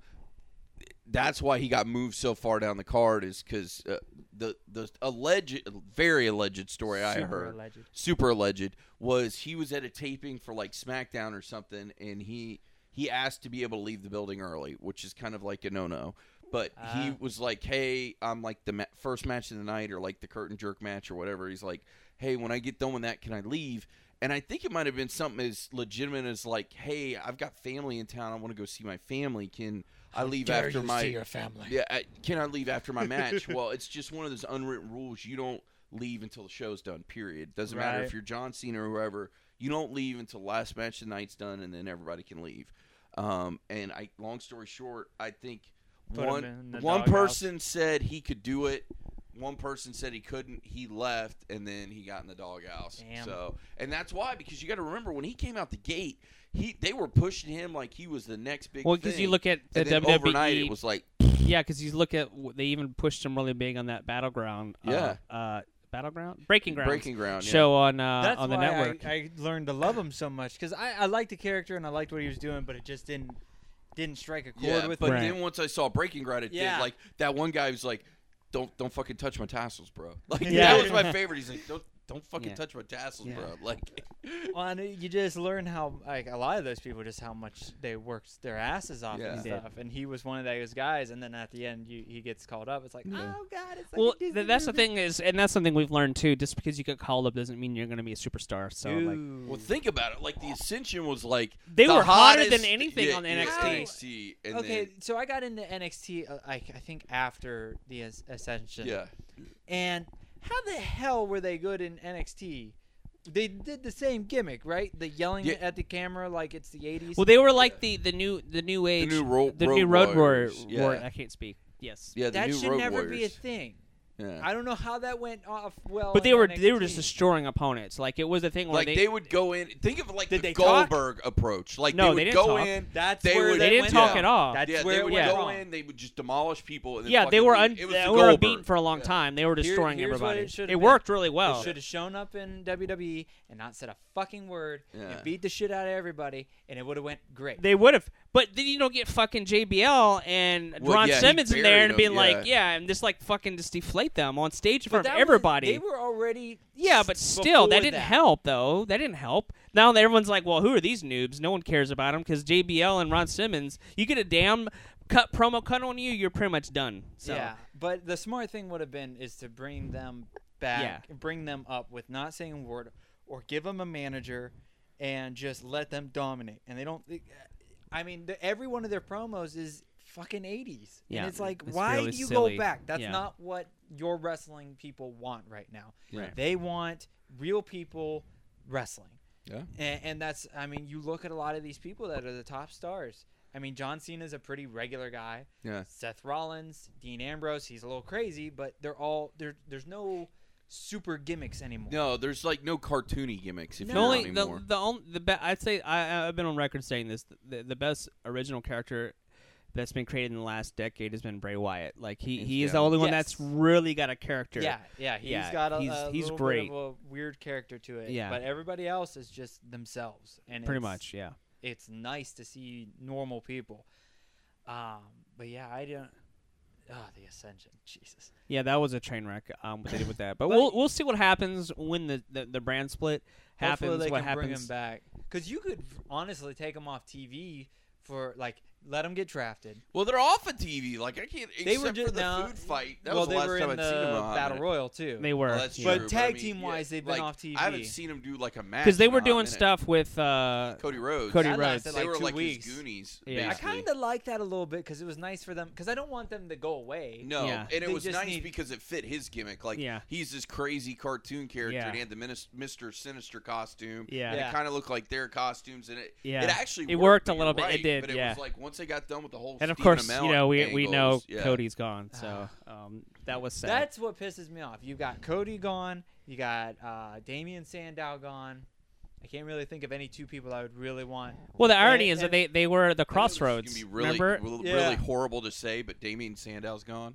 that's why he got moved so far down the card is because uh, the the alleged, very alleged story I
Super
heard,
alleged.
super alleged, was he was at a taping for like SmackDown or something, and he he asked to be able to leave the building early, which is kind of like a no no. But he
Ah.
was like, "Hey, I'm like the ma- first match of the night, or like the curtain jerk match, or whatever." He's like, "Hey, when I get done with that, can I leave?" And I think it might have been something as legitimate as like, "Hey, I've got family in town. I want to go see my family. Can I leave
dare
after
you
my
see your family.
Yeah, I, can I leave after my match? well, it's just one of those unwritten rules. You don't leave until the show's done. Period. Doesn't matter if
Right.
you're John Cena or whoever. You don't leave until last match of the night's done, and then everybody can leave. Um, and I, long story short, I think
Put 'em in
one
the
one
doghouse.
person said he could do it. One person said he couldn't. He left, and then he got in the doghouse.
Damn.
So, and that's why because you got to remember when he came out the gate, he they were pushing him like he was the next big.
Well, because you
thing.
look at E the
and then
WWE,
overnight, it was like
yeah, because you look at w- they even pushed him really big on that battleground. uh, uh, battleground, breaking ground,
breaking ground. yeah.
show on uh,
That's
on the
why
network.
I, I learned to love him so much because I, I liked the character and I liked what he was doing, but it just didn't didn't strike a chord
Yeah,
with
but
me.
Right.
then once I saw Breaking Ground, it
Yeah.
did like that one guy was like, "Don't don't fucking touch my tassels, bro." Like
Yeah.
that was my favorite. He's like, "Don't don't fucking
Yeah.
touch my tassels,
Yeah.
bro." Like,
Well, and you just learn how like a lot of those people just how much they worked their asses off
Yeah.
and
They did.
stuff. And he was one of those guys. And then at the end, you, he gets called up. It's like,
Yeah.
oh god, it's like
well,
a
th-
Disney
that's the
movie."
thing is, and that's something we've learned too. Just because you get called up doesn't mean you're going to be a superstar. So like,
Ooh.
well, think about it. Like the Ascension was like
They
the
were hotter
hottest-
than anything
yeah,
on
yeah,
NXT.
NXT, and
okay,
then-
so I got into NXT uh, like I think after the As- Ascension.
yeah,
And how the hell were they good in NXT? They did the same gimmick, right? The yelling
Yeah.
at the camera like it's the 80s.
well, they were like the the new the new age
new ro-
the
Road
new road warrior.
Warriors,
War-
yeah.
I can't speak. Yes.
yeah. The
that
new
should
Road
never be a
Warriors.
thing.
yeah.
I don't know how that went off well.
But they
in
were they were
NXT.
just destroying opponents. Like it was a thing where
Like they would go in. Think of like
Did
the
they talk?
Goldberg approach. Like
No,
they would
they didn't
go
talk.
in.
That's
they
where
would-
that
they didn't
went
talk
wrong.
at all.
That's
yeah,
where
they
it
would
went
go
wrong.
in. They would just demolish people. And then
yeah, they
fucking
were
leave.
un-
It was
they
the
were
Goldberg.
beaten for a long
Yeah.
time. They were
Here-
destroying
here's what
everybody.
it should've
it
been.
worked really well.
They should have shown up in WWE and not said a fucking word
Yeah.
and beat the shit out of everybody, and it would have went great.
They would have, but then you don't get fucking JBL and
Well,
Ron
yeah, he
Simmons in there
buried
and
him,
being like, yeah,
yeah.
and just like fucking just deflate them on stage in
But
front of
that was-
everybody.
they were already.
yeah,
s-
but still, that
before
didn't help though. That didn't help. Now that everyone's like, well, who are these noobs? No one cares about them because JBL and Ron Simmons. You get a damn cut promo cut on you, you're pretty much done. So
Yeah, but the smart thing would have been is to bring them back, bring them up with not saying a word, or give them a manager, and just let them dominate. And they don't. I mean, the, every one of their promos is fucking 80s.
Yeah,
and it's like,
it's
why
really
do you
silly.
go back? That's
Yeah.
not what your wrestling people want right now.
Right.
They want real people wrestling.
Yeah.
And, and that's, I mean, you look at a lot of these people that are the top stars. I mean, John Cena's a pretty regular guy.
Yeah.
Seth Rollins, Dean Ambrose, he's a little crazy, but they're all there. There's no super gimmicks anymore.
No, there's like no cartoony gimmicks. If
The
The
you know
only the
anymore.
the only the be- I'd say I I- I've been on record saying this the, the best original character that's been created in the last decade has been Bray Wyatt. Like he,
Hands
he is the
down.
only one
Yes.
that's really got a character.
Yeah, yeah, he's
Yeah,
got a,
he's-
a
he's
little
great.
bit of a weird character to it.
Yeah.
but everybody else is just themselves, and
pretty
it's-
much. Yeah,
it's nice to see normal people. Um, but yeah, I don't. Oh, the ascension, Jesus.
yeah, that was a train wreck. Um, what they did with that, but,
But-
we'll we'll see what happens when the the, the brand split happens.
Hopefully they
what
can
happens?
bring him back because you could honestly take him off TV for like let him get drafted.
Well, they're off of TV. Like I can't.
They
except
were ju-
for the
no.
food fight. That
well,
was the
they
last
were
time
in
I'd seen them.
the
on
battle
it.
royal too.
They were,
Well, that's
yeah.
But
true, I
tag
mean,
team-wise,
yeah,
they've been
like,
off TV.
I haven't seen them do like a match
because they
in a
were
hot
doing
minute.
stuff with uh,
Cody Rhodes.
Cody
That
Rhodes.
lasted,
They
like,
were
two
like
weeks.
his Goonies.
Yeah.
I
basically.
kind of like that a little bit because it was nice for them because I don't want them to go away.
No,
Yeah.
and it
They
was
just
nice
need-
because it fit his gimmick. Like,
Yeah.
he's this crazy cartoon character,
Yeah.
and he had the minis- Mr. Sinister costume.
Yeah.
and
Yeah.
it kind of looked like their costumes, and it
Yeah.
it actually
It worked
worked,
a
but
little
you're
bit, it
right,
did,
But it
yeah.
was like once once they got done with the whole
And of
Stephen
course,
Amell
you know, we we know
angles, yeah.
Cody's gone, so um, that was sad.
That's what pisses me off. You got Cody gone. You got uh, Damian Sandow gone. I can't really think of any two people I would really want.
well, the irony
and-
is that they, they were at the crossroads.
It's gonna be really,
remember?
really,
Yeah.
really horrible to say, but Damien Sandow's gone.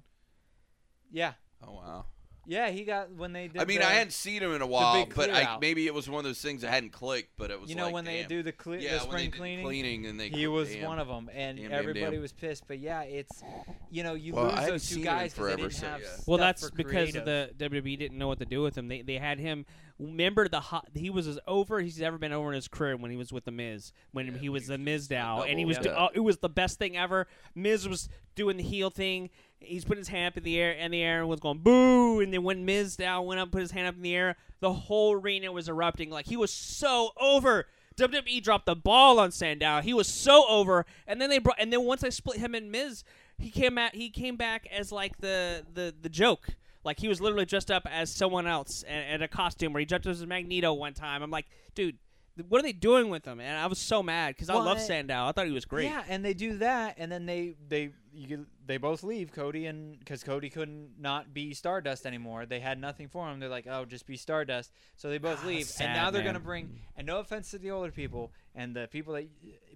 Yeah,
Oh wow!
yeah. He got when they did.
I mean,
the,
I hadn't seen him in a while,
big
but
clear
I,
out.
maybe it was one of those things that hadn't clicked. But it was
You know
like,
when they
damn.
do the, cle-
yeah,
the
when they
spring
did
cleaning.
cleaning, and they
he was
damn.
one of them, and
Damn, damn,
everybody
damn.
was pissed. But yeah, it's you know you
Well, I
lose
haven't
those
seen
two
him
guys because they
forever,
didn't
so
have
yeah.
stuff
Well, that's
for
because
creative.
the WWE didn't know what to do with him. They they had him. Remember the hot, he was as over he's ever been over in his career when he was with the Miz when
Yeah,
he was the
when he was
Miz
the
Dow and he
double,
was do-
yeah.
oh, it was the best thing ever. Miz was doing the heel thing. He's putting his hand up in the air and the air was going boo. And then when Miz Dow went up, put his hand up in the air, the whole arena was erupting. Like he was so over. WWE dropped the ball on Sandow. He was so over, and then they brought, and then once I split him and Miz, he came at, he came back as like the the the joke. Like he was literally dressed up as someone else and, and a costume where he dressed up as Magneto one time. I'm like, dude, th- what are they doing with him? And I was so mad because I
Well,
love
I-
Sandow. I thought he was great.
Yeah, and they do that, and then they they you, get- they both leave Cody and because Cody couldn't not be Stardust anymore. They had nothing for him. They're like, oh, just be Stardust. So they both
Ah,
leave,
sad,
and now they're gonna
man.
bring. And no offense to the older people and the people that,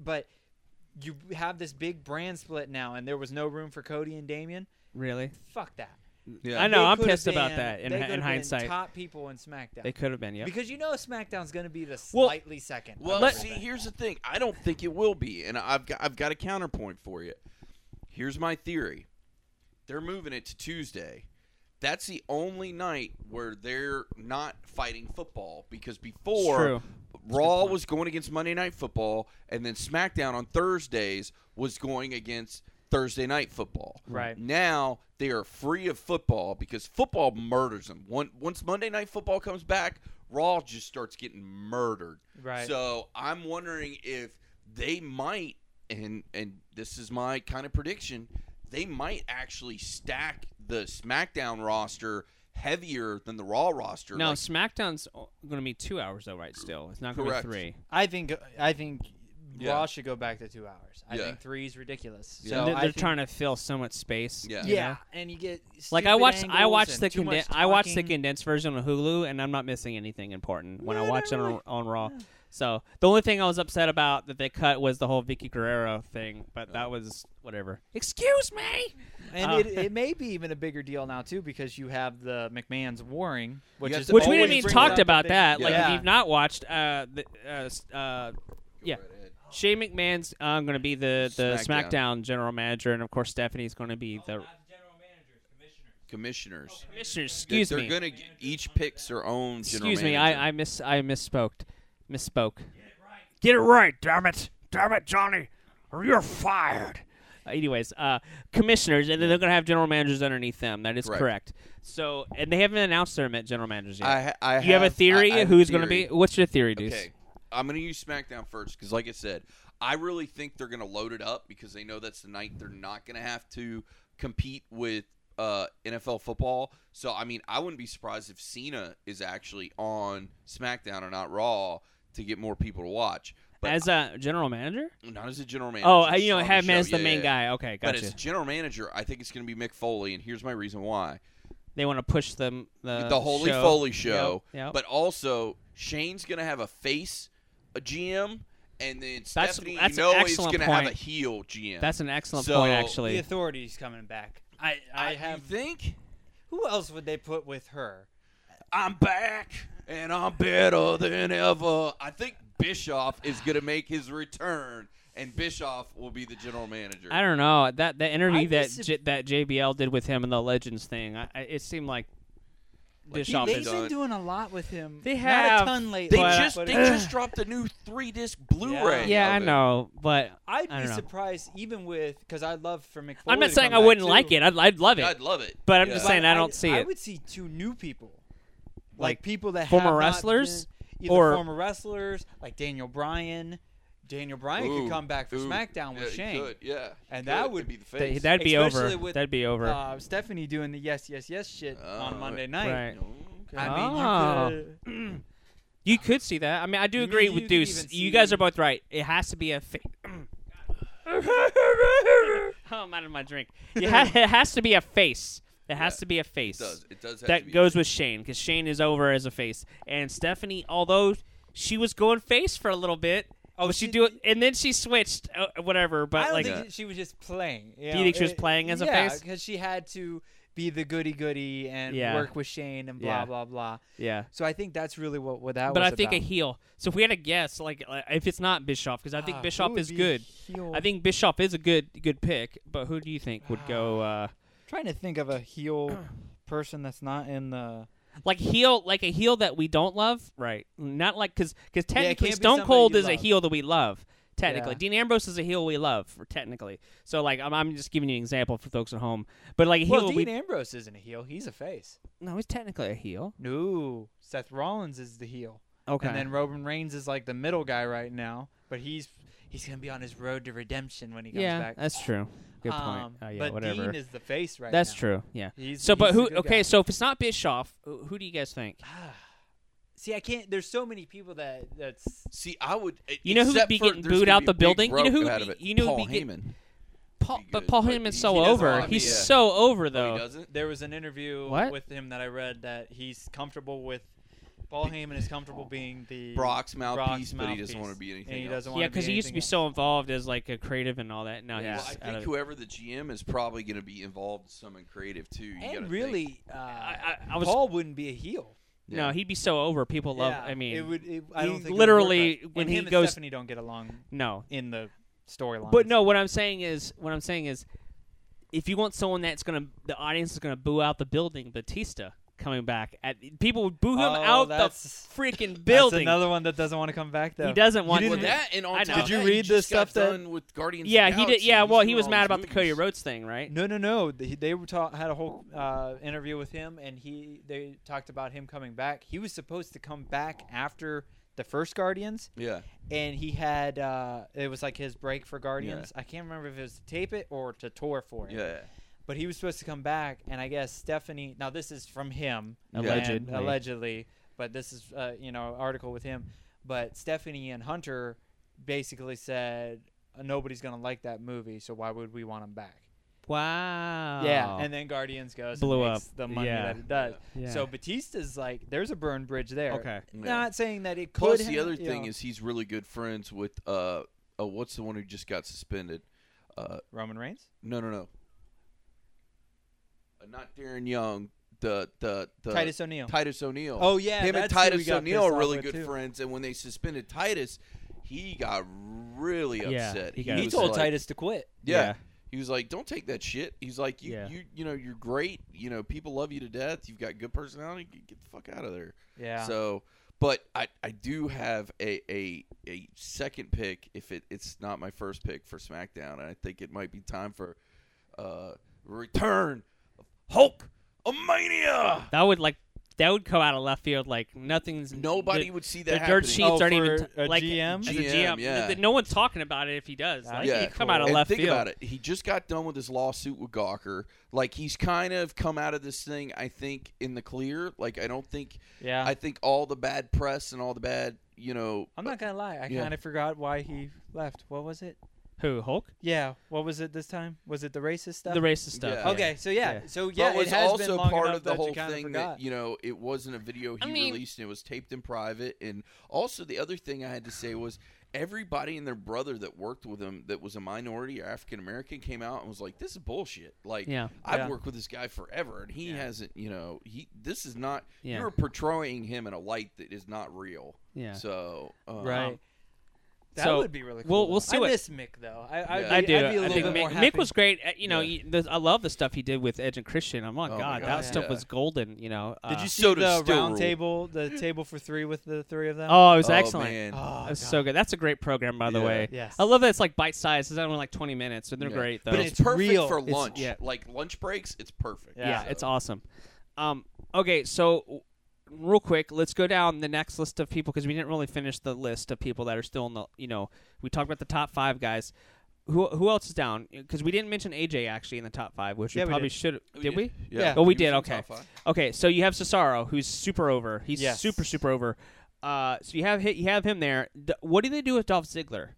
but you have this big brand split now, and there was no room for Cody and Damien.
Really?
Fuck that.
I
Yeah.
know.
They
I'm
could've
pissed about
been-
that in
they
hi- in
could've been
hindsight.
top people in SmackDown
They could have been, yeah.
because you know SmackDown's gonna be the
Well-
slightly second. of
Well,
Let-
see,
everything.
here's the thing. I don't think it will be, and I've got I've got a counterpoint for you. Here's my theory. They're moving it to Tuesday. That's the only night where they're not fighting football because before
true.
Raw was going against Monday Night Football, and then SmackDown on Thursdays was going against Thursday Night Football.
Right.
Now they are free of football because football murders them. Once, once Monday Night Football comes back, Raw just starts getting murdered.
Right.
So I'm wondering if they might, and and this is my kind of prediction, they might actually stack the SmackDown roster heavier than the Raw roster.
No,
Like,
SmackDown's going to be two hours though, right? Still, it's not going to be
Correct.
three.
I think I think
Yeah.
Raw should go back to two hours. I
Yeah.
think three is ridiculous.
Yeah.
So
And they're
I
they're
think-
trying to fill so much space.
Yeah.
you
Yeah,
know?
and you get
Like I
stupid
watched, I
angles
watched
and
the
too much
conden- I watched the
talking.
condensed version on Hulu, and I'm not missing anything important when
No,
I
not
watch it on,
really.
on Raw. So the only thing I was upset about that they cut was the whole Vicky Guerrero thing, but that was whatever. Excuse me.
and
uh,
it, it may be even a bigger deal now too because you have the McMahon's warring, which
have
is
to
Which we
always
didn't even
brings up
talked
the
about
big-
that. Like if
Yeah.
you've not watched, uh, the, uh, s- uh, yeah. Shane McMahon's uh, going to be the the
Smackdown.
SmackDown. general manager, and of course Stephanie's going to be the
commissioners.
commissioner. Excuse
they're
me.
gonna g- each picks their own. general
Excuse me,
manager.
I, I miss I misspoke. Misspoke. Get it right, damn it. Damn it, Johnny. Or you're fired. Uh, anyways, uh, commissioners, and then they're going to have general managers underneath them. That is
Correct.
correct. So, and they haven't announced their general managers yet.
I, ha- I
you have, a theory
I- I have
who's
a
going to
theory.
be? What's your theory, Deuce?
Okay, I'm gonna use SmackDown first because, like I said, I really think they're gonna load it up because they know that's the night they're not gonna have to compete with uh, NFL football. So, I mean, I wouldn't be surprised if Cena is actually on SmackDown or not Raw to get more people to watch. But
As a general manager?
not as a general manager.
Oh, I- you
just
know,
on the
have him
show.
as the
Yeah,
main
yeah, yeah.
guy. Okay,
But
gotcha.
as general manager, I think it's going to be Mick Foley, and here's my reason why.
They want to push them the
the Holy
Uh, show.
Foley show.
Yep, yep.
But also, Shane's gonna have a face, a GM, and then
That's-
Stephanie,
that's an
you know, is
excellent
gonna have a
point.
heel GM.
That's an excellent
So-
point,
The
actually.
authority's coming back. I
I,
I have.
You think
Who else would they put with her?
I'm back and I'm better than ever. I think Bischoff is gonna make his return, and Bischoff will be the general manager.
I don't know that the interview
I'd be
that
sup-
J- that JBL did with him in the Legends thing. I, I, it seemed like
Like,
Bischoff
they-
They've
is.
done.
been doing a lot with him.
They
not
have,
a ton lately.
They
But- uh,
just
but
they
it's-
just dropped a new three disc Blu-ray.
Yeah,
of
I
it.
know, but
I'd
I
be
don't know.
surprised even with because I love for McFoley.
I'm not
to
saying
come
I
back,
wouldn't
too.
like it. I'd, I'd love it,
I'd love it.
but I'm
Yeah.
just
But
saying I don't see
I
it.
would see two new people, like,
Like,
people that
former
have not
wrestlers
been- either
or-
former wrestlers, like Daniel Bryan. Daniel Bryan
Ooh,
could come back for
ooh,
SmackDown with
yeah, he
Shane,
could, yeah,
and
He
that
could,
would
could be the face.
Th- that'd be over.
Especially with,
that'd be over.
uh, Stephanie doing the yes, yes, yes shit
Oh,
on Monday night.
right.
Okay.
I mean,
Oh.
you could,
you could see that. I mean, I do
You
agree
mean you
with
could
Deuce.
even
You guys
see-
are both right. It has to be a. Fa- oh, I'm out of my drink. You ha- it has to be a face. It has
Yeah,
to be a face.
It does. It does have to
that
be a
goes with Shane because Shane is over as a face, and Stephanie, although she was going face for a little bit, oh, she,
she-
do it, and then she switched, uh, whatever.
I
But
don't
like,
think she was just playing.
Do you think she was playing as a face?
because she had to be the goody goody and
Yeah.
work with Shane and blah
Yeah.
blah blah.
yeah.
So I think that's really what what that
But
was.
I think a
about.
heel. So if we had to guess, like uh, if it's not Bischoff, because I think
Ah, who
Bischoff
would
is
be
good.
heel?
I think Bischoff is a good good pick. But who do you think would go? Uh,
trying to think of a heel person that's not in the.
like heel like a heel that we don't love right not like because because
it
technically
can't be
stone
somebody
cold
you
is a
love.
heel that we love technically
Yeah.
dean ambrose is a heel we love for technically so like i'm, I'm just giving you an example for folks at home but like a heel
Well, Dean
we,
Ambrose isn't a heel; he's a face.
no he's technically a heel
No, Seth Rollins is the heel,
okay
and then Roman Reigns is like the middle guy right now. But he's he's gonna be on his road to redemption when he comes
yeah
back.
that's true good point
Um,
oh, yeah
but
whatever
Dean is the face right
that's
now.
true yeah
He's,
so but
he's the
who
good
okay
guy.
so if it's not bischoff who, who do you guys think
See, I can't. There's so many people that that's
See, I would. e-
You know who would
except
be
for
getting
there's
booed
gonna
out
be
the
a big
building? You know who
rope
would
out
be-
of it.
you know who would
Paul
be get-
Heyman.
paul,
be
but
good,
paul
but
heyman's
he-
so
he doesn't
over
wanna be
he's
a-
so over
Oh, he
though
doesn't.
there was an interview
What?
with him that I read that he's comfortable with. Paul Heyman is comfortable being the
Brock's
Brock's
mouthpiece, but he doesn't
mouthpiece,
want to be
and
anything.
he
else.
doesn't
yeah
wanna
because he used to be
anything
so involved as like a creative and all that now
Yeah.
he's
Well, I
out of
think
it.
whoever the GM is probably going to be involved in something creative too. You
else.
gotta
And
think.
really, uh,
I- I was-
Paul wouldn't be a heel.
No, he'd be so over. People love.
Yeah,
I mean,
it would. It, I
he
don't think it would work
literally-
out.
when
And
he
him
goes-
and Stephanie don't get along
no.
in the storyline.
But no, what I'm saying is, what I'm saying is, if you want someone that's gonna, the audience is gonna boo out the building. Batista coming back, at people would boo him
Oh,
out the
that's-
freaking building.
That's another one that doesn't want to come back though.
he doesn't want
Well,
to-
that and
I
on
know.
top of
Did
you
that,
read
he
the
just got
stuff that-
done with Guardians? of
Yeah,
the
he did.
Galaxy.
Yeah,
He's
well,
doing
he was
all
mad
these
about the Cody
movies.
Rhodes thing, right?
No, no, no. They, they were ta- had a whole uh, interview with him, and he they talked about him coming back. He was supposed to come back after the first Guardians,
Yeah,
and he had uh, it was like his break for Guardians. I can't remember if it was to tape it or to tour for it.
yeah.
But he was supposed to come back, and I guess Stephanie. Now this is from him, and-
Allegedly.
allegedly. But this is uh, you know article with him. But Stephanie and Hunter basically said "Uh, nobody's gonna like that movie, so why would we want him back?
Wow.
Yeah, and then Guardians goes
Blew
and makes
up.
the money
Yeah.
that it does.
Yeah.
So Batista's like, there's a burn bridge there.
okay.
Not saying that it could.
Plus, the
ha-
other
you
thing
know,
is he's really good friends with uh, oh, what's the one who just got suspended? Uh,
Roman Reigns.
no, no, no. Uh, not Darren Young. The the the
Titus O'Neil.
Titus O'Neil.
Oh, yeah,
him and
that's who we
Titus
got
O'Neil
pissed
are
off
really
with,
good
too.
friends. And when they suspended Titus, he got really
Yeah,
upset.
he got
was
he told
like-
Titus to quit.
Yeah.
Yeah.
He was like, "Don't take that shit." He's like, "You,
Yeah.
you, you know, you're great. You know, people love you to death. You've got good personality. Get- Get the fuck out of there."
Yeah.
So, but I, I do have a, a, a second pick if it, it's not my first pick for SmackDown, and I think it might be time for, uh, return of Hulk Mania.
That would like that would come out of left field. Like nothing's
Nobody
the-
would see that.
the dirt
happening.
sheets
Oh,
aren't even
for
t-
a
like
GM?
as a
GM,
GM.
yeah.
th- No one's talking about it if he does. Like,
Yeah.
he come out of
and
left
think
field.
about it. He just got done with his lawsuit with Gawker. Like he's kind of come out of this thing, I think, in the clear. Like I don't think
Yeah.
I think all the bad press and all the bad, you know,
I'm not gonna lie. I
Yeah.
kind of forgot why he left. What was it?
Who Hulk?
Yeah. What was it this time? Was it the racist stuff?
The racist stuff.
Yeah.
yeah.
Okay. So yeah.
Yeah.
So
but
yeah,
it was
it has
also
been long
part
enough
of the
that you
whole
kinda
thing
forgot.
that you know it wasn't a video he
I mean-
released and it was taped in private. And also the other thing I had to say was everybody and their brother that worked with him that was a minority or African American came out and was like, "This is bullshit." Like,
Yeah.
I've
Yeah.
worked with this guy forever, and he hasn't. You know, he this is not.
Yeah.
You're portraying him in a light that is not real.
Yeah.
So um,
Right. That
So,
would be really cool.
we'll- we'll
though.
see
I
what-
miss Mick though. I I,
Yeah.
I'd
I
be,
do.
I'd be a
I
little
think
bit
Mick,
more
Mick
happy.
was great. At, you know,
Yeah.
he- the- I love the stuff he did with Edge and Christian. Oh my
Oh my
god, that
God,
stuff
yeah.
was golden. You know.
Did
Uh,
you see
Soda's
the
still
round
ruled.
table? The table for three with the three of them.
Oh, it was
oh,
excellent.
man.
Oh,
That's
God.
so good. That's a great program, by the
Yeah.
way.
Yes.
I love that it's like bite sized. It's only like 20 minutes, and they're
Yeah.
great though.
But
And
it's
it's
perfect
real.
for
It's-
lunch.
yeah.
Like lunch breaks, it's perfect.
Yeah.
Yeah, it's awesome. Um, okay, so w- real quick, let's go down the next list of people because we didn't really finish the list of people that are still in the. You know, we talked about the top five guys. Who who else is down? Because we didn't mention AJ actually in the top five, which
Yeah,
we
we
probably
did.
should. Did, we?
Yeah.
Oh, we
He was
did.
in the
Okay.
top five.
Okay. So you have Cesaro, who's super over. He's
Yes.
super super over. Uh, so you have hi- you have him there. D- what do they do with Dolph Ziggler?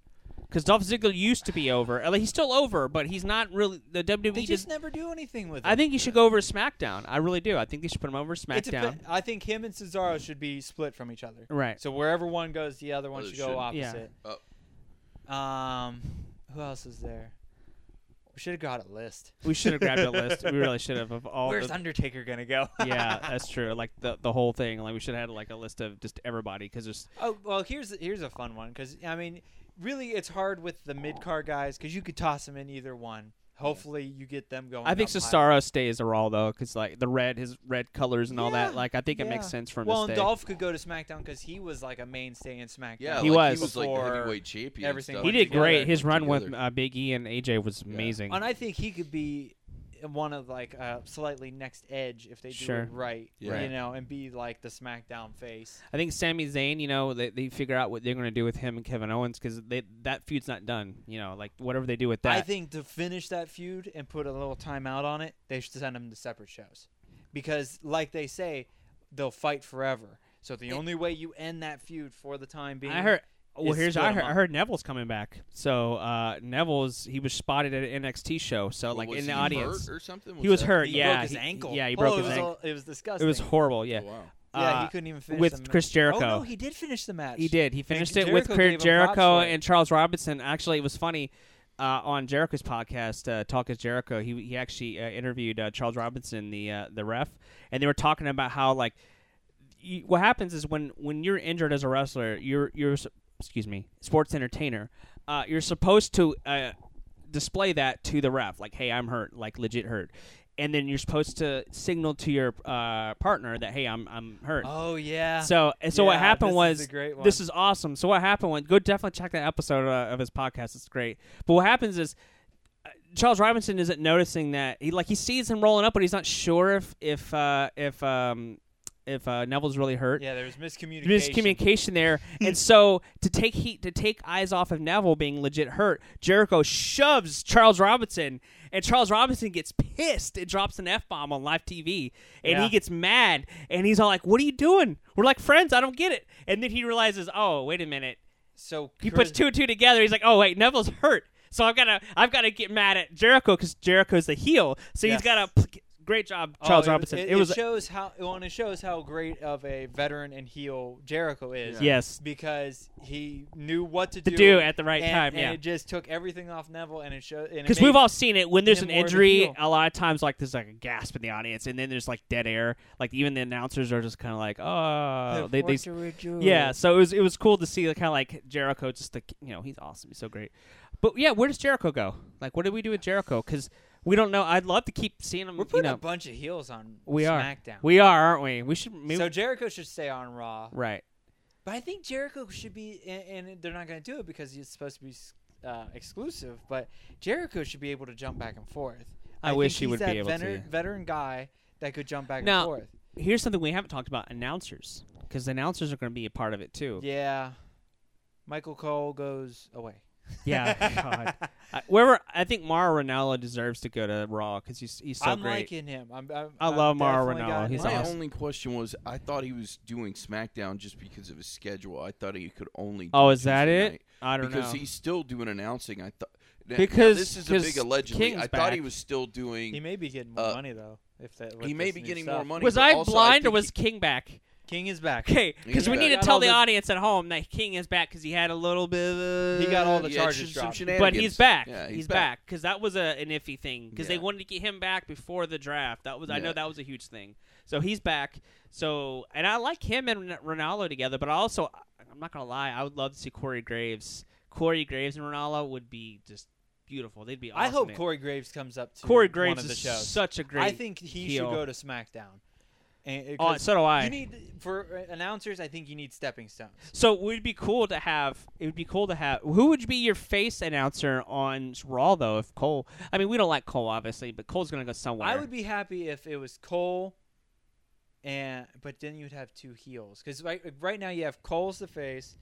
because Dolph Ziggler used to be over. Like, he's still over, but he's not really the WWE.
They just
does-
never do anything with it.
I think he should go over to SmackDown. I really do. I think they should put him over to
It
SmackDown.
depe- I think him and Cesaro should be split from each other.
Right.
So wherever one goes, the other one
Oh,
should
they
go
shouldn't.
opposite.
Yeah.
Um, who else is there? We should have got a list.
We should have grabbed a list. We really should have of all.
Where's
the-
Undertaker gonna go?
yeah, that's true. Like the the whole thing. Like we should have had like a list of just everybody because there's
Oh well, here's here's a fun one because I mean, really, it's hard with the mid car guys because you could toss them in either one. Hopefully, you get them going.
I think
up high.
Cesaro stays a Raw though, because like the red, his red colors and all that.
Yeah,
Like I think it makes
yeah.
sense for him
Well,
to
and
stay.
Dolph could go to SmackDown because he was like a mainstay in SmackDown.
Yeah,
He
like,
was.
he was like the
Before
heavyweight champion. and
everything
stuff.
he
went
did
together.
great. His run with
Together.
uh, Big E and AJ was amazing.
and I think he could be one of like uh, slightly next edge if they do
Sure.
it right,
Yeah.
you know, and be like the SmackDown face.
I think Sami Zayn, you know, they, they figure out what they're going to do with him and Kevin Owens because that feud's not done. You know, like whatever they do with that.
I think to finish that feud and put a little timeout on it, they should send them to separate shows, because like they say, they'll fight forever. So the only way you end that feud for the time being,
I heard. Well,
is
here's I
split 'em
heard,
up.
I heard Neville's coming back. So uh, Neville's he was spotted at an NXT show. So
What,
like
was
in the
he
audience,
hurt or something?
he was
that-
hurt.
He
yeah,
broke his
he-
ankle.
Yeah, he
Oh,
broke
it
his
was
ankle.
all- it was disgusting.
it was horrible. Yeah,
Oh, wow.
Yeah,
Uh,
he couldn't even finish
with
the match.
Chris Jericho.
Oh no, he did finish the match.
He did. He finished it with
Jericho
Chris
gave him props
Jericho
for it.
and Charles Robinson. Actually, it was funny. Uh, on Jericho's podcast, uh, Talk is Jericho, he he actually uh, interviewed uh, Charles Robinson, the uh, the ref, and they were talking about how like you, what happens is when when you're injured as a wrestler, you're you're s- excuse me, sports entertainer, uh, you're supposed to uh, display that to the ref, like, hey, I'm hurt, like legit hurt, and then you're supposed to signal to your uh, partner that hey, I'm I'm hurt.
Oh yeah.
So and so what
Yeah,
happened
this
was
is a great one.
this is awesome. So what happened was go definitely check that episode uh, of his podcast. It's great. But what happens is uh, Charles Robinson isn't noticing that he like he sees him rolling up, but he's not sure if if uh, if um if uh, Neville's really hurt.
yeah, there was miscommunication.
Miscommunication Hmm. there, and so to take heat, to take eyes off of Neville being legit hurt, Jericho shoves Charles Robinson, and Charles Robinson gets pissed and drops an f bomb on live TV, and
Yeah.
he gets mad, and he's all like, "What are you doing? We're like friends. I don't get it." And then he realizes, "Oh, wait a minute."
So
He
Chris,
puts two and two together. He's like, "Oh wait, Neville's hurt, so I've got to I've got to get mad at Jericho because Jericho's the heel, so
Yes.
he's got to." Great job, Charles
Oh, it-
Robinson.
It,
was
shows how well, and it shows how great of a veteran and heel Jericho is.
yes
Because he knew what to,
to
do,
do at the right
and,
time.
and
yeah,
it just took everything off Neville, and it showed.
because we've all seen it when there's
him
an
more of a
injury
heel.
a lot of times like there's like a gasp in the audience and then there's like dead air like even the announcers are just kind of like oh they, they yeah so it was it was cool to see kind of like jericho just the you know he's awesome he's so great but yeah where does jericho go like what did we do with jericho because we don't know i'd love to keep seeing him
We're
you
putting
know
a bunch of heels on
we are
SmackDown.
we are aren't we we should maybe
so Jericho should stay on Raw,
right
but I think Jericho should be, and, and they're not going to do it because it's supposed to be uh, exclusive. But Jericho should be able to jump back and forth.
I
think
wish he
he's
would be
that
able to.
veteran, Veteran guy that could jump back
Now-
and forth.
here's something we haven't talked about announcers because the announcers are going to be a part of it too
Yeah. Michael Cole goes away.
Yeah, God. I, wherever I think Mauro Ranallo deserves to go to Raw because he's he's so
I'm
great.
liking him. I'm, I'm,
I
I've
love Mauro
definitely
Ranallo.
got-
He's
My
awesome.
only question was, I thought he was doing SmackDown just because of his schedule. I thought he could only. Do
oh, is that
Tuesday
it?
night.
I don't
because
know.
he's still doing announcing. I thought now- now
Because-
this is a
because
big allegedly.
King's
I thought he
back.
was still doing.
He may be getting more
Uh,
money though. If that with
he may
this
be
new
getting
stuff.
more money.
was
but
I
also
blind or
think
was
he-
King back?
King is back.
Okay, because
He's
we need to
back.
tell the
Got all the-
audience at home that King is back because he had a little bit of.
He got all the
yeah,
charges
it's just some
dropped.
but he's
shenanigans.
back.
Yeah,
he's, back because that was a, an iffy thing because they
Yeah.
wanted to get him back before the draft. That was I know
Yeah.
that was a huge thing. So he's back. So and I like him and Ron- Ronaldo together, but also I'm not gonna lie, I would love to see Corey Graves. Corey Graves and Ronaldo would be just beautiful. They'd be. Awesome
I hope
man.
Corey Graves comes up to
Corey
one
Graves
of the
is
shows.
such a great.
I think he
heel.
should go to SmackDown. And, uh,
Oh,
'cause
so do I.
you need for uh, announcers. I think you need stepping stones.
so it would be cool to have. It would be cool to have. Who would be your face announcer on Raw though? If Cole, I mean, we don't like Cole obviously, but Cole's gonna go somewhere.
I would be happy if it was Cole, and but then you'd have two heels because right, right now you have Cole's the face,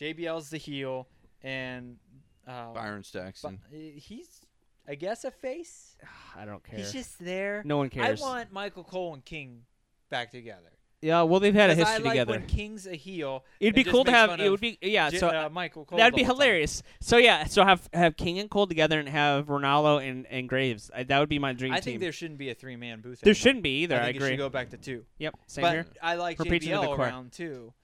JBL's the heel, and uh,
Byron Saxon.
Bu- he's I guess a face.
I don't care.
He's just there.
No one cares.
I want Michael Cole and King back together.
Yeah, well, they've had a
'Cause I
history
like
together.
When King's a heel,
It'd be
and just
cool to
makes
have.
fun
It
of
would be yeah.
J-
So
uh, Michael Cole.
that'd
the
be
whole time.
hilarious. So yeah, so have have King and Cole together and have Ronaldo and and Graves. I, that would be my dream
I
team.
think there shouldn't be a three man booth.
There
anymore.
shouldn't be either. I,
I think it
agree.
should go back to two.
yep, same
but
here.
I like
We're preaching to the
JBL
choir.
around too.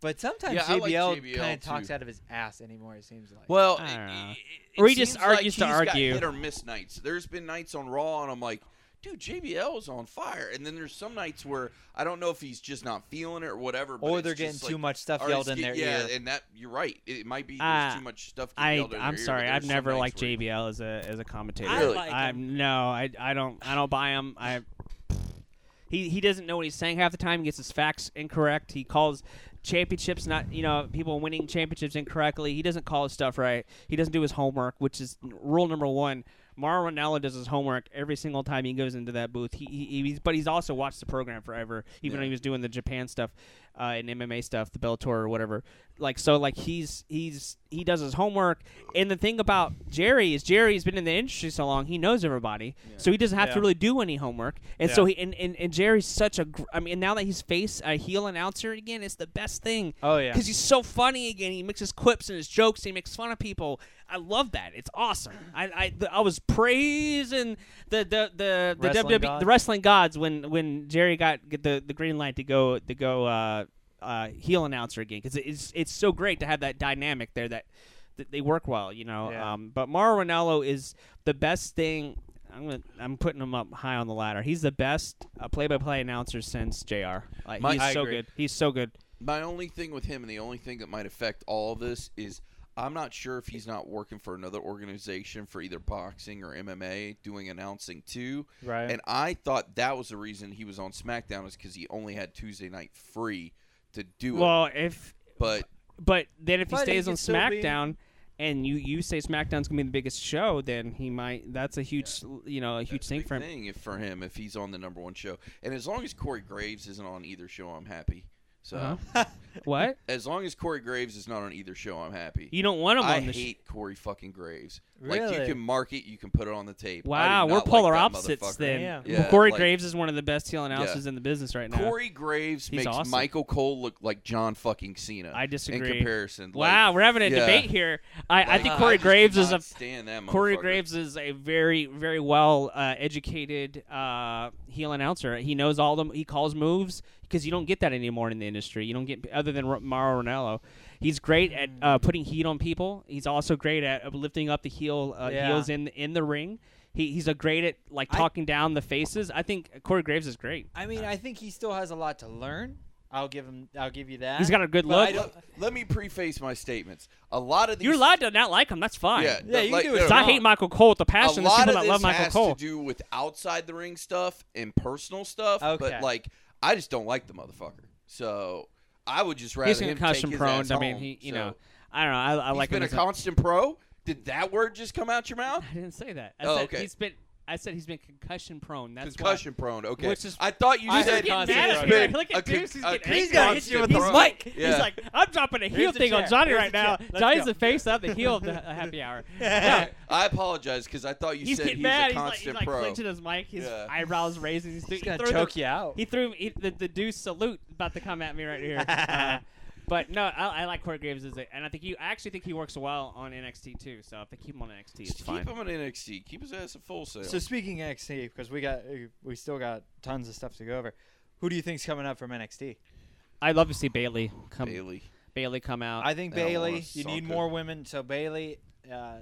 But sometimes
Yeah, I like
JBL,
JBL
kind of
too.
talks out of his ass anymore. It seems like.
Well,
I
it-
don't know.
it-
Or he
it
just
seems like
argues to
he's
argue.
Got hit or miss nights. There's been nights on Raw, and I'm like, dude, JBL's on fire. And then there's some nights where I don't know if he's just not feeling it or whatever. But
or
it's
they're getting
just
too
like-
much stuff
or
yelled
he's
in their
get- yeah,
ear.
and that you're right. It, it might be
Uh,
there's too much stuff. getting
I
yelled in
I'm
their ear,
sorry.
but
I've
there's some
never
nights
liked
where-
JBL as a as a commentator.
Really?
I like him.
I'm no. I I don't I don't buy him. I he he doesn't know what he's saying half the time. He gets his facts incorrect. He calls championships not you know people winning championships incorrectly. He doesn't call his stuff right. He doesn't do his homework, which is rule number one. Mauro Ronaldo does his homework every single time he goes into that booth. He, he he's, but he's also watched the program forever, even when he was doing the Japan stuff uh, and MMA stuff, the Bellator or whatever. Like so, like he's he's he does his homework. And the thing about Jerry is Jerry's been in the industry so long, he knows everybody, so he doesn't have to
Yeah.
really do any homework. And so he and, and, and Jerry's such a gr- I mean now that he's face a heel announcer again, it's the best thing.
Oh, yeah.
because he's so funny again. He mixes quips and his jokes. And he makes fun of people. I love that. It's awesome. I I, the, I was praising the the the, the
Wrestling
WWE
gods.
the wrestling gods when when Jerry got get the the green light to go to go uh, uh, heel announcer again because it's it's so great to have that dynamic there that. that They work well, you know.
Yeah.
Um, but Mauro Ranallo is the best thing. I'm gonna, I'm putting him up high on the ladder. He's the best uh, play-by-play announcer since Jr. Like
My-
he's
I
so
agree.
good. He's so good.
My only thing with him, and the only thing that might affect all of this, is I'm not sure if he's not working for another organization for either boxing or MMA, doing announcing too.
Right.
And I thought that was the reason he was on SmackDown is because he only had Tuesday night free to do it.
Well, if
But
But then if he
But he
stays
could
on
still be-
SmackDown, and you you say SmackDown's gonna be the biggest show, then he might. That's a huge, you know, a huge
that's a
thing
big
for him.
thing if for him if he's on the number one show, and as long as Corey Graves isn't on either show, I'm happy. So
Uh-huh. what?
as long as Corey Graves is not on either show, I'm happy.
You don't want him
I
on the
hate Corey fucking Graves. Like you
Really?
can mark it, you can put it on the tape. I
sh-
do
Wow, we're
not like
polar
that
opposites
motherfucker.
then.
Yeah.
Yeah,
Corey
like-
Graves is one of the best heel announcers in the business right now.
Corey Graves
He's
makes
awesome.
Michael Cole look like John fucking Cena.
I disagree.
In comparison,
wow,
Like,
we're having a
yeah.
debate here. I, I
like,
think Corey
just
Graves is a
cannot stand that
Corey
motherfucker.
Graves is a very, very well uh, educated uh, heel announcer. He knows all them. He calls moves because you don't get that anymore in the industry. You don't get other than Ro- Mauro Ranallo. He's great at
Mm.
uh, putting heat on people. He's also great at uh, lifting up the heel uh,
Yeah.
heels in in the ring. He, he's a great at like
I-
talking down the faces. I think Corey Graves is great.
I mean, I think he still has a lot to learn. I'll give him. I'll give you that.
He's got a good
But I
look.
don't-
Let, let me preface my statements. A lot of these
You're allowed to not like him. That's fine.
Yeah,
Yeah, you can
like,
do it.
no,
So I
No.
hate Michael Cole with a
a
passion. There's
lot
people
of
that
this
love Michael
has
Cole.
to do with outside the ring stuff and personal stuff.
Okay.
But like, I just don't like the motherfucker. So I would just rather
He's
him take
concussion
his
prone.
ass
I mean,
home.
he you
So,
know. I don't know. I, I
he's
like him
been a
as a-
constant pro. Did that word just come out your mouth?
I didn't say that. I
Oh,
said
okay.
he's been. I said he's been concussion prone. That's
Concussion prone. Okay,
Which is-
I thought you
I
said
heard
Why. He's mad
He's getting mad
he's
at
at
me.
me.
been
Look
a
at Deuce.
con-
He's
a
getting angry.
He's gonna hit you with
He's
the
like,
mic.
he's
Yeah.
like, I'm dropping a heel
Here's the
thing on
chair.
Johnny
Here's
right
the
now.
chair. Let's
Johnny's
go.
the face up, the heel of the happy hour.
Yeah. I apologize because I thought you
he's
said
getting
he's
mad. he's
a
like, he's
constant
like
pro.
clenching his mic. His
Yeah.
eyebrows raising. He's,
He's gonna
throwing
choke
the,
you out.
He threw he, the the Deuce salute about to come at me right here. Uh, But no, I, I like Corey Graves as a, and I think you. I actually think he works well on NXT too. So if they keep him on NXT, it's
Just
fine.
keep him in NXT. Keep his ass at full sale.
So speaking of NXT, because we got uh, we still got tons of stuff to go over. Who do you think's coming up from NXT?
I'd love to see Bailey come. Bailey,
Bailey.
come out.
I think
I don't
Bailey.
want
You need
Sokka.
more women, so Bailey. Uh,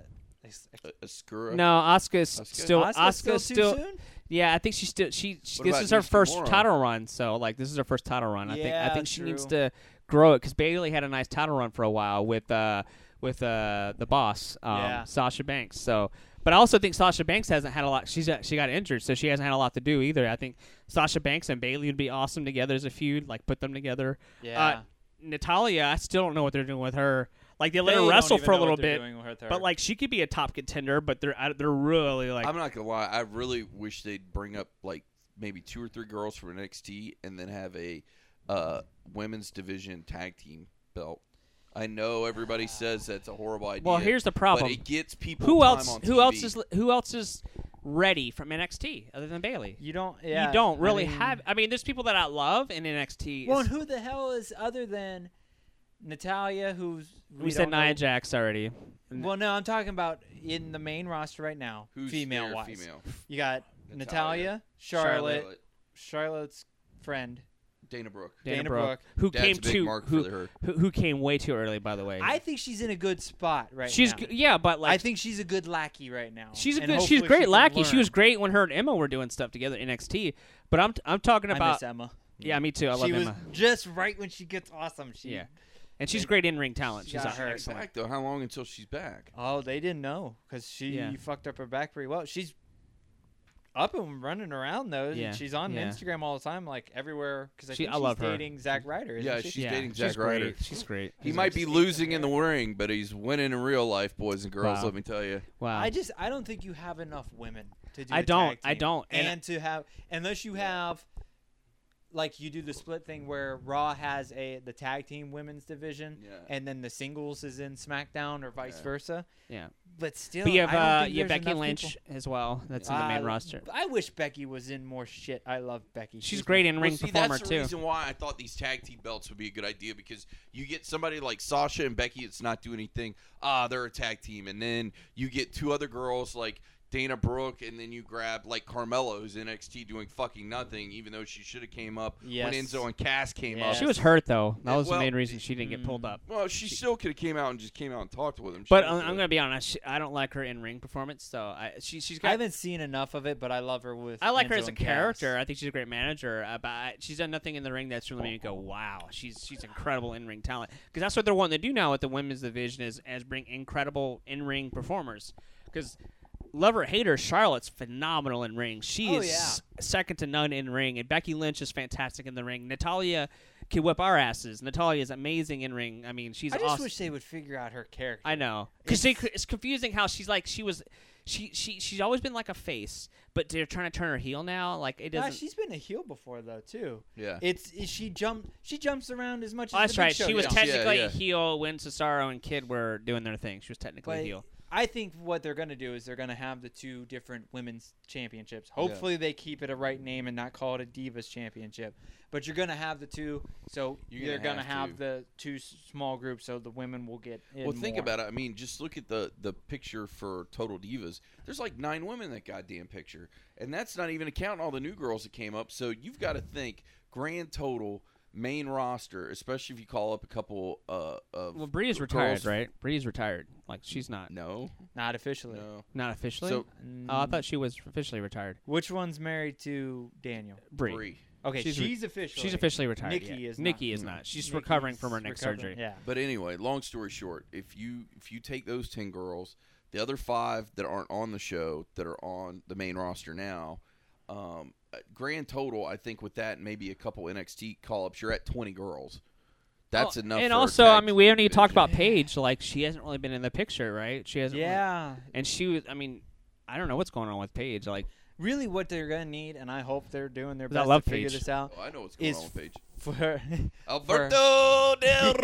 ex- ex-
A, a screw up.
No, Oscar's
Asuka?
still
Asuka's
Oscar's
still,
still,
too soon?
yeah. I think she still she, she
What
this
about
is her
Yuki
first
Mora?
title run. So like this is her first title run. I think I
Yeah,
think she needs
true.
to grow it because Bailey had a nice title run for a while with uh with uh the boss um,
Yeah.
Sasha Banks. So. But I also think Sasha Banks hasn't had a lot. She's uh, she got injured, so she hasn't had a lot to do either. I think Sasha Banks and Bailey would be awesome together as a feud. Like put them together.
Yeah.
Uh, Natalia, I still don't know what they're doing with her. Like they
They
let her
don't
wrestle
even
for a
know what
little bit,
they're doing with her.
but like she could be a top contender. But they're I- they're really like
I'm not gonna lie. I really wish they'd bring up like maybe two or three girls from NXT and then have a uh, women's division tag team belt. I know everybody says that's a horrible idea.
Well, here's the problem.
But it gets people.
who
time
else?
on
Who
TV.
else is? Who else is ready from NXT other than Bailey.
You don't. Yeah,
you don't
I
really
mean,
have. I mean, there's people that I love in NXT.
Well,
is-
and who the hell is other than Natalia? Who's
we,
we
said
don't know-
Nia Jax already.
Well, no, I'm talking about in the main roster right now.
Who's
female
there
wise,
Female.
you got
Natalia,
Natalia, Charlotte, Charlotte's friend.
Dana Brooke.
Dana,
Dana
Brooke, who
That's
came
a big
too,
mark
who,
for her.
who who came way too early. By the way,
I think she's in a good spot right
she's
now.
g- yeah, but like
I think she's a good lackey right now.
She's a
and
good. She's
hopefully
great
she can
lackey. She
learn.
was great when her and Emma were doing stuff together in NXT. But I'm I'm talking
I miss
about
Emma.
yeah, me too. I love
she was
Emma.
just right when she gets awesome. She
Yeah, and she's great in ring talent.
she
She's
got
a-
her.
She's back though. How long until she's back?
Oh, they didn't know because she
Yeah.
fucked up her back pretty well. She's up and running around though. and
Yeah,
She's on
yeah.
Instagram all the time, like everywhere. Because I
She-
think
I
she's
love her.
dating Zach Ryder. Isn't
Yeah,
she?
she's
yeah,
dating
she's
Zack Ryder.
Great. She's great.
He might be losing in the ring, but he's winning in real life, boys and girls.
Wow.
Let me tell you.
Wow.
I just I don't think you have enough women to do.
I
a
don't-
tag
I
team.
don't,
And,
and-
to have unless you have like you do the split thing where Raw has a the tag team women's division,
Yeah.
and then the singles is in SmackDown or vice
Yeah.
versa.
Yeah.
But still,
but you have
I don't
uh,
think
you have
there's
Becky
enough
Lynch
people.
as well. That's in the main
Uh,
roster.
I wish Becky was in more shit. I love Becky.
She's great in ring
Well, see,
performer
that's the
too.
reason why I thought these tag team belts would be a good idea because you get somebody like Sasha and Becky that's not doing anything. Ah, they're a tag team, and then you get two other girls like Dana Brooke, and then you grab like Carmella, who's in NXT doing fucking nothing, even though she should have came up
Yes.
when Enzo and Cass came up.
Yes.
She was hurt though. That
Yeah,
was
well,
the main reason she didn't get pulled up.
Well, she still could have came out and just came out and talked with him. She
But
didn't
I'm,
do
I'm
it.
gonna be honest. She, I don't like her in ring performance. So I she she's
I
got
haven't seen enough of it, but I love her with.
I like her
Enzo
as a
and Cass.
character. I think she's a great manager. Uh, but I, she's done nothing in the ring that's really made me go, "Wow, she's she's incredible in ring talent." Because that's what they're wanting to do now with the women's division is as bring incredible in ring performers. Because love her, or hate her, Charlotte's phenomenal in ring. She
Oh,
is
yeah.
s- second to none in ring, and Becky Lynch is fantastic in the ring. Natalia can whip our asses. Natalia is amazing in ring. I mean, she's
I just
awesome.
wish they would figure out her character.
I know because it's confusing how she's like she was. She, she she's always been like a face, but they're trying to turn her heel now. Like it
Nah,
doesn't.
she's been a heel before though too.
Yeah.
It's is she jump she jumps around as much
Oh,
as
that's
the Big
right.
Show
She was
does.
Yeah,
technically
yeah.
a heel when Cesaro and Kid were doing their thing. She was technically
But
a heel.
I think what they're gonna do is they're gonna have the two different women's championships. Hopefully they keep it a right name and not call it a divas championship. But you're gonna have the two, so
You're
you're
gonna
gonna
have
have, the two s- small groups, so the women will get. In
Well, think
more.
about it. I mean, just look at the the picture for Total Divas. There's like nine women in that goddamn picture, and that's not even accounting all the new girls that came up. So you've got to think grand total main roster, especially if you call up a couple uh, of
Well, Bree is
girls-
retired, right? Bree's retired. Like she's not
No,
Not officially.
no.
not officially.
So
oh, I thought she was officially retired.
Which one's married to Daniel?
Bree.
Bree.
Okay, she's,
She's re-
officially.
She's officially retired.
Nikki
yeah.
is not.
Nikki is not. She's
Nikki's
recovering from her neck
recovering,
surgery.
Yeah.
But anyway, long story short, if you if you take those ten girls, the other five that aren't on the show that are on the main roster now, um, uh, grand total, I think with that and maybe a couple NXT call ups, you're at twenty girls. That's
Oh,
enough.
And
for a
also,
tag
I mean,
team
we haven't even talked
division.
about Paige. Like she hasn't really been in the picture, right? She hasn't. really-
Yeah.
and she was. I mean, I don't know what's going on with Paige. Like
Really, what they're gonna need, and I hope they're doing their
'Cause I
best
love
to figure
Paige.
this out.
Oh, I know what's going
is
on with Paige.
For
Alberto Del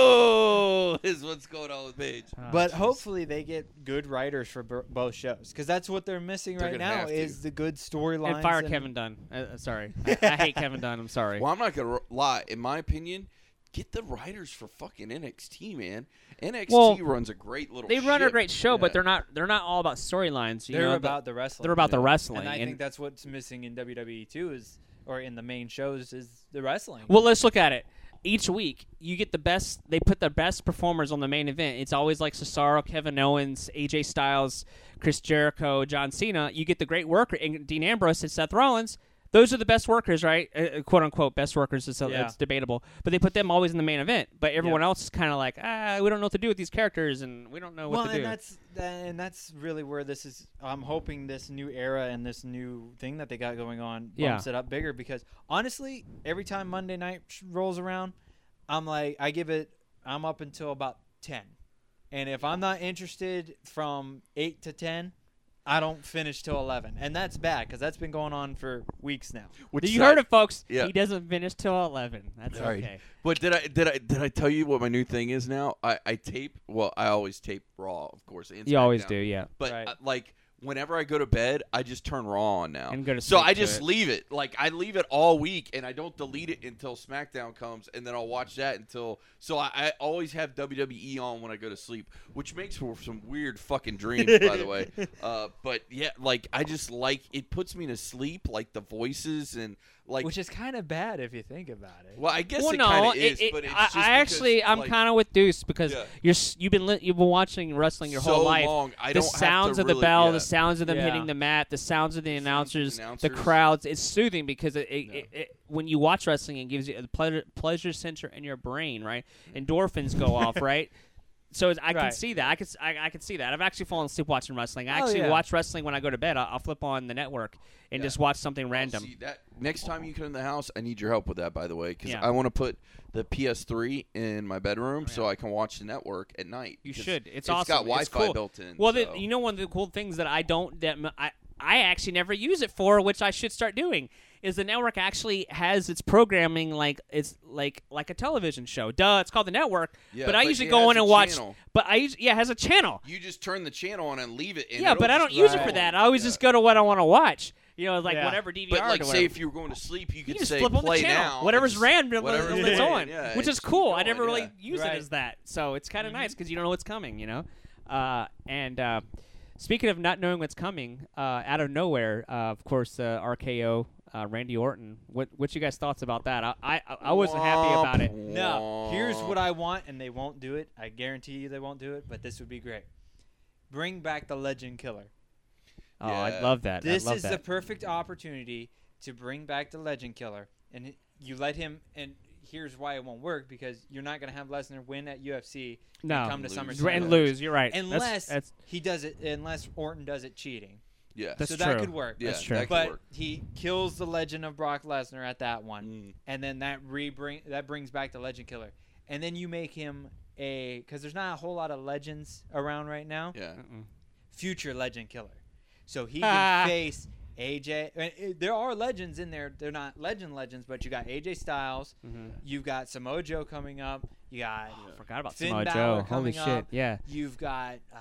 Rio is what's going on with Paige.
but
Oh, jeez.
hopefully they get good writers for b- both shows because that's what they're missing
They're
right
gonna
now
have to.
is the good storylines.
and fire Kevin Dunn. Uh, uh, sorry, I, I hate Kevin Dunn. I'm sorry.
Well, I'm not gonna lie. In my opinion, get the writers for fucking NXT, man. NXT
Well,
runs a great little.
they run a
ship.
great show,
Yeah.
but they're not they're not all about storylines. you
They're
know, the-
about the wrestling.
they're about the
Yeah.
wrestling.
and I
and-
think that's what's missing in WWE too is or in the main shows is the wrestling.
well, let's look at it. Each week, you get the best. They put the best performers on the main event. It's always like Cesaro, Kevin Owens, AJ Styles, Chris Jericho, John Cena. You get the great worker, and Dean Ambrose and Seth Rollins. Those are the best workers, right? Uh, uh, quote unquote best workers. It's,
Yeah.
it's debatable, but they put them always in the main event. But everyone else is kind of like, ah, we don't know what to do with these characters, and we don't know what
well,
to do.
and that's that, and that's really where this is. I'm hoping this new era and this new thing that they got going on
Yeah.
bumps it up bigger because honestly, every time Monday night sh- rolls around, I'm like, I give it, I'm up until about ten, and if I'm not interested from eight to ten. I don't finish till eleven, and that's bad because that's been going on for weeks now.
Which
you
side-
heard it, folks.
Yeah.
He doesn't finish till eleven. That's
Sorry.
okay.
But did I did I did I tell you what my new thing is now? I, I tape. Well, I always tape Raw, of course. and SmackDown.
yeah.
But
Right.
uh, like whenever I go to bed, I just turn Raw on now.
And go to
so
sleep
I
to
just
it.
leave it. Like I leave it all week, and I don't delete it until SmackDown comes, and then I'll watch that until. So I, I always have WWE on when I go to sleep, which makes for some weird fucking dreams, by the way. Uh, but yeah, like I just like it puts me to sleep, like the voices and like.
which is kind of bad if you think about it.
well, I guess
well,
it
no,
kind of is,
it-
but it's
I,
just
I
because,
actually I'm
like,
kind of with Deuce because
Yeah.
you're s- you've been li- you've been watching wrestling your
so
whole life.
Long, I
the
don't have to
sounds of
really-
the bell,
yeah.
the sounds of them
Yeah.
hitting the mat, the sounds of the announcers, the
announcers.
crowds. It's soothing because it, it,
Yeah.
it, it- when you watch wrestling, it gives you a pleasure, pleasure center in your brain, right?
Mm-hmm.
Endorphins go off, right? So it's, I can
Right.
see that. I can s- I, I can see that. I've actually fallen asleep watching wrestling. I
Oh,
actually
yeah.
watch wrestling when I go to bed. I, I'll flip on the network and
Yeah.
just watch something
Well,
random.
see, that next time you come in the house, I need your help with that, by the way, because
Yeah. Oh,
I want to put the PS3 in my bedroom so I can watch the network at night.
You
'cause
should. It's
it's
awesome.
got Wi-Fi
cool.
built in,
Well, the-
so-
you know, one of the cool things that I don't that m- I I actually never use it for, which I should start doing, is the network actually has its programming like it's like like a television show. Duh, it's called the network.
Yeah,
but I
but
usually
it
go
has
in
a
and watch.
channel.
But I us- yeah it has a channel.
You just turn the channel on and leave it. And
yeah,
it'll
but I
just
don't use
keep
it for
going.
that. I always
Yeah.
just go to what I want to watch. You know, like
Yeah.
whatever DVR.
But like,
or
say
whatever.
if you were going to sleep, you could
you just
say
flip on the
play
channel,
now.
whatever's
Just-
random,
whatever's
it's
playing,
on,
yeah,
which
and
is
just keep
cool. I
going,
never really
yeah.
use it
Right. Mm-hmm.
as that, so it's kind of 'cause nice because you don't know what's coming, you know. Uh, and uh, speaking of not knowing what's coming, uh, out of nowhere, uh, of course, uh, RKO, uh, Randy Orton. What what you guys thoughts about that? I I, I- I wasn't happy
Womp,
about it.
No, here's what
womp.
I want, and they won't do it. I guarantee you they won't do it, but this would be great. Bring back the legend killer.
Oh, I
Yeah.
love that.
This
I love
is the
that.
perfect opportunity to bring back the legend killer, and it- you let him. And here's why it won't work because you're not going to have Lesnar win at UFC
No.
and come to
Lose.
SummerSlam
and lose. You're right. That's-
unless
that's-
he does it. Unless Orton does it cheating,
Yeah,
That's
so that
true.
could work.
yeah,
that's true.
That could
but
work.
he kills the legend of Brock Lesnar at that one,
Mm.
and then that re bring that brings back the Legend Killer, and then you make him a because there's not a whole lot of legends around right now.
Yeah,
Mm-mm.
Future Legend Killer, so he can face AJ. and it- there are legends in there. They're not legend legends, but you got AJ Styles,
Mhm.
you've got Samoa Joe coming up, you got
I forgot about
Finn
Samoa
Balor
Joe. Holy
coming
shit!
up.
Yeah.
you've got uh,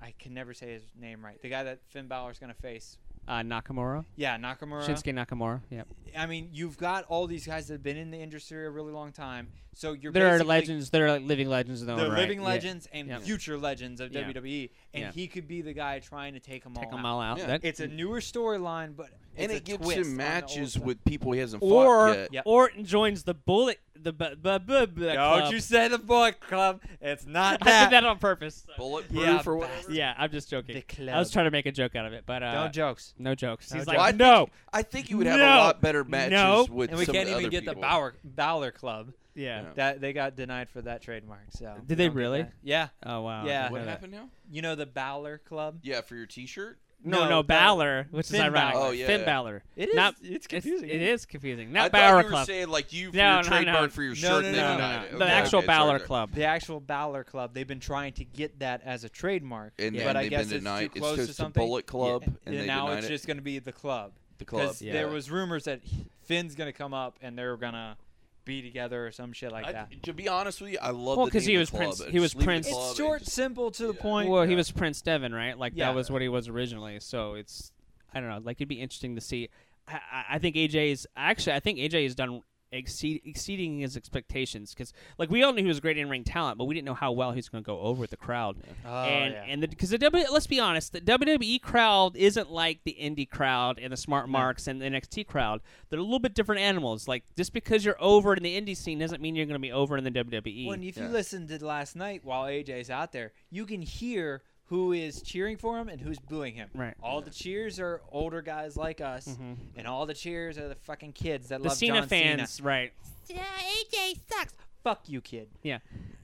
I can never say his name right. The guy that Finn Balor's gonna face.
Uh, Nakamura.
Yeah, Nakamura.
Shinsuke Nakamura. Yep.
I mean, you've got all these guys that have been in the industry a really long time. So you're
There are
basically-
legends. There are living legends in their
They're
own right.
living
Yeah.
legends and
Yeah.
future legends of
Yeah.
WWE, and
Yeah.
he could be the guy trying to take them
Take
all
them
out.
all out.
Yeah.
That-
It's a newer storyline, but
and
it's
it
a
gives
twist on
him
the old
matches
stuff.
with people he hasn't
or
fought yet.
Yep.
Orton joins the bullet the bu- bu- bu- bu- club.
Don't you say the Bullet Club? It's not
I
that.
did that on purpose.
Bulletproof
Yeah,
or whatever.
bastard.
Yeah, I'm just joking.
The club.
I was trying to make a joke out of it, but uh,
no jokes.
no jokes. He's
No
like,
jokes.
no,
I think you would have
No.
a lot better matches
No.
with
And we
some
can't
of the
even
other
get the
people.
Bauer Bowler Club.
yeah.
Yeah.
That they got denied for that trademark. So
Did
we
they
don't get
really?
that. Yeah.
Oh wow.
Yeah.
I
What
know that.
happened now?
You know the Bowler Club?
Yeah, for your T-shirt.
No, no,
No,
Balor, which is
Finn
ironic.
Balor.
Oh, yeah,
Finn
yeah.
Balor.
It is.
Not-
it's
It's,
confusing.
it
isn't
is confusing.
I
Not
thought
Balor
you were
Club.
saying like you for
No,
your
no, no.
trademark for your
No,
shirt.
no,
they
no, no,
denied
no.
it.
The
Okay,
actual
okay, sorry
Balor
there.
Club.
The actual Balor Club, they've been trying to get that as a trademark,
And
but
then
I
they've
guess
been
it's
denied.
too
It's
close
just the
to something.
Bullet Club,
Yeah,
and they
now
denied
it's
it.
just going to be the club.
the club.
Yeah.
there was rumors that Finn's going to come up and they're going to be together or some shit like
I-
that.
to be honest with you, I love
Well,
the
'cause
name
he
of
was
the club.
Prince-
Just
he was
leave the
Prince.
It's
club and
short,
just-
simple, to the
yeah.
point.
Well, he
Yeah.
was Prince Devin, right? Like
Yeah.
that was what he was originally. So it's I don't know. Like it'd be interesting to see. I, I- I think AJ's actually. I think AJ has done exceed, exceeding his expectations because like we all knew he was great in ring talent, but we didn't know how well he's going to go over with the crowd.
Oh,
and
yeah.
and because the, 'cause the W, let's be honest, the WWE crowd isn't like the indie crowd and the smart marks and the NXT crowd. They're a little bit different animals. Like just because you're over in the indie scene doesn't mean you're going to be over in the WWE.
When if
Yeah.
you listen to last night while AJ's out there, you can hear who is cheering for him and who's booing him.
Right. Mm-hmm.
All the cheers are older guys like us, and all the cheers are the fucking kids that
the
love
Cena
John
fans,
Cena.
right?
Yeah, AJ sucks.
Fuck you, kid.
Yeah,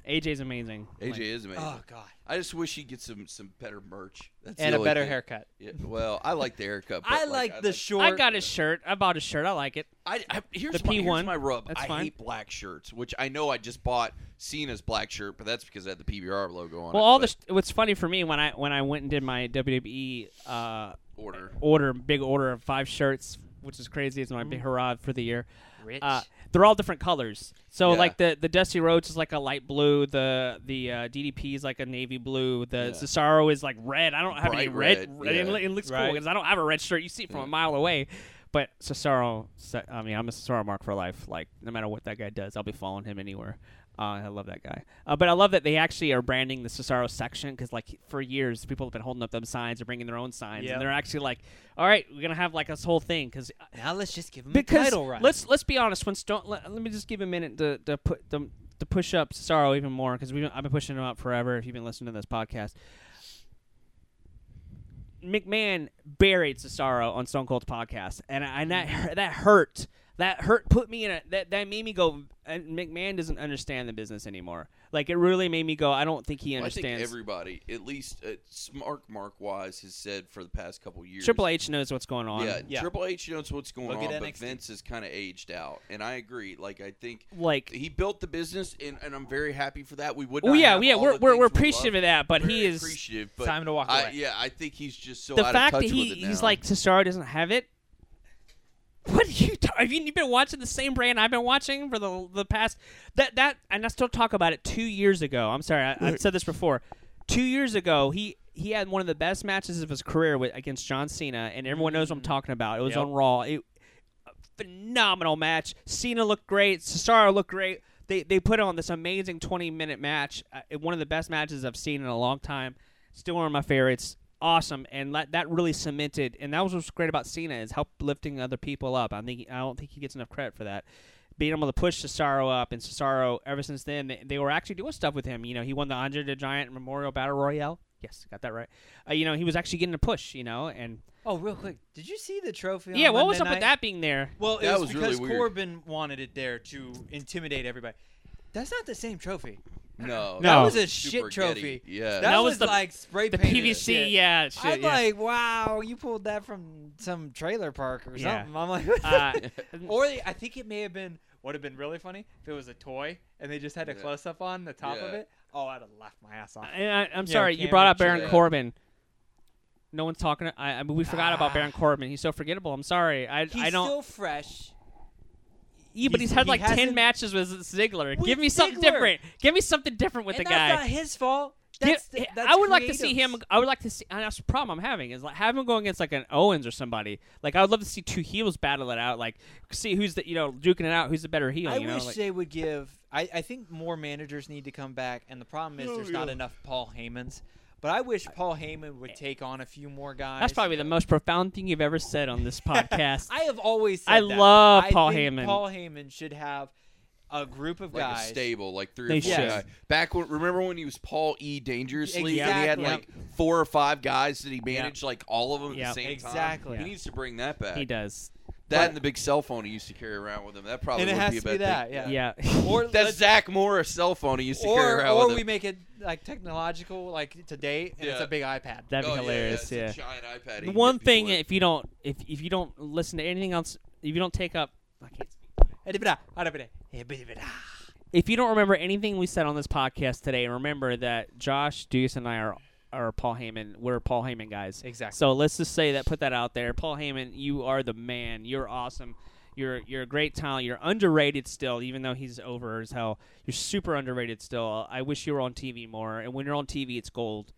AJ's amazing.
AJ is amazing.
Oh God.
I just wish he'd get some some better merch. That's
And
the
a
only
better
thing.
haircut.
Yeah, well, I like the haircut. but,
I like the short.
I got his shirt. I bought his shirt. I like it.
I, I here's
The
my,
P1.
here's my rub.
That's
I
fine.
hate black shirts, which I know I just bought Cena's black shirt, but that's because it had the PBR logo on it.
Well, all the
but
sh- what's funny for me when I when I went and did my WWE uh,
order.
order, big order of five shirts, which is crazy. It's my big hurrah for the year.
Rich.
Uh, they're all different colors. So
Yeah.
like the the Dusty Roads is like a light blue. The the uh, DDP is like a navy blue. The
Yeah.
Cesaro is like red. I don't have any
Bright
red.
red,
It,
yeah.
lo- it looks cool
Right.
because I don't have a red shirt. You see it from a
Yeah.
mile away. But Cesaro, Se- I mean, I'm a Cesaro mark for life. Like no matter what that guy does, I'll be following him anywhere. Uh, I love that guy. Uh, but I love that they actually are branding the Cesaro section because, like, for years people have been holding up them signs or bringing their own signs,
Yep.
and they're actually like, "All right, we're gonna have like this whole thing." Because
now let's just give him
because
a title run.
let's let's be honest. When Stone, let, let me just give a minute to to put them to push up Cesaro even more because we've been, I've been pushing him up forever. If you've been listening to this podcast, McMahon buried Cesaro on Stone Cold's podcast, and I, and
Mm-hmm.
that hurt- that hurt. That hurt put me in a that that made me go. And McMahon doesn't understand the business anymore. Like it really made me go. I don't think he
Well, I think
understands.
everybody, at least uh, smart mark wise, has said for the past couple years.
Triple H knows what's going on.
Yeah,
Yeah.
Triple H knows what's going
Look
on,
at
but
NXT.
Vince is kind of aged out, and I agree. Like I think
Like
he built the business, and, and I'm very happy for that. We would.
Oh
not
yeah,
have
yeah,
all
we're we're,
the things
we're
we
appreciative
love.
of that, but
Very
he is
appreciative. But
Time to walk
I,
away.
yeah, I think he's just so
the
out
fact
of
that
touch
he
with it now.
he's like Cesaro doesn't have it. What are you? ta- Have you you've been watching the same brand I've been watching for the the past that that and I still talk about it two years ago. I'm sorry, I, I've said this before. Two years ago, he he had one of the best matches of his career with, against John Cena, and everyone knows what I'm talking about. It was
Yep.
on Raw. It a phenomenal match. Cena looked great. Cesaro looked great. They they put on this amazing 20 minute match. Uh, one of the best matches I've seen in a long time. Still one of my favorites. Awesome, and that, that really cemented. And that was what's great about Cena is help lifting other people up. I think I don't think he gets enough credit for that. Being able to push Cesaro up, and Cesaro ever since then they, they were actually doing stuff with him. You know, he won the Andre the Giant Memorial Battle Royale. Yes, got that right. Uh, you know, he was actually getting a push. You know, and
oh, real quick, did you see the trophy? on
yeah, what was
Monday
up with
night?
that being there?
Well, it
That
was,
was really
because
weird.
Corbin wanted it there to intimidate everybody. That's not the same trophy.
no,
That
No.
was a
super
shit trophy.
Getty. Yeah,
That,
That was
was,
the-
like spray
the
painted
PVC,
shit.
yeah. Shit,
I'm
yeah.
like, wow, you pulled that from some trailer park or
Yeah.
something. I'm like, what the-
Uh,
or they, I think it may have been would have been really funny if it was a toy and they just had a
Yeah.
close up on the top of
Yeah.
it. Oh, I'd have laughed my ass off.
and I, I'm
Yeah,
sorry, you
camera
brought up
shit.
Baron
Yeah.
Corbin. No one's talking. I, I mean, we forgot about
Ah.
Baron Corbin. He's so forgettable. I'm sorry. I,
He's
I don't.
still fresh.
yeah, but he's,
he's-
had
he
like ten
hasn't-
matches with Ziggler.
With
Give me something
Ziggler.
different. Give me something different with
and
the
that's
guy.
not his fault.
Give-
That's the, that's
I would like to see him.
creatives.
I would like to see. And that's the problem I'm having is like have him go against like an Owens or somebody. Like I would love to see two heels battle it out. Like see who's the you know duking it out. Who's the better heel?
I
you know,
wish
like-
they would give. I, I think more managers need to come back, and the problem is there's not enough Paul Heymans. But I wish Paul Heyman would take on a few more guys.
Eh. that's probably the most profound thing you've ever said on this podcast.
I have always. Said
I
that.
love
I
Paul
think
Heyman.
Paul Heyman should have a group of
like
guys.
a stable, like three
They
or four
should.
guys. Back when, remember when he was Paul E. Dangerously, and he had
Exactly.
like four or five guys that he managed, like all of them
Yeah.
at the same time.
Exactly.
He needs to bring that back.
he does.
That and the big cell phone he used to carry around with him. That probably
and it
would
has
be a
to
bad
be that.
thing.
Yeah.
Yeah.
Or
That's
let's-
Zach Morris cell phone he used to carry
Or
around
or
with
we
him.
make it like technological, like to date, and it's
Yeah.
a big iPad.
That'd
Oh,
be
yeah,
hilarious.
Yeah,
Yeah.
it's a giant iPad. he
The
can
One
hit people
thing,
with.
if you don't, if if you don't listen to anything else, if you don't take up, I can't speak. If you don't remember anything we said on this podcast today, remember that Josh Deuce and I are are Paul Heyman. We're Paul Heyman guys.
Exactly.
So let's just say that, put that out there. Paul Heyman, you are the man. You're awesome. You're you're a great talent. You're underrated still, even though he's over as hell. You're super underrated still. I wish you were on TV more. And when you're on TV, it's gold.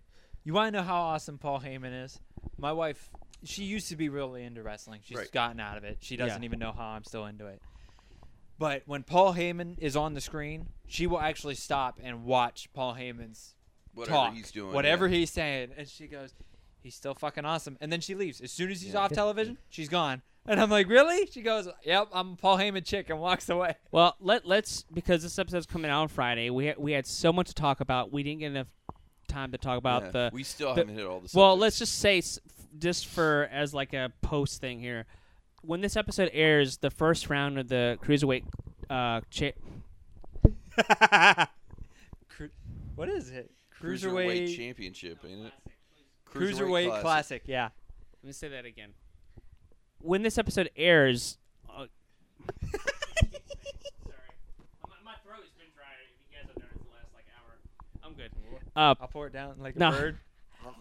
You want to know how awesome Paul Heyman is? My wife, she used to be really into wrestling. She's
Right.
gotten out of it. She doesn't
Yeah.
even know how I'm still into it. But when Paul Heyman is on the screen, she will actually stop and watch Paul Heyman's
whatever
talk,
he's doing,
whatever
yeah.
he's saying, and she goes, "He's still fucking awesome." And then she leaves. As soon as he's
Yeah.
off television, she's gone. And I'm like, "Really?" She goes, "Yep, I'm a Paul Heyman chick," and walks away.
Well, let let's because this episode's coming out on Friday. We had, we had so much to talk about. We didn't get enough time to talk about
Yeah,
the.
we still
the-
haven't hit all the.
well,
subjects.
let's just say s- just for as like a post thing here. When this episode airs, the first round of the cruiserweight uh, cha-
Cru- what is it?
cruiserweight championship, ain't it?
Cruiserweight classic.
Classic.
Yeah.
Let me say that again. When this episode airs, uh, sorry, my, my throat has been dry. If you guys have noticed the last like hour, I'm good. Uh,
I'll pour it down like
No.
a bird.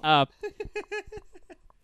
Uh,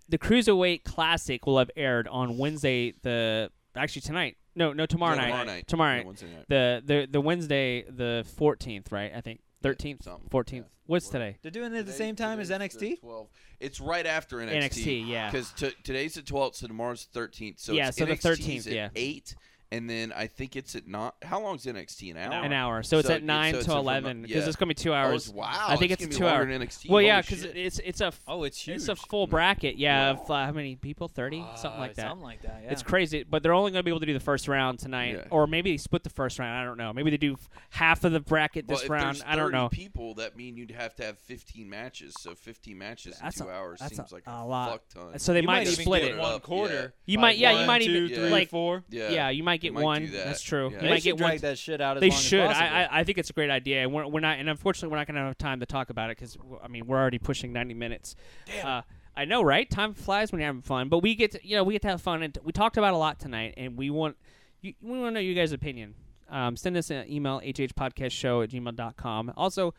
the Cruiserweight Classic will have aired on Wednesday, the actually tonight, No, no, tomorrow
No,
night.
Tomorrow night.
Tomorrow
No,
night.
Wednesday night.
The the the Wednesday, the fourteenth, right? I think thirteenth,
something like that.
fourteenth. What's
Fourth.
today?
They're doing it at the
Today-
same time as
today's the
NXT.
12th. It's right after NXT.
NXT, yeah.
Because today's the 12th, so tomorrow's the 13th. So
Yeah,
it's
so the
NXT 's
13th,
at
yeah.
8, and then I think it's at not. How long's NXT? An hour?
An hour. So, it's
So
at
it-
nine
so it's
to
a remote-
eleven because
yeah.
it's gonna be two
Oh,
hours.
it's- wow.
I think it's,
gonna
a
be
two
longer
hour.
than NXT.
Well,
Holy
yeah, because
shit.
it's it's a f-
Oh, it's huge.
it's a full bracket. Yeah, of uh, how many people? Thirty, Ah, something
Uh,
like that.
Something like that. Yeah.
It's crazy, but they're only going to be able to do the first round tonight,
Yeah.
or maybe they split the first round. I don't know. Maybe they do f- half of the bracket
Well,
this
if
round.
there's
I don't
30
know.
People, that mean you'd have to have 15 matches. So 15 matches
That's
in two
a-
hours
that's
seems
a-
like
a
a,
lot.
fuck ton.
So they
You
might,
might even
split
get
it.
one
up,
quarter.
You
by
might- yeah, you
one,
might
two,
even-
three,
like-
four.
yeah,
Yeah, you might get
might do
one.
that.
That's true.
Yeah.
You
They
might
should
get
drag
one.
that shit out as
they
long as
should.
possible.
I, I, I think it's a great idea, and we're, we're not. And unfortunately, we're not going to have time to talk about it because I mean we're already pushing ninety minutes. Uh, I know, right? Time flies when you're having fun, but we get to, you know we get to have fun, and we talked about a lot tonight, and we want you, we want to know you guys' opinion. Um, send us an email hhpodcastshow at gmail.com. Also,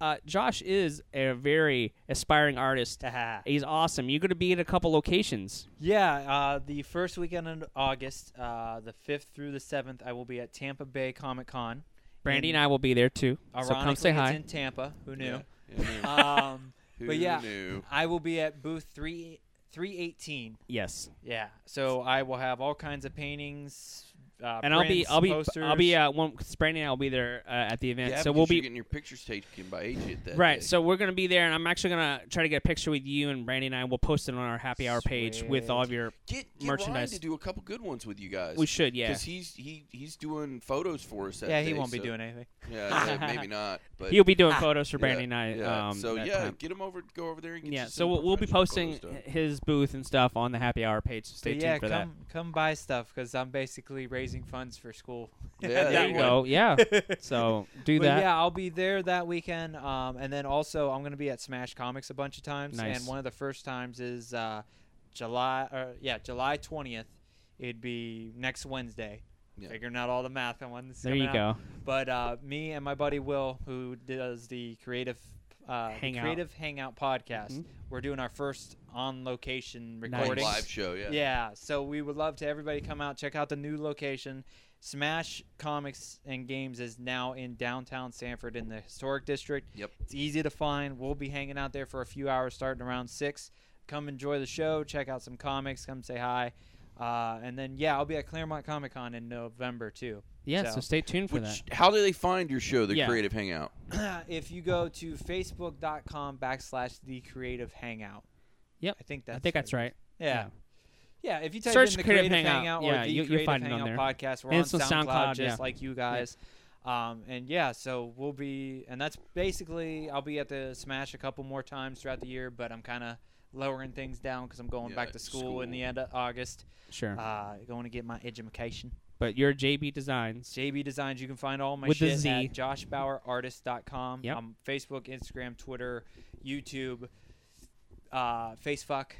uh, Josh is a very aspiring artist. He's awesome. You're going to be at a couple locations.
Yeah, uh, the first weekend in August, uh, the fifth through the seventh, I will be at Tampa Bay Comic Con.
Brandy and I will be there too. So
Ironically,
come say hi.
It's in Tampa. Who knew?
Yeah, yeah, yeah.
Um,
Who
but yeah,
knew?
I will be at booth three three eighteen.
yes.
Yeah, so I will have all kinds of paintings. Uh,
and I'll be
prints,
I'll be
posters.
I'll be uh one Brandy and I'll be there uh, at the event.
Yeah,
so
because
we'll
you're
be
getting your pictures taken by agent. That
right.
day.
So we're gonna be there, and I'm actually gonna try to get a picture with you and Brandy and I. We'll post it on our happy hour page with all of your.
get, get Ryan
merchandise.
to do a couple good ones with you guys.
We should, yeah.
because he's he he's doing photos for us. That
yeah, he
day,
won't be
so-
doing anything.
Yeah, yeah, maybe not. But
He'll be doing photos for
ah, yeah,
Brandy and I.
yeah.
Um,
so
that
yeah,
time.
get him over. Go over there and get
yeah.
you
So
some
we'll, we'll be
professional
posting
photos done.
his booth and stuff on the happy hour page. So stay
But
tuned
yeah,
for that.
come come buy stuff because I'm basically raising funds for school.
Yeah,
There you go. Yeah. So do
But
that.
yeah, I'll be there that weekend. Um, and then also I'm gonna be at Smash Comics a bunch of times.
Nice.
And one of the first times is uh, July or yeah, July twentieth. It'd be next Wednesday.
Yeah.
Figuring out all the math on when this is
There
coming
you
out.
go.
But uh, me and my buddy Will, who does the creative uh, the
Hangout.
creative hangout podcast,
Mhm.
we're doing our first on location
Nice.
Like
recording.
live show. Yeah.
Yeah, so we would love to everybody come out, check out the new location. Smash Comics and Games is now in downtown Sanford in the historic district.
Yep.
It's easy to find. We'll be hanging out there for a few hours starting around 6. Come enjoy the show, check out some comics, come say hi. Uh, and then, yeah, I'll be at Claremont Comic Con in November, too.
Yeah. So,
So-
stay tuned for that.
Which, how do they find your show, the
Yeah.
Creative Hangout?
if you go to facebook.com backslash the creative hangout.
Yep.
I think that's
I think that's
what it
right.
is. Yeah. Yeah, if you type
Search
in the
Creative
Creative,
Hangout.
Hangout,
Yeah,
or the
you- you'll
Creative
find it on there.
Hangout podcast, we're
And
on
it's on
SoundCloud,
SoundCloud,
just
yeah.
like you guys. Um, and yeah, so we'll be, and that's basically, I'll be at the Smash a couple more times throughout the year, but I'm kind of lowering things down because I'm going
Yeah,
back to school, in the end of August.
Sure.
Uh, going to get my education.
but your JB Designs.
JB Designs. You can find all my
With the
shit
Z.
at joshbauerartist.com.
Yep.
Um, Facebook, Instagram, Twitter, YouTube, uh, Facefuck.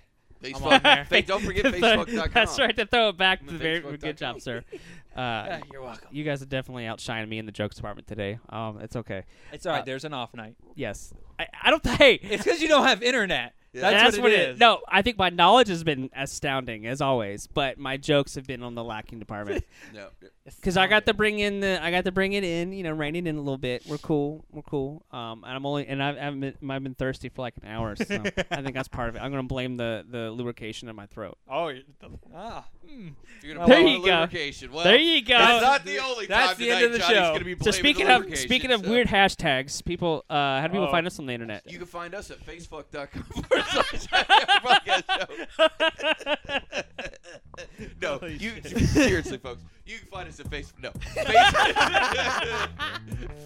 I'm on
Facebook.
there.
Fa- don't forget
To throw-
Facebook.com.
That's right. To throw it back
I'm
to
at
the very
Facebook.com.
good job, sir. Uh,
You're welcome.
You guys are definitely outshining me in the jokes department today. Um, it's okay.
It's all right.
Uh,
there's an off night.
Yes, I, I don't. Hey,
It's because you don't have internet.
Yeah.
That's, what, it is.
No, I think my knowledge has been astounding as always, but my jokes have been on the lacking department
No, no.
because I got to bring in the I got to bring it in. You know, rein it in a little bit. We're cool. We're cool. Um, and I'm only and I've, I've been I've been thirsty for like an hour, so I think that's part of it. I'm gonna blame the the lubrication in my throat.
Oh, you- ah.
You're
There
blame
you
the
go.
lubrication. Well,
there you go.
That's not the only
That's
time
the
tonight
end of the
Johnny's
show.
gonna be
so
blaming the
speaking of
lubrication,
speaking of
so.
weird hashtags, people, uh, how do people
Oh.
find us on the internet?
You can find us at facebook.com forward slash podcast show. No, you, seriously, folks, you can find us at Facebook. No,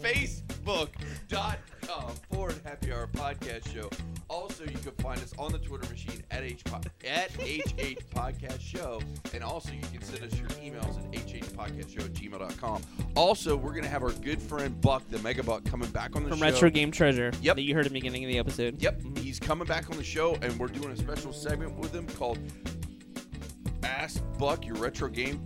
Face- facebook.com forward happy hour podcast show. Also, you can find us on the Twitter machine at H at HH Podcast Show. And also, you can send us your emails at hhpodcastshow at gmail.com. Also, we're going to have our good friend Buck, the Mega Buck, coming back on the
from
show.
Retro Game Treasure
Yep.
that you heard at the beginning of the episode.
Yep, he's coming back on the show, and we're doing a special segment with him called Ask Buck Your Retro Game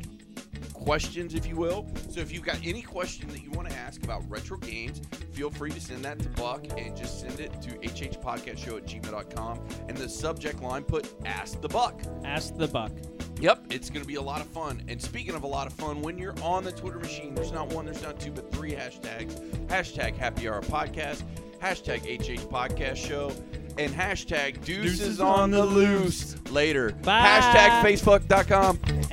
Questions, if you will. So if you've got any question that you want to ask about retro games, feel free to send that to Buck and just send it to hhpodcastshow at gmail.com. And the subject line put Ask the Buck.
Ask the Buck.
Yep, it's going to be a lot of fun. And speaking of a lot of fun, when you're on the Twitter machine, there's not one, there's not two, but three hashtags. Hashtag Happy Hour Podcast, hashtag HH Podcast Show, and hashtag Deuces, on the loose. Later.
Bye.
Hashtag Facefuck.com.